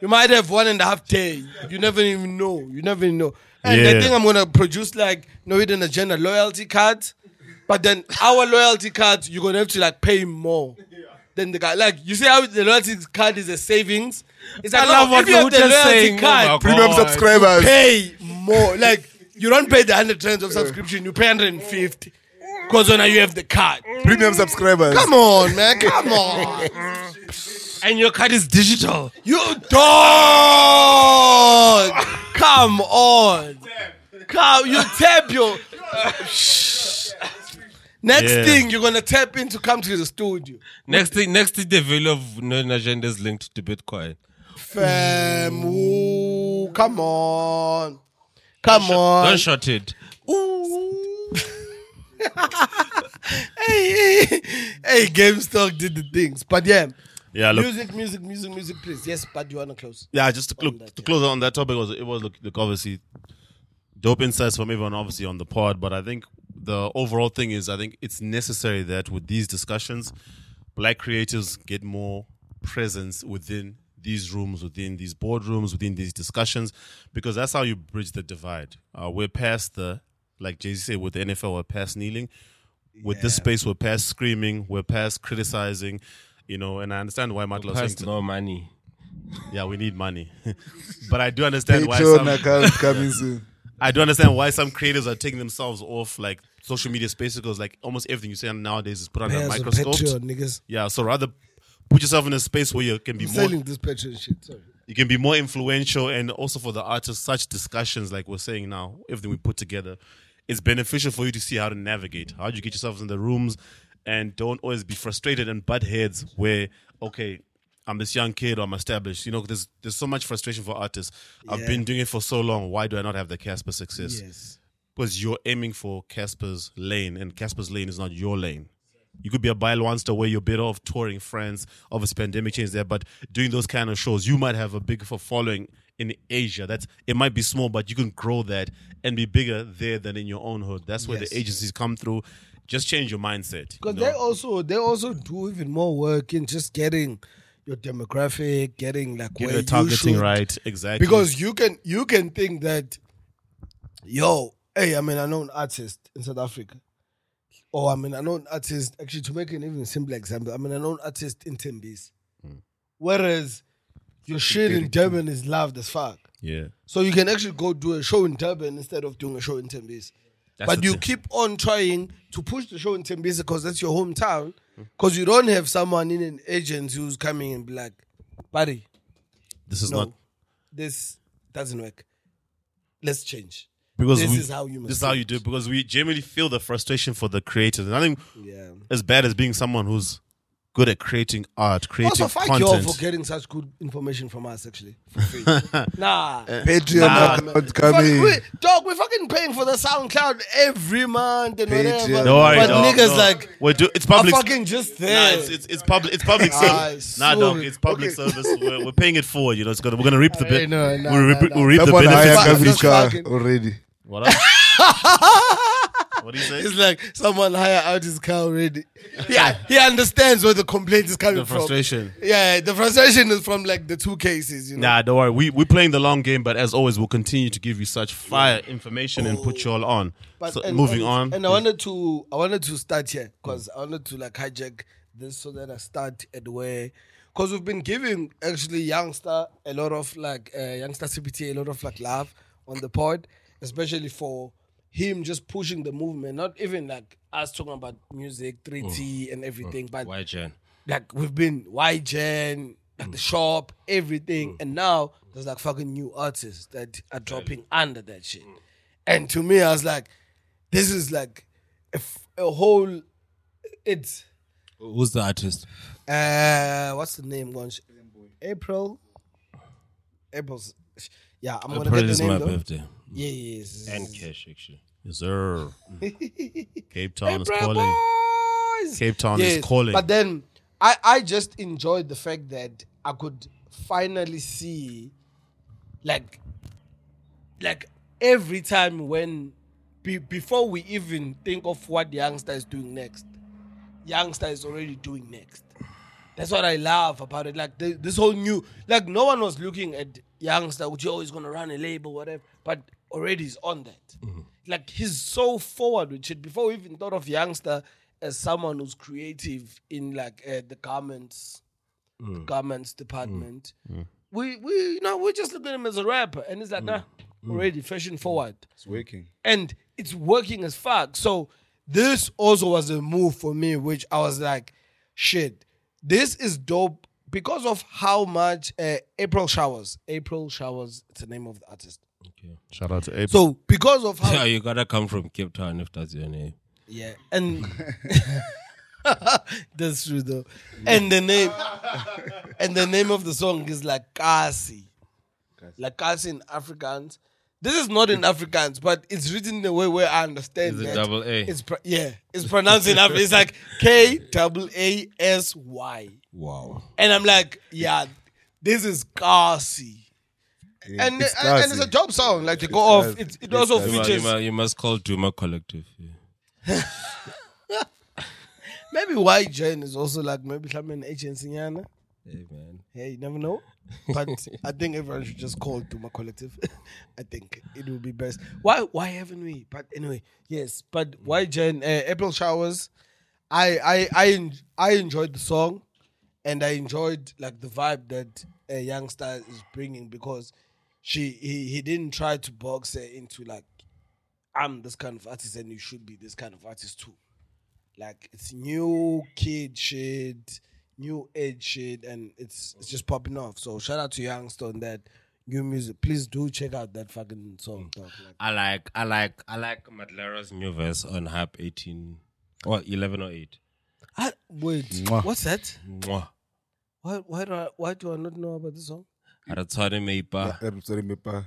You might have one and a half day. You never even know. You never even know. And I
Yeah.
think I'm gonna produce like no hidden agenda loyalty cards, but then our loyalty cards you're gonna have to like pay more. than the guy, like you see how the loyalty card is a savings. It's like,
I love
no,
what
if you have
you're
the
just
loyalty
saying.
card,
Oh my
Premium
God.
subscribers.
pay more. Like you don't pay the hundred rand of subscription, you pay hundred and fifty. Because now you have the card.
Premium subscribers.
Come on, man. Come on.
And your card is digital.
You dog. Come on. Come. You tap your. Next
Yeah.
thing you're gonna tap into come to the studio.
Next thing, next thing, the value of known agenda is linked to Bitcoin.
Fam. Ooh, come on. Come on.
Don't shut it.
(laughs) hey, hey, hey, GameStop did the things. But yeah,
Yeah, look,
music, music, music, music, please. Yes, but you wanna close.
Yeah, just to, look,
that,
to close on that topic was it was look, look obviously dope insights from everyone obviously on the pod, but I think the overall thing is I think it's necessary that with these discussions, black creators get more presence within these rooms, within these boardrooms, within these discussions, because that's how you bridge the divide. Uh, we're past the like Jay Z said with the NFL, we're past kneeling with this space we're past screaming we're past criticizing you know and i understand why Matla was saying
Has
to-
no money.
yeah we need money (laughs) but i do understand why
Patreon
some,
account coming soon.
i do understand why some creators are taking themselves off like social media spaces because like almost everything you see nowadays is put under a microscope
niggas.
yeah so rather put yourself in a space where you can be
I'm
more
selling this Patreon shit. Sorry.
you can be more influential and also for the artists such discussions like we're saying now everything we put together it's beneficial for you to see how to navigate how do you get yourselves in the rooms and don't always be frustrated and butt heads where okay i'm this young kid i'm established you know there's there's so much frustration for artists i've
Yeah.
been doing it for so long why do i not have the casper success
Yes.
because you're aiming for Casper's lane, and Casper's lane is not your lane. You could be a Bielwanster where you're better off touring France. Obviously, pandemic changed there, but doing those kind of shows, you might have a big for following in Asia. That's it might be small, but you can grow that and be bigger there than in your own hood. That's where
Yes.
the agencies come through. Just change your mindset.
Because
you
they
know?
also they also do even more work in just getting your demographic, getting like
Get
where
the
you
targeting
should-
right, exactly.
Because you can you can think that, yo, hey, I'm an unknown artist in South Africa. Or I'm an unknown artist, actually to make an even simpler example, I'm an unknown artist in Timbis.
Hmm.
Whereas your shit in Durban is loved as fuck.
yeah,
So you can actually go do a show in Durban instead of doing a show in Tembisa. But
the
you
thing.
keep on trying to push the show in Tembisa because that's your hometown. Because you don't have someone in an agent who's coming and be like, buddy,
this is
no,
not
this doesn't work. Let's change.
because
This
we-
is how you must
this is
do
how
it.
you do it because we genuinely feel the frustration for the creators. And I think
Yeah.
as bad as being someone who's good at creating art, creating
Also, fuck you all
content.
for getting such good information from us,
(laughs)
actually. For free. nah.
Eh.
Patreon
Nah,
account
Fuck,
coming.
we, dog, we're fucking paying for the SoundCloud every month and
Patreon.
whatever.
Don't worry,
but
dog,
niggas
no.
like
we're do- it's
are
public.
fucking just
Nah,
there.
it's, it's, it's public. It's public service.
Ah,
Nah, dog,
sorry.
it's public service. We're, we're paying it forward. You know, it's gonna we're gonna reap the
Hey,
bit.
no, nah,
we'll reap,
nah, nah.
we'll reap the
Someone
benefits.
hired
Just
Gavin's car
fucking-
already.
What up? (laughs) what do you say?
It's like someone hire out his car already. Yeah, he understands where the complaint is coming
The frustration.
from. Yeah, the frustration is from like the two cases, you know.
Nah, don't worry. We we're playing the long game, but as always, we'll continue to give you such fire information and put you all on.
But-
so
and-
moving
and-
on. Mm.
And I wanted to I wanted to start here because I wanted to like hijack this so that I start at where because we've been giving actually youngster a lot of like uh, youngster CPT a lot of like love on the pod, especially for him just pushing the movement, not even like us talking about music, 3T
Oh,
and everything, but
Why, Jan?
like we've been YGen, like
Mm.
the shop, everything, and now there's like fucking new artists that are dropping under that shit.
Mm.
And to me, I was like, this is like a, f- a whole. It's
Who's the artist?
uh, what's the name? Gonch? April. April's. Yeah, I'm gonna
April
get
is
the name
my
though.
birthday.
Yeah, yeah, yes.
And cash, actually.
Yes,
(laughs)
sir. Cape Town is
April
calling.
boys.
Cape Town
Yes,
is calling.
But then I, I just enjoyed the fact that I could finally see like like every time when be, before we even think of what the youngster is doing next, youngster is already doing next. That's what I love about it. Like the, this whole new, like no one was looking at youngster, which always gonna run a label, whatever. But already he's on that. Like he's so forward with shit. Before we even thought of youngster as someone who's creative in like uh, the garments, the garments department, we we you know we're just looking at him as a rapper, and it's like nah, already fashion forward
It's working.
and it's working as fuck. So this also was a move for me, which I was like, shit, this is dope because of how much uh, April Showers, April Showers, it's the name of the artist.
Shout out to April.
So because of
Yeah, (laughs)
how
you gotta come from Cape Town if that's your name.
yeah, and (laughs) that's true though, and the name and the name of the song is like Kasi, like Kasi in Afrikaans. This is not in Afrikaans, but it's written in a way where I understand
Is it
that.
double A?
It's pr- yeah, it's pronounced in Africa. It's like K double A S Y,
Wow.
and I'm like, yeah, this is Kasi, and
it's
and, and it's a
classy.
dope song. Like they go off.
classy.
It, it also
You, mu- you,
features
mu- you must call Duma Collective. Yeah.
maybe why Jane is also like maybe some an agency. Yana.
Hey, man.
Yeah, you never know.
(laughs)
But I think everyone should just call Duma Collective. (laughs) I think it will be best. Why why haven't we? But anyway, yes. But why Jen uh, April Showers? I I I en- I enjoyed the song, and I enjoyed like the vibe that a youngster is bringing because she he, he didn't try to box her into like I'm this kind of artist and you should be this kind of artist too. Like it's new kid shit, new age shit, and it's it's just popping off. So shout out to Youngster on that new music. Please do check out that fucking song. Dog. Like,
I like, I like, I like Madlera's new verse on Hype 18 or 11 or 8.
I, wait,
Mwah.
what's that?
Mwah.
Why why do I why do I not know about this song?
Aratswane Meipa.
I'm Eh, sorry, Mepa.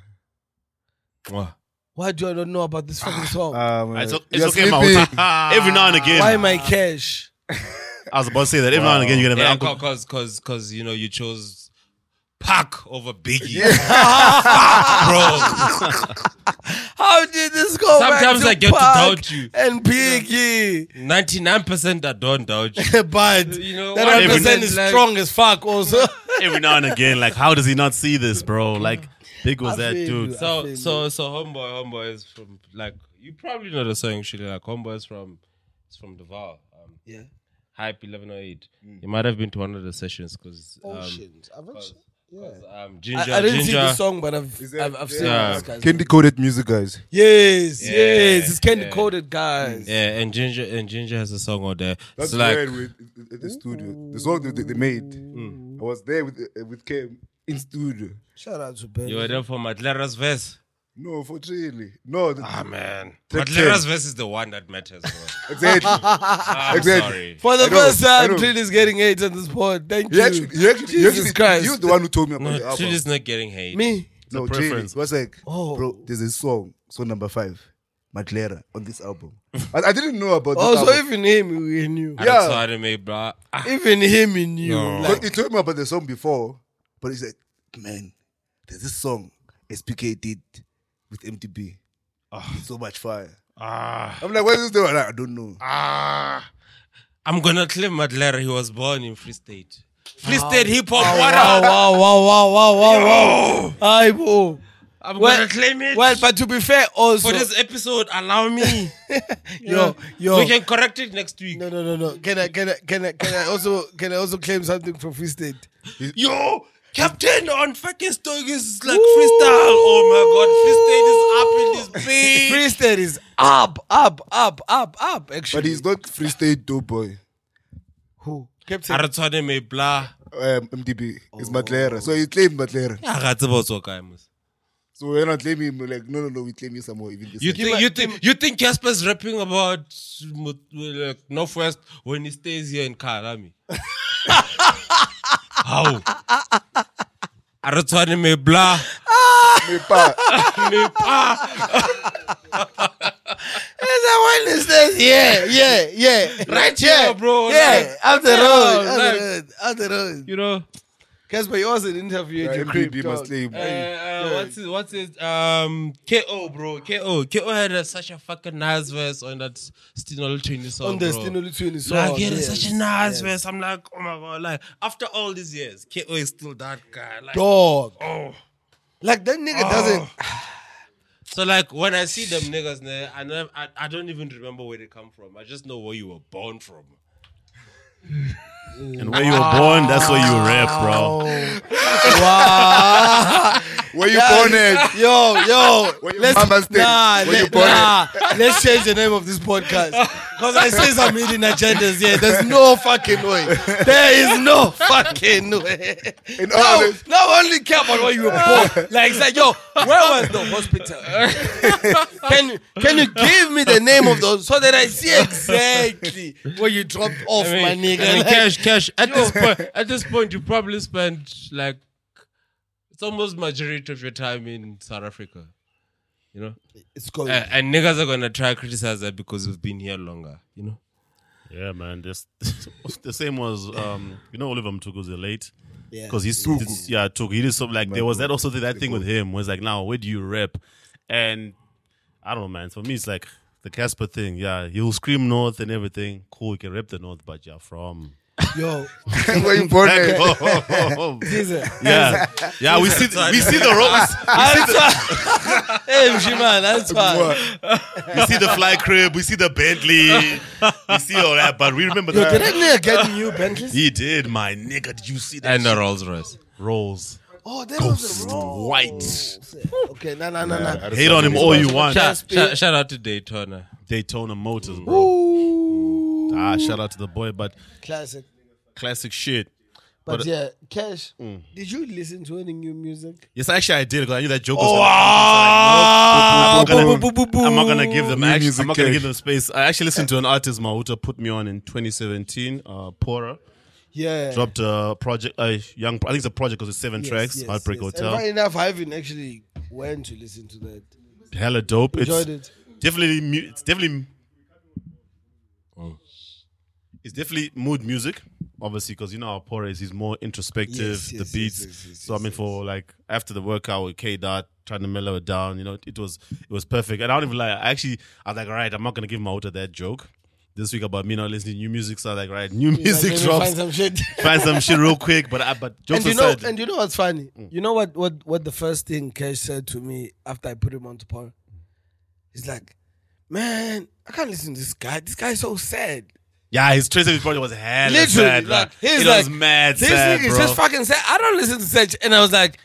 Mwah.
Why do I not know about this
(sighs)
fucking song?
Uh,
Um,
it's, o- it's
you're
okay,
sleeping.
Mount. (laughs) Every now and again,
why am I cash?
I was about to say that. Every now and again, you're gonna
Yeah,
have an uncle.
cause, cause, cause, you know, you chose Pac over Biggie. (laughs) Bro,
How did this go? back
Sometimes
to
I get to
Pac
doubt you.
And Biggie.
99% I don't doubt you.
but
You know,
that
one
represent
percent
is
like-
strong as fuck also.
Every now and again, like how does he not see this, bro? Like big was
I
that
feel
dude?
you. I
So,
feel
so, so, homeboy, homeboy is from like you probably know the song actually. Like homeboy is from, it's from Duval. Um,
yeah.
Hype 1108.
Mm.
You might have been to one of the sessions because um,
Oceans. I've actually, Oh, yeah.
'cause, um, Ginger,
I, I didn't see
Ginger,
the song, but I've I've, I've seen
yeah.
this guy's
Candy coded music, guys.
Yes, yes, it's candy
yeah.
coded guys.
yeah, and Ginger and Ginger has a song on there.
That's
it's like
where we at the studio. The song that they, they made. I was there with uh, with Kim in studio.
Shout out to Ben.
you were there for Madlera's verse.
No, for really. No, the,
Ah, man.
The
but
kid.
Leras versus the one that
(laughs)
matters. Bro. Ah,
exactly.
I'm
Exactly.
sorry.
For the
I know,
first
I
time,
know.
Trill is getting hate on this pod. Thank you.
(laughs) You actually, you actually, you
Jesus
actually,
Christ.
you're the one who told me about
No,
the album.
Trill is not getting hate.
Me?
no,
The
Jay,
preference.
was like,
Oh.
bro, there's a song, song number five, Madlera, on this (laughs) album. I, I didn't know about this
Oh, so
album.
even him, we knew.
(laughs) I'm
Yeah.
sorry, me, bro. Ah,
Even him, he knew.
No.
So
Like,
he told me about the song before, but he's like, man, there's this song SPK did with MTB. So much fire.
ah,
I'm like, what is this? Like, I don't know.
ah. I'm gonna claim Madlera. He was born in Free State. Free State hip hop. What
wow,
up?
wow, wow, wow, wow, wow, wow. Aye, bro.
I'm
Well-
gonna claim it.
Well, but to be fair, also,
for this episode, allow me.
yo, (laughs) yo,
We can correct it next week.
no, no, no, no. Can I, can I, can I, can I also, can I also claim something from Free State?
Yo, Captain on fucking Stoke is like freestyle. Oh my god, freestyle is up in this bitch.
(laughs) Free State is up, up, up, up, up. Actually,
But he's not Free State dope boy.
who? Captain.
Aratshwane me bla.
Um, MDB
Oh.
is Madlera. So he claimed Madlera.
Yeah, ga tseba o tswa kae, mos.
So we're not claiming him. We're like, no, no, no, we claim you some more. Even this
You
time.
think you think you think Casper's rapping about Mut- like, Northwest when he stays here
(laughs)
in Karami? How? Aratshwane me bla.
Me pa.
Me pa.
Is that one is this? Yeah, yeah, yeah.
Right
yeah,
here, bro,
Yeah,
like-
up the
Yeah,
road, up
like-
the road, up the road.
You know.
Casper, you also interviewed your crib,
MDB must
dog.
claim.
Uh, uh, what's it? What's it? Um, KO, bro. KO. KO had uh, such a fucking nice verse on that Stinol Chinese song.
on the
bro.
Stinoli Twin song.
Like, yeah,
yes.
it's such a nice verse. I'm like, oh my god, like after all these years, KO is still that guy. Like,
dog.
oh.
Like that nigga doesn't.
So like when I see them niggas, nah, I, never, I I don't even remember where they come from. I just know where you were born from.
And where you were born, that's where you rap, bro.
(laughs) Wow.
Where you
Yeah.
born at?
yo, yo.
Where your
Let's,
mama stay?
nah,
Where you
let,
born
nah, let's change the name of this podcast. Because I see some hidden agendas here. There's no fucking way. There is no (laughs) fucking way.
In all
No,
this-
not only care about where you were
(laughs)
born. Like, it's like, (laughs) yo, where was the hospital? (laughs) can, you- can you give me the name of those so that I see exactly where you dropped off, my nigga? Like-
cash, cash. At this point, at this point, you probably spent like it's almost majority of your time in South Africa. You know,
It's going.
A- and niggas are gonna try to criticize that because we've been here longer. You know,
Yeah, man. This (laughs) the same was um, you know Oliver Mtuku's late.
Yeah.
Because he's did, yeah, took he did something like there was that also thing- that thing with him was like now where do you rap? And I don't know, man. For me it's like the Casper thing, yeah. He'll scream north and everything. Cool, he can rap the north, but yeah, from
Yo,
Where you born at?
Oh, oh, oh, oh.
Caesar.
Yeah. Yeah, we see we see the road,
That's why. hey, Mji, man, that's why.
we see the fly crib, we see the Bentley, we see all that, but we remember
Yo, did
that.
that nigga get new Bentleys?
He did, my nigga. Did you see that?
and a Rolls Royce.
Rolls.
Oh, that was a roll.
white.
Okay, no, no, no, no.
Hate on him all you want.
Shout,
Just
shout, shout out to Daytona.
Daytona Motors, bro. Ah, shout out to the boy, but
(laughs) Classic.
classic shit.
But, uh, mm.
But-
yeah, Cash, did you listen to any new music?
Yes, actually, I did because I knew that joke was. gonna come,
Oh,
so I'm not
boo, boo, boo, boo,
gonna- I'm not gonna give them.
New
Actually,
music
I'm not gonna
cake.
give them space. I actually listened to an artist Mahuta put me on in 2017. Uh, Pora
Yeah.
dropped a project, a young. I think it's a project because it's seven
Yes,
tracks.
yes,
Heartbreak
yes. And funny
Hotel,
enough, I haven't actually went to listen to that.
hella dope.
Enjoyed
it's
it.
definitely mu- it's definitely it's definitely mood music, obviously, because you know how Pora is. He's more introspective.
Yes, yes,
the beats.
yes, yes, yes,
so I mean, for like after the workout with K Dot, trying to mellow it down. You know, it was it was perfect. And I don't even lie. I actually, I was like, all right, I'm not gonna give my author that joke this week about me not listening to new music. So I was like, right, new
Like,
music
let me
drops.
Find some shit.
Find some shit real quick, but I, but jokes
and you know,
aside,
and you know what's funny?
Mm.
You know what, what, what the first thing Cash said to me after I put him on to Paul? He's like, "Man, I can't listen to this guy. This guy's so sad.
yeah, his Tracy project was hella
Literally,
sad.
like,
bro.
he's
it
like,
was mad
this
sad,
nigga's
bro.
just fucking sad. I don't listen to such." And I was like,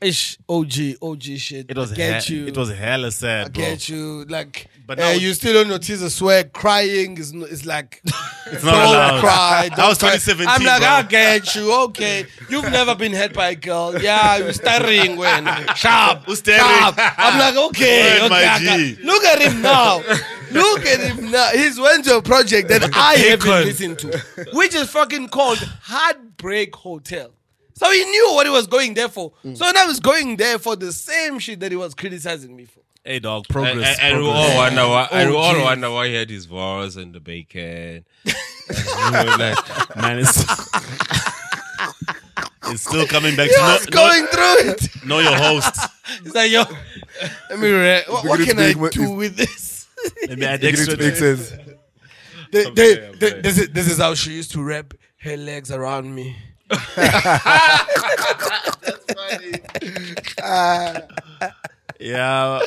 "Ish, OG, OG shit.
it was
I get
he-
you.
It was hella
I
sad, bro.
get you. Like,
But
but uh,
now-
you still on your tears of sweat, crying. It's, no- it's like,
(laughs) It's not allowed.
cry.
That was
don't cry.
2017.
I'm like,
bro.
I'll get you. Okay. You've never been hit by a girl. Yeah, you're staring when. Sharp.
Who's staring?
Sharp. I'm like,
(laughs)
okay.
Word,
okay,
my
I can-
G.
Look at him now. Look at him now. He's went to a project that I haven't listened to, which is fucking called Heartbreak Hotel. So he knew what he was going there for.
Mm.
So now he's going there for the same shit that he was criticizing me for.
Hey, dog,
And,
progress.
and, and we
progress.
all wonder why. and we all
geez.
wonder why he had his vase and the bacon. And we were like,
Man,
(laughs)
it's, it's still coming back
He was
to know,
going through it.
know, know your
(laughs)
host.
He's like, yo, let me re- what, what
Because
can
they-
I
what-
do with this?
Maybe add
It
extra.
didn't make sense.
They-
I'm
they-
sorry, I'm
they-
sorry.
this, is, this is how she used to wrap her legs around me.
Yeah.
(laughs)
uh,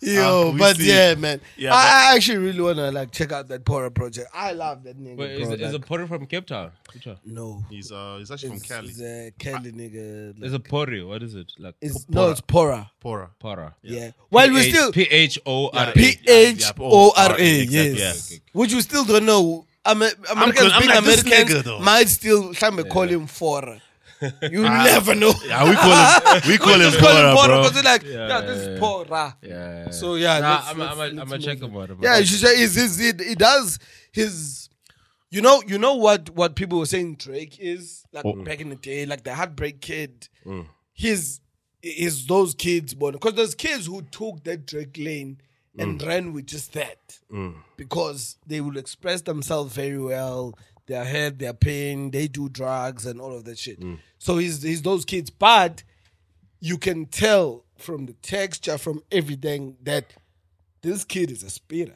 Yo,
we
but
see.
yeah, man.
Yeah,
I, I actually really wanna like check out that Pora project. I love that nigga.
Wait, is,
bro,
is
like,
a porter from Cape Town? Which one?
no.
He's, uh, he's actually
It's-
from Cali.
It's a Cali nigga. like,
It's a pori. What is it? Like
it's, no, it's Pora.
Pora.
pora.
Yeah. While we still
P H O R A.
P H O R A,
Exactly,
yes.
yeah.
Which you still don't know. Amer-
con-
Americans
I'm
being
like, this nigga,
Americans
though.
might still some may call him Fora. You never know.
Ah, Yeah, we call him,
(laughs)
we call
We
him
just call
Pora,
him Pora
bro.
because we're like,
Yeah,
yeah,
yeah,
this
yeah.
is Pora.
Yeah.
So yeah,
nah,
let's-
I'm
let's-
I'm
let's
I'm check
move
him out. I'm
Yeah,
gonna
you should say is is it it does his you know you know what what people were saying Drake is like back in the day, like the heartbreak kid. His is those kids born because there's kids who took that Drake lane and ran with just that because they will express themselves very well. They are hurt, they are pain, they do drugs and all of that shit. So he's he's those kids, but you can tell from the texture, from everything that this kid is a spitter.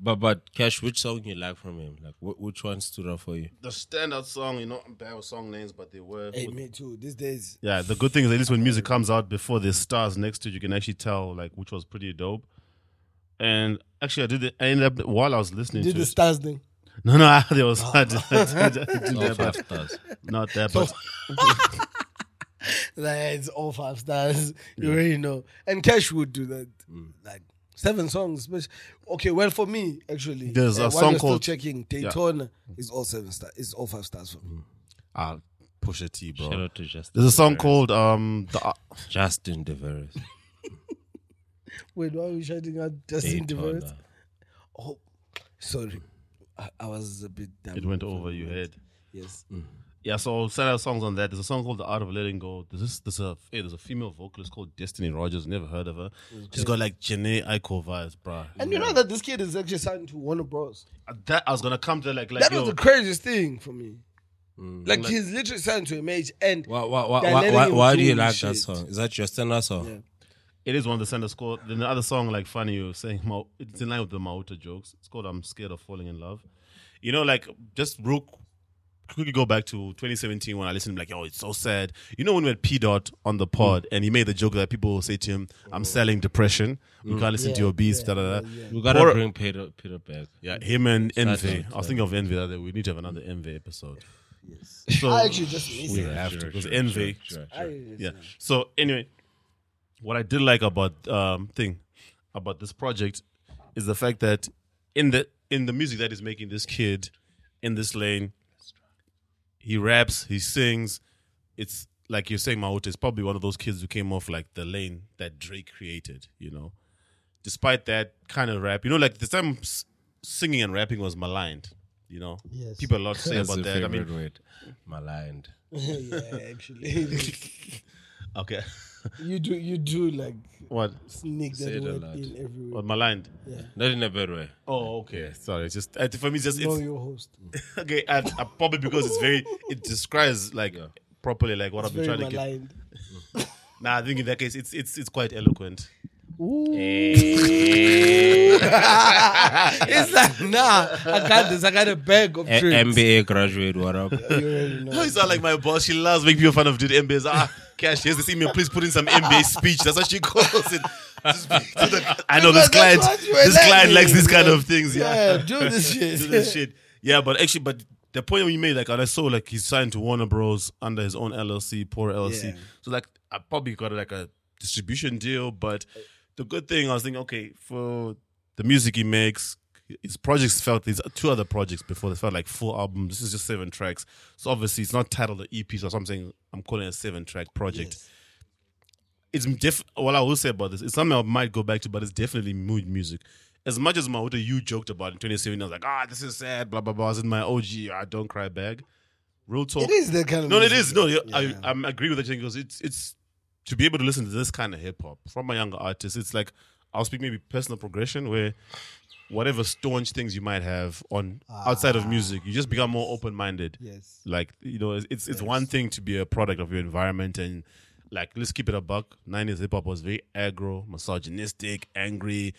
But but Cash, which song you like from him? Like wh- which one stood out for you?
The standout song, you know, I'm bad with song names, but they were.
Hey, me too. These days,
Yeah, the good thing is at least when music comes out before there's stars next to it, you can actually tell like which was pretty dope. And actually, I did. The, I ended up while I was listening
did
to
the
it.
stars thing.
(laughs) No, no, I, there was I did- I did- I did
All
that,
five
but
stars.
not that, but
Like, it's all five stars. You already know. And Cash would do that.
Mm.
Like seven songs. But okay, well for me actually, uh,
There's a
while
song
you're still
called- Mm.
checking Daytona is all seven stars. It's all five stars for me.
I'll push a T,
Shout
bro.
out to Justin.
There's a song called um the uh,
Justin DeVeres.
Wait, why are we shouting out Justin Devereaux? Oh, sorry, I, I was a bit. Dumb
it went over your head.
Yes.
Mm. Yeah, so standout songs on that. There's a song called "The Art of Letting Go." There's this, there's a hey, there's a female vocalist called Destiny Rogers. Never heard of her. She's got like Janae Aiko vibes, bro.
And you know that this kid is actually signed to Warner Bros.
that I was gonna come to like like
that
yo, Mm.
was the craziest thing for me. Like, he's literally signed to a major and
Why why why
They're
why,
letting
why,
him
why do
do
you like that
shit.
song? Is that your standout song?
Yeah.
It is one of the center score. Then the other song, like funny, you were saying Mau- it's in line with the Mauta jokes. It's called "I'm Scared of Falling in Love." You know, like just real quickly go back to 2017 when I listened. Like, oh, it's so sad. You know when we had P Dot on the pod
Mm.
and he made the joke that people will say to him, "I'm selling depression.
Mm.
We can't listen to your beats." Da da da.
We gotta
Or-
bring Peter Peter back.
Yeah, him and Envy.
Sad
I was thinking of Envy. That we need to have another Envy episode. So
I actually just missed
we
it.
have to because Envy.
Sure, sure.
I-
Yeah. So anyway, what I did like about um thing about this project is the fact that in the in the music that is making this kid in this lane, he raps, he sings. It's like you're saying, Mahout is probably one of those kids who came off like the lane that Drake created. You know, despite that kind of rap, you know, like the time s- singing and rapping was maligned. You know,
Yes.
people a lot to say
That's
about
your
that. I mean,
favorite word. Maligned.
yeah, actually,
okay,
(laughs)
(laughs)
you do you do like
what?
sneak
Say
that
it
word
aloud.
in everywhere.
What maligned?
Not in a bad way.
Oh, okay. Sorry, it's just uh, for me, it's just
Know
it's,
your host.
okay. And, uh, probably because it's very, it describes like properly like what
It's
I've been
very
trying to get.
maligned.
Nah, I think in that case, it's it's it's quite eloquent.
It's like nah, I got this. I got a bag of
Eh,
A-
tricks.
MBA graduate,
(laughs)
what up?
You already know.
It's not like my boss. She loves making people fun of dude MBAs. Ah, cash. Here's this email. Please put in some MBA speech. That's what she calls (laughs) it. Just be- to the- I know this
Because
client.
that's what you were
This client
lacking.
likes these kind of things.
Yeah,
Yeah,
do
(laughs)
this shit.
do
(laughs)
this shit. Yeah, but actually, but the point you made, like, and I saw, like, he's signed to Warner Bros. under his own LLC, poor LLC.
Yeah.
So, like, I probably got like a distribution deal. But the good thing, I was thinking, okay, for the music he makes, his projects felt these two other projects before they felt like full albums. This is just seven tracks. So obviously it's not titled an EP or something. I'm calling it a seven track project. It's diff- what I will say about this. It's something I might go back to, but it's definitely mood music. As much as Mahuta, you joked about in 2017, I was like, ah, this is sad, blah blah blah. I was in my OG, I don't cry bag. Real talk.
It is that kind of
No, it
music,
is. No,
though.
I,
Yeah.
I am agree with that because it's it's to be able to listen to this kind of hip hop from a younger artist. It's like I'll speak maybe personal progression where whatever staunch things you might have on outside of music, you just become more open minded.
Ah. Yes.
Like you know, it's it's one thing to be a product of your environment and. Like, let's keep it a buck. 90s hip hop was very aggro, misogynistic, angry.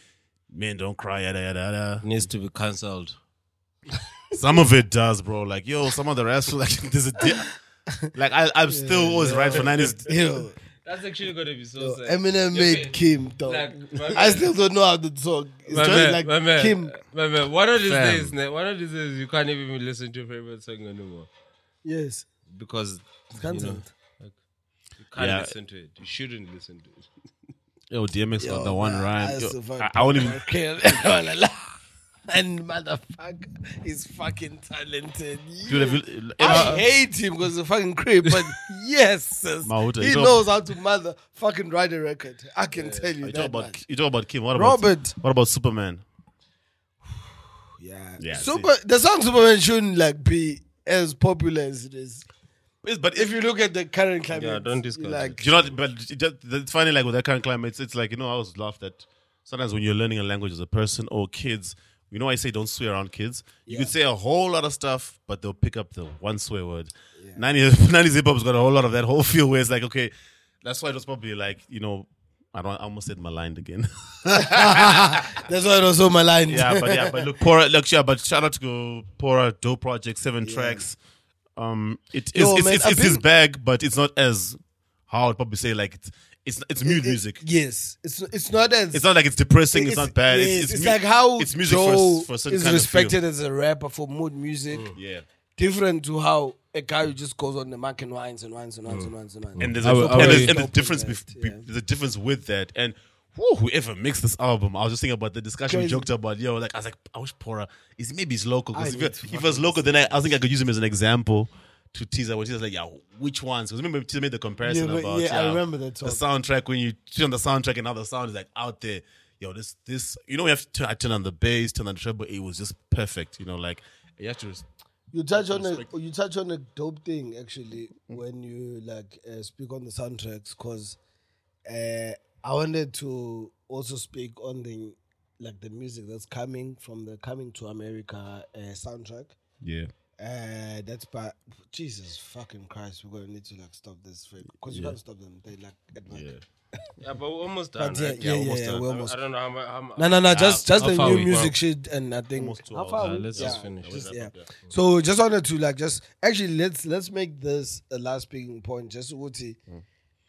Men don't cry, yada, yada, yada.
Needs to be cancelled.
Some of it does, bro. Like, yo, some of the rest, (laughs) like, there's a. Di- like, I, I'm still always right for 90s.
Yo,
That's actually gonna be so
yo,
sad.
Eminem
Your
made
fa-
Kim, dog.
Like, my
I
man-
still don't know how the song. It's
my
just
man,
like
my man,
Kim.
my man. One of these
Fam.
days, ne, one of these days, you can't even listen to your favorite song anymore
Yes.
because you, know,
Cancelled.
you can't
Yeah.
listen to it. You shouldn't listen to it.
Yo, DMX got the one
Oh, nah,
rhyme.
I
Yo,
survived
I, I won't even.
that. Okay. (laughs) Oh, and motherfucker is fucking talented.
Dude, if you,
I
ever-
hate him because he's a fucking creep,
(laughs)
but yes, sis,
Mahuta,
he
you know-
knows how to mother fucking ride a record. I can tell you
you talk
that.
about
much.
you talk about Kim. What about
Robert,
What about Superman?
yeah,
Yeah,
super. The song Superman shouldn't like be as popular as it is.
but
If you look at the current climate,
Yeah, don't discuss
you like
you know, what- but it just- it's funny. Like with that kind of climate, it's, it's like you know, I always laugh that sometimes when you're learning a language as a person or kids, you know, I say don't swear around kids. You could say a whole lot of stuff, but they'll pick up the one swear word. (laughs) 90s 90s hip hop's got a whole lot of that whole feel where it's like, okay, that's why it was probably like you know, I don't, I almost said maligned again.
that's why it was on my
(laughs)
line.
yeah, but yeah, but look, (laughs) Pora, look, yeah, but shout out to Pora, dope project, seven tracks. Um, it is
Yo,
it's,
man,
it's,
I've
it's his
been-
bag, but it's not as how I'd probably say like it's it's it's mood music.
yes, it's it's not as
It's not like it's depressing. It's, not bad.
yes,
It's, it's,
it's
mu-
like how
it's music for,
Joe
s- for a certain
is
kind Mm.
respected as a rapper for mood music,
Of feel. Yeah,
different to how a guy who just goes on the mic and whines and whines and whines and whines and whines.
and there's a,
I will- I
and
will-
there's, and the
Dope
difference
project,
bef- be-
yeah.
there's a difference with that and. whew, whoever mixed this album, I was just thinking about the discussion
Crazy.
we joked about. Yo, like I was like, I wish Pora is maybe he's local.
I
Because if,
need
it-
to
if it
fucking
was local, then I, I think I could use him as an example to tease out. When she's like, yeah, which ones? Because remember, she made the
yeah,
comparison
but-
about
yeah, I
yeah,
remember that
the
talk.
soundtrack when you turn on the soundtrack and now the sound is like out there. Yo, this this you know we have to turn, I turn on the bass, turn on the treble. It was just perfect. You know, like you have to. res-
You touch on a
Respect.
you touch on a dope thing actually when you like uh, speak on the soundtracks because uh, I wanted to also speak on the like the music that's coming from the Coming to America uh, soundtrack.
Yeah,
Uh, that's by Jesus fucking Christ. We're gonna need to like stop this because you can't stop them. They like advance.
yeah.
Yeah, but we're almost done.
But yeah,
right?
yeah, yeah, yeah,
done.
we're
I-
almost
I, don't know how much. How, mu-
No, no, no. Uh, Just just
how
the
far
new
we
music shit, and I think
Almost two
how
hours.
far?
Uh,
we-
let's
yeah.
just finish.
Just-
it.
yeah. So just wanted to like just actually let's let's make this a last speaking point. Just Uti,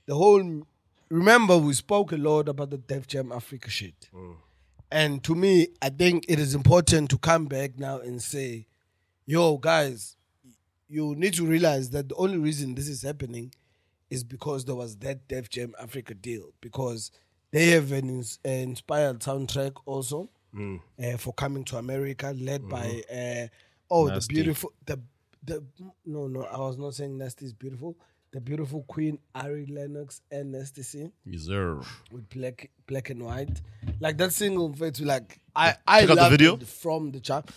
the whole. Remember, we spoke a lot about the Def Jam Africa shit, and to me, I think it is important to come back now and say, "Yo, guys, you need to realize that the only reason this is happening is because there was that Def Jam Africa deal because they have an ins- uh, inspired soundtrack also
Mm.
uh, for coming to America, led
Mm-hmm.
by uh, oh the
Nasty.
beautiful the the no no I was not saying Nasty is beautiful the beautiful Queen Ari Lennox and Nasty C
Reserve.
with black black and white like that single fits like I I
Check out the
love
video. Ah.
from the chart.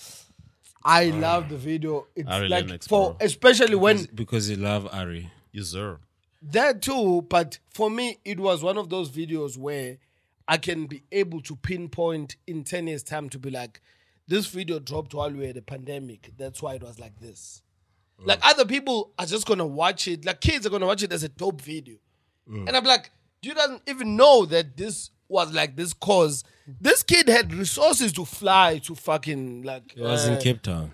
I love the video. It's
Ari
like
Lennox,
for
bro.
especially when
because you love Ari.
Reserve.
that too, but for me, it was one of those videos where I can be able to pinpoint in 10 years' time to be like, this video dropped while we had a pandemic. That's why it was like this.
Mm.
Like other people are just gonna watch it, like kids are gonna watch it as a dope video.
Mm.
And I'm like, you don't even know that this was like this cause. This kid had resources to fly to fucking like
It was in
uh,
Cape Town.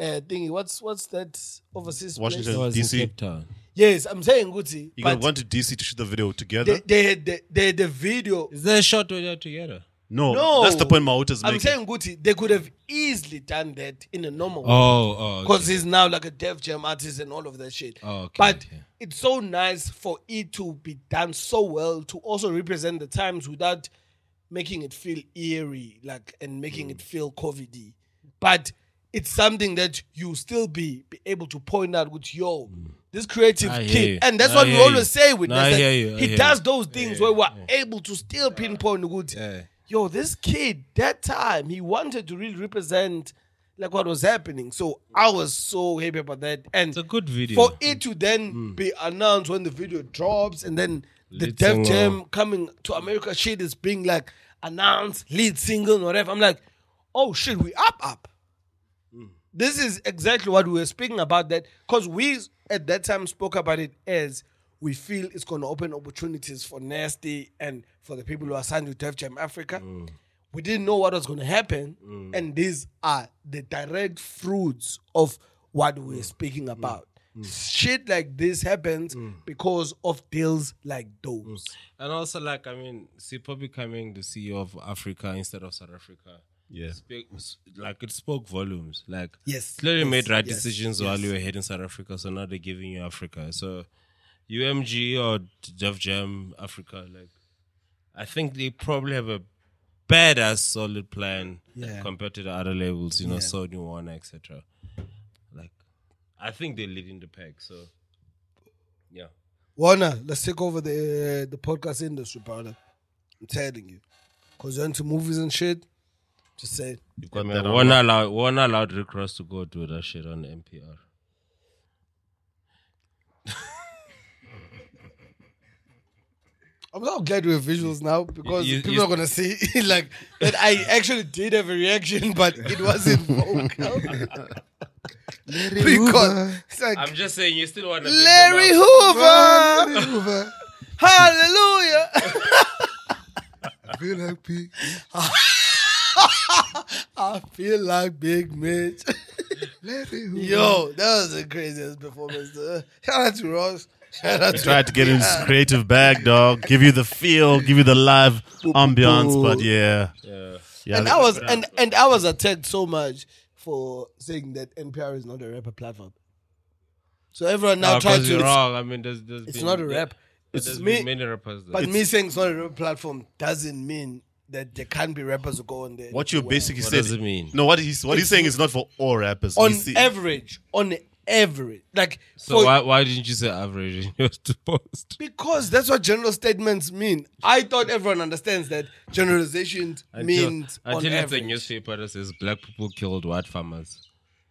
uh, thingy. What's what's that overseas? place?
Washington.
It was
DC.
in Cape Town.
Yes, I'm saying Guti.
You
but-
got one to DC to shoot the video together.
they, they had the, they had the video.
Is there a shot where they're together?
no,
No,
that's the point Mauta's making.
I'm saying Guti, they could have easily done that in a normal way.
Oh, oh.
Because he's now like a Def Jam artist and all of that shit.
Oh, okay,
but
okay.
it's so nice for it to be done so well to also represent the times without making it feel eerie, like and making
Hmm.
it feel COVIDy. But it's something that you still be, be able to point out with yo, this creative
Hmm. I hear
kid,
you.
and that's
I
what we
hear you.
always say with
No,
us,
I
that
hear you. I
He
hear
does
you.
those things where we're able to still pinpoint good.
Yeah.
Yo, this kid that time he wanted to really represent like what was happening. So I was so happy about that, and
It's a good video. Hmm.
for it to then be announced when the video drops and then the
Lead
Def
single.
Jam coming to America shit is being like announced, lead single, whatever. I'm like, oh shit, we up up. This is exactly what we were speaking about that because we at that time spoke about it as we feel it's going to open opportunities for Nasty and for the people who are signed with Def Jam Africa. We didn't know what was going to happen, and these are the direct fruits of what we're speaking about. Shit like this happens because of deals like those.
And also, like, I mean, see, Poppy coming the CEO of Africa instead of South Africa.
Yeah.
Speak, like, it spoke volumes. Like,
Yes,
clearly
yes,
made right
yes,
decisions while you were heading South Africa. So now they're giving you Africa. So, UMG or Def Jam Africa, like, I think they probably have a badass solid plan
Yeah.
compared to the other labels, you know,
Yeah.
Sony, Warner, etc. Like, I think they're leading the pack. So, yeah.
Warner, let's take over the the podcast industry, brother. I'm telling you, cause you're into movies and shit. Just say,
You've got
Man,
that
we're
on.
not allowed. We're not allowed Rick Ross to go do that shit on NPR.
I'm so glad we have visuals now because
You- you-
people
you-
are gonna see (laughs) like that I actually did have a reaction, but it wasn't vocal. because it's like
I'm just saying, you still want to
Larry Hoover,
Hoover.
Hallelujah.
Be like pig.
I feel like Big Mitch.
Larry
(laughs)
Hoover.
Yo, that was the craziest performance. uh, Shout out to Ross. Shout out to
Tried to get in his creative bag, dog. Give you the feel, give you the live ambiance, but yeah. Yeah.
and I was and and I was attacked so much for saying that NPR is not a rapper platform. So everyone now tries
Because
to.
you're
It's,
wrong. I mean, there's, there's
it's
been-
not a
there-
rap. It's
there's
me.
been many rappers. Though.
But me saying it's not a rap platform doesn't mean that there can't be rappers who go on there.
what you
Wow.
basically
What
said.
does it mean?
No, what he's what he's saying is not for all rappers.
on
You see-
average, on average, like
so
for-
why why didn't you say average in your (laughs) post?
because that's what general statements mean. I thought everyone understands that generalizations means
until
on
until it's a
average.
newspaper that says black people killed white farmers.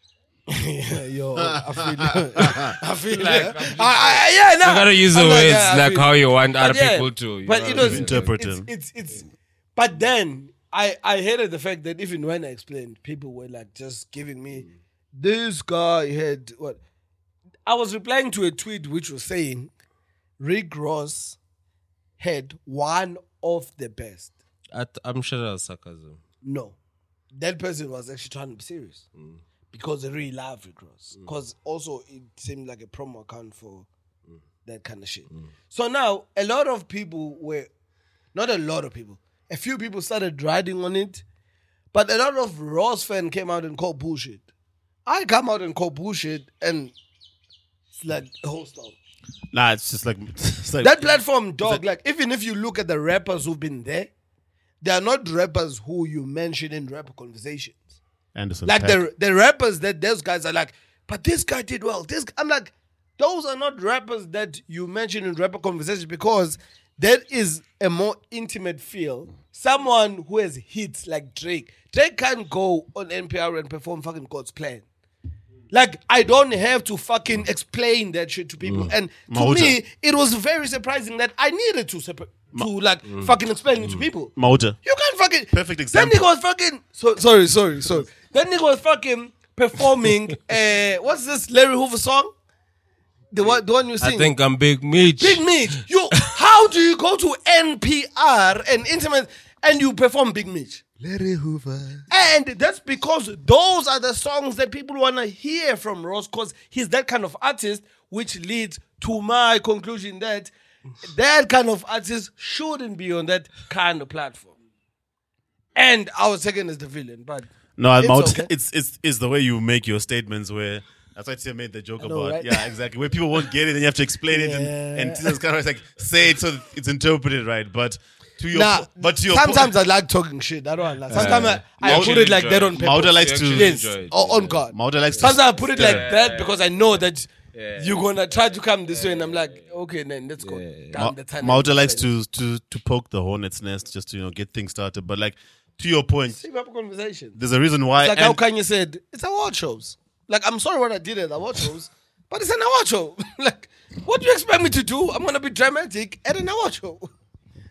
(laughs) yeah, yo, I
(laughs)
feel, (laughs) I feel like,
Like, I'm just-
I, I, yeah, no,
I gotta use the
I'm
words
yeah, I
like
feel-
how you want
but
other
yeah,
people to. you
but
know
it
what I
was
mean?
Interpret
it's,
him.
it's it's. But then I I hated the fact that even when I explained, people were like just giving me this guy had what I was replying to a tweet which was saying Rick Ross had one of the best.
I th- I'm sure that was sarcasm.
No, that person was actually trying to be serious because they really love Rick Ross. Because also it seemed like a promo account for that kind of shit. So now a lot of people were, not a lot of people, a few people started riding on it, but a lot of Ross fan came out and called bullshit. I come out and call bullshit, and it's like the whole stuff.
Nah, it's just like (laughs) it's like
That platform, dog, like even if you look at the rappers who've been there, they are not rappers who you mention in rapper conversations.
Anderson.
Like
Paak.
the the rappers that those guys are like, but this guy did well. This g-" I'm like, those are not rappers that you mention in rapper conversations because that is a more intimate feel. Someone who has hits like Drake. Drake can't go on NPR and perform fucking God's plan. Like I don't have to fucking explain that shit to people. And to
Mauta.
me, it was very surprising that I needed to separ- to like fucking explain it to people.
Mauta.
You can't fucking
Perfect example.
That nigga was fucking so, sorry, sorry, sorry. That nigga was fucking performing uh what's this Larry Hoover song? The one the one you sing.
I think I'm Big Mitch.
Big Mitch. You how do you go to NPR and intimate and you perform Big Mitch?
Larry Hoover.
And that's because those are the songs that people want to hear from Ross because he's that kind of artist, which leads to my conclusion that that kind of artist shouldn't be on that kind of platform. And I was taken as the villain, but
No, I'm
It's
out.
okay.
It's it's it's the way you make your statements where that's why Tia made the joke
know,
about
right?
yeah exactly where people won't get it and you have to explain it and and Tia's kind of like say it so that it's interpreted right. But To your
nah,
po- but to your po-
sometimes I like talking shit. I don't like. Sometimes I, I
Mauda-
put it like that on
Mauda
paper.
Mauda likes
You
to.
actually
yes,
enjoy it,
or on
yeah.
God.
Mauda likes to.
Sometimes I put it like
Yeah.
that because I know that
Yeah.
you're gonna try to come this way, and I'm like, okay, then let's go.
Ma-
Down the tunnel.
Mauda likes to to to poke the hornet's nest just to you know get things started. But like to your point,
keep up a conversation.
there's a reason why.
like how
and-
Kanye said, it's award shows. Like I'm sorry what I did at award shows, but it's an award show. (laughs) like what do you expect me to do? I'm gonna be dramatic at an award show.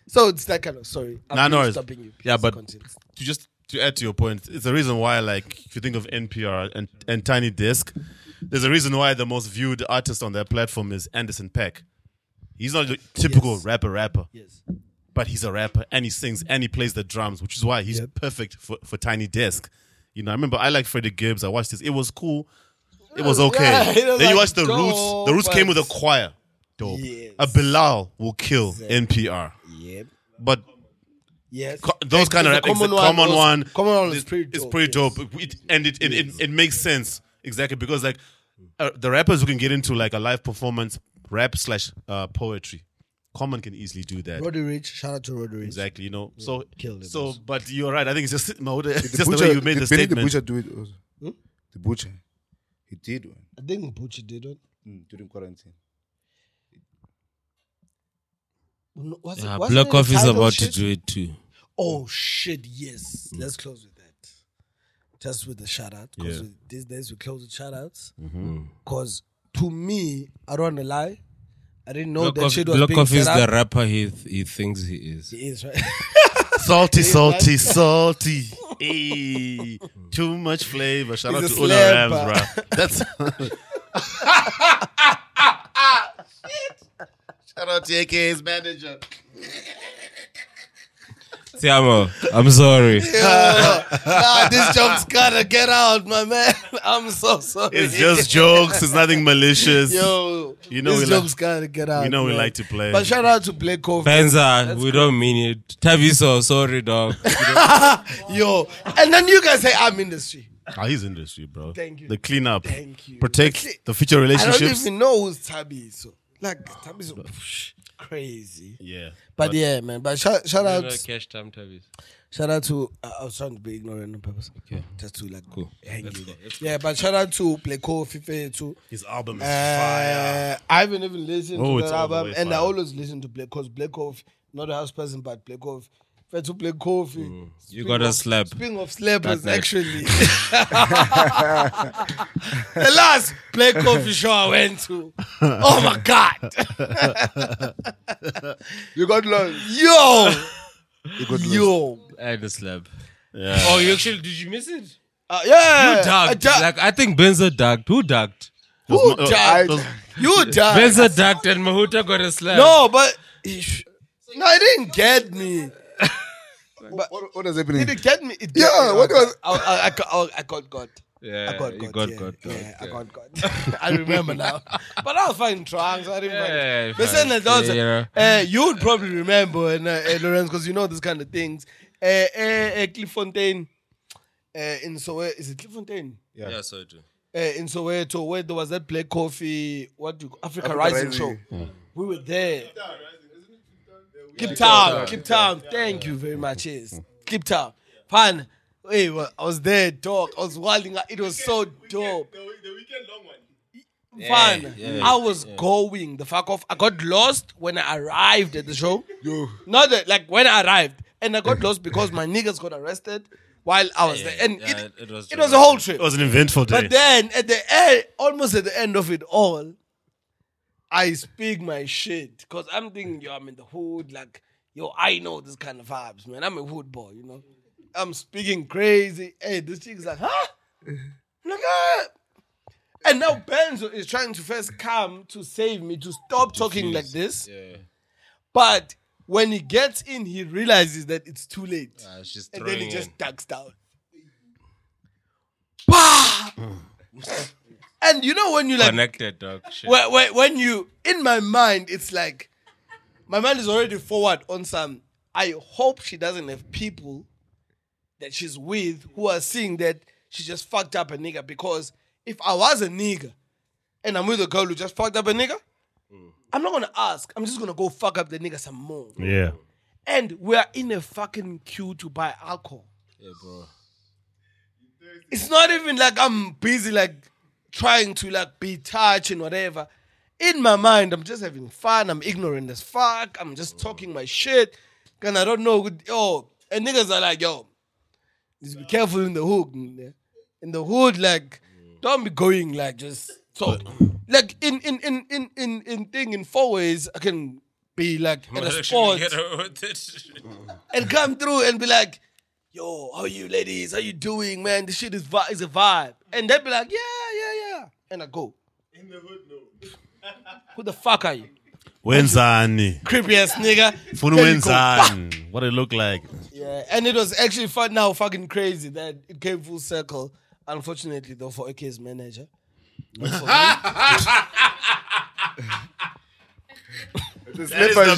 So it's that kind of sorry.
Nah,
I'm
no
really
worries.
stopping you.
Yeah,
Please
but-
continue.
to just to add to your point, it's a reason why, like, if you think of NPR and, and Tiny Desk, there's a reason why the most viewed artist on that platform is Anderson Peck. He's not a typical
Yes.
rapper rapper,
yes,
but he's a rapper and he sings and he plays the drums, which is why he's perfect for, for Tiny Desk. You know, I remember I like Freddie Gibbs. I watched this. It was cool. It
(laughs)
was okay.
Yeah, it was
then you
like,
watch the Roots. The Roots came with
dope,
a choir. Dope.
Yes.
A Bilal will kill NPR.
yep,
But
yes.
co- those kind of
the
rap, common,
common
the
one
common
was-
one,
common one
is-
was pretty
It's
dope,
pretty
yes.
dope, It- and it it, it it makes sense exactly because like uh, the rappers who can get into like a live performance rap slash uh, poetry, common can easily do that.
Roddy Rich, shout out to Roddy Rich.
Exactly, you know. So,
Killed it,
so,
boss.
but you're right. I think it's just Maude, it's just
The
the
butcher-
way you made the
did Benny
statement.
The butcher do it. Also. The butcher, he did one
Mm.
I think Butchie did it.
mm, during quarantine.
No, was it-
Yeah,
wasn't
Black
it a
Coffee is
title
about
shit?
to do it too.
Oh shit! Yes,
Mm.
let's close with that. Just with the shout out, because these days we close with shout outs.
Mm-hmm.
Because to me, I don't wanna lie, I didn't know
Black
Oh, that
Coffee,
shit was
Black
being
Coffee is
set
the
up.
rapper he, he thinks he is.
He is right. (laughs)
Salty, salty, salty. Hey, too much flavor. Shout out
He's
to
a
Una Rams,
slapper.
bro. That's
(laughs)
shout out to AK's manager.
Tiamo, I'm sorry.
nah, this joke's gotta get out, my man. (laughs) I'm so sorry.
It's just jokes. It's nothing malicious.
yo.
You know
this
we like-
joke's gotta get out.
you know we
man.
like to play.
But shout out to Blake Coffee,
Benza, we don't mean it. Taviso, sorry, dog.
(laughs) yo. And then you guys say I'm industry.
Ah, he's industry, bro.
Thank you.
The cleanup.
Thank you.
Protect
Actually,
the future
I don't
relationships.
even know who's Tabiso. Like Tabiso, crazy.
Yeah.
But, yeah, man. But shout, shout out,
Cash time, Taviso.
shout out to. I I was trying to be ignorant on purpose. Okay, just to like
Cool.
hang you. there. Yeah, but shout out to Pleco Fife too.
His album is fire.
Uh, I haven't even listened
Oh,
to
it's
that
all the
album,
way
and I
fire.
always listen to Black Coffee. Black Coffee, not a house person, but Black Coffee. If I had to play coffee,
You gotta slap.
Speaking of slippers,
(laughs)
night.
actually, the last black coffee show I went to. Oh my
(laughs)
god!
You got lost.
Yo,
You got lost.
yo,
And a slap.
Yeah.
Oh, you actually, did you miss it?
Uh, yeah,
Who
I
ducked?
du-
like, I think Benza ducked. Who ducked?
Those
who
mo- uh,
died?
those-
you died.
Benza ducked and Mahuta got a slap.
No, but no, it didn't get me.
What, what is
It
happening?
didn't get me. It
Yeah,
got me.
what was-
I, I, I, got- oh, I, I got God.
Yeah,
I got
you
God.
got
yeah,
got
yeah,
ducked,
I
yeah.
got God. (laughs) I remember now. But I was fucking drunk, so I didn't. fucking-
Yeah,
Listen,
fine.
there's also,
Yeah.
uh, you would probably remember, and, uh, uh, Lawrence, because you know these kind of things. Uh, uh, uh, Cliffontein, uh, in Soweto, is it Cliffontein?
Yeah.
Yeah, so too.
Uh, in Soweto, where there was that Black Coffee, what do you, Africa,
Africa
Rising,
Rising.
show. We were there. Cape
Town.
Town, Cape Town. Thank you very much. Yes, Cape Town. Pan, hey, well, I was there, dog. I was wilding. out. It was so dope. Fun.
yeah,
I was going the fuck off. I got lost when I arrived at the show. Not that, like when I arrived, and I got lost because my niggas got arrested while I was
Yeah,
there, and
yeah,
it,
it was
it was a whole trip.
It was an eventful day.
But then at the end, almost at the end of it all, I speak my shit because I'm thinking, yo, I'm in the hood. Like, yo, I know this kind of vibes, man. I'm a hood boy, you know. I'm speaking crazy. Hey, this chick's like, huh? Nigga. And now Benzo is trying to first come to save me to stop talking like this.
Yeah.
But when he gets in, he realizes that it's too late.
Ah, it's just
and then he
throwing
just
in.
ducks down. Bah! and you know when you like
Connected, dog. Shit.
when, when, when you in my mind it's like my mind is already forward on some i hope she doesn't have people that she's with who are seeing that she just fucked up a nigga because if i was a nigga and i'm with a girl who just fucked up a nigga i'm not gonna ask i'm just gonna go fuck up the nigga some more
yeah.
And we are in a fucking queue to buy alcohol.
Yeah, bro.
It's not even like I'm busy like trying to like be touch and whatever. In my mind, I'm just having fun. I'm ignorant as fuck. I'm just talking my shit. And I don't know. Yo, and niggas are like, yo, just be careful in the hood. In the hood, like, don't be going like just so. Like in in in in in in thing in four ways, I can be like at
But
a
(laughs) actually
spot
get away with it.
and come through and be like, yo, how you ladies? How you doing, man? This shit is, vi- is a vibe. And they'd be like, yeah, yeah, yeah. And I go. In the hood, no. (laughs) Who the fuck are you?
Wenzani.
Creepy ass nigga.
(laughs) Funu
Then you go,
Wenzani. What it look like.
Yeah. And it was actually fun now, fucking crazy that it came full circle. Unfortunately, though, for AK's manager. But for me,
That is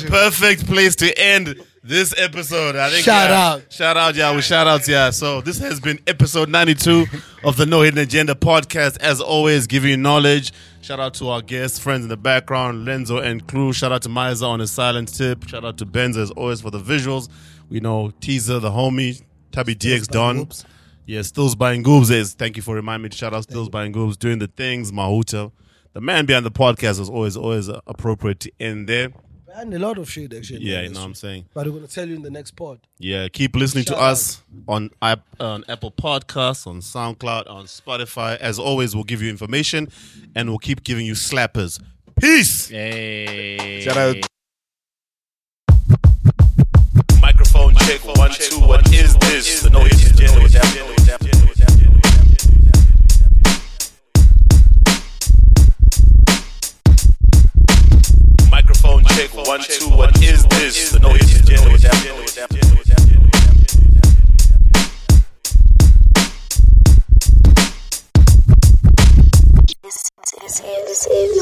the perfect place to end this episode. I think
Shout
yeah,
out.
shout out, yeah, we shout out, yeah. So this has been episode ninety-two of the No Hidden Agenda podcast. As always, giving you knowledge. Shout out to our guests, friends in the background, Lenzo and crew. Shout out to Miza on his silent tip. Shout out to Benz as always for the visuals. We know Teaser, the homie, Tabby DX Don. Yeah, Stills buying Goobs is. Thank you for reminding me to shout out Stills buying Goobs, doing the things, Mahuta. The man behind the podcast is always, always uh, appropriate to end there.
and a lot of shit, actually.
Yeah, you
this
know what I'm
shit.
saying.
But we're going to tell you in the next pod.
Yeah, keep listening
Shout
to us on app, on Apple Podcasts, on SoundCloud, on Spotify. As always, we'll give you information, and we'll keep giving you slappers. Peace.
Shout out.
Microphone check one two. What is this? The no hidden agenda with Microphone check one two. What is this? The no hidden agenda with
This is, this is,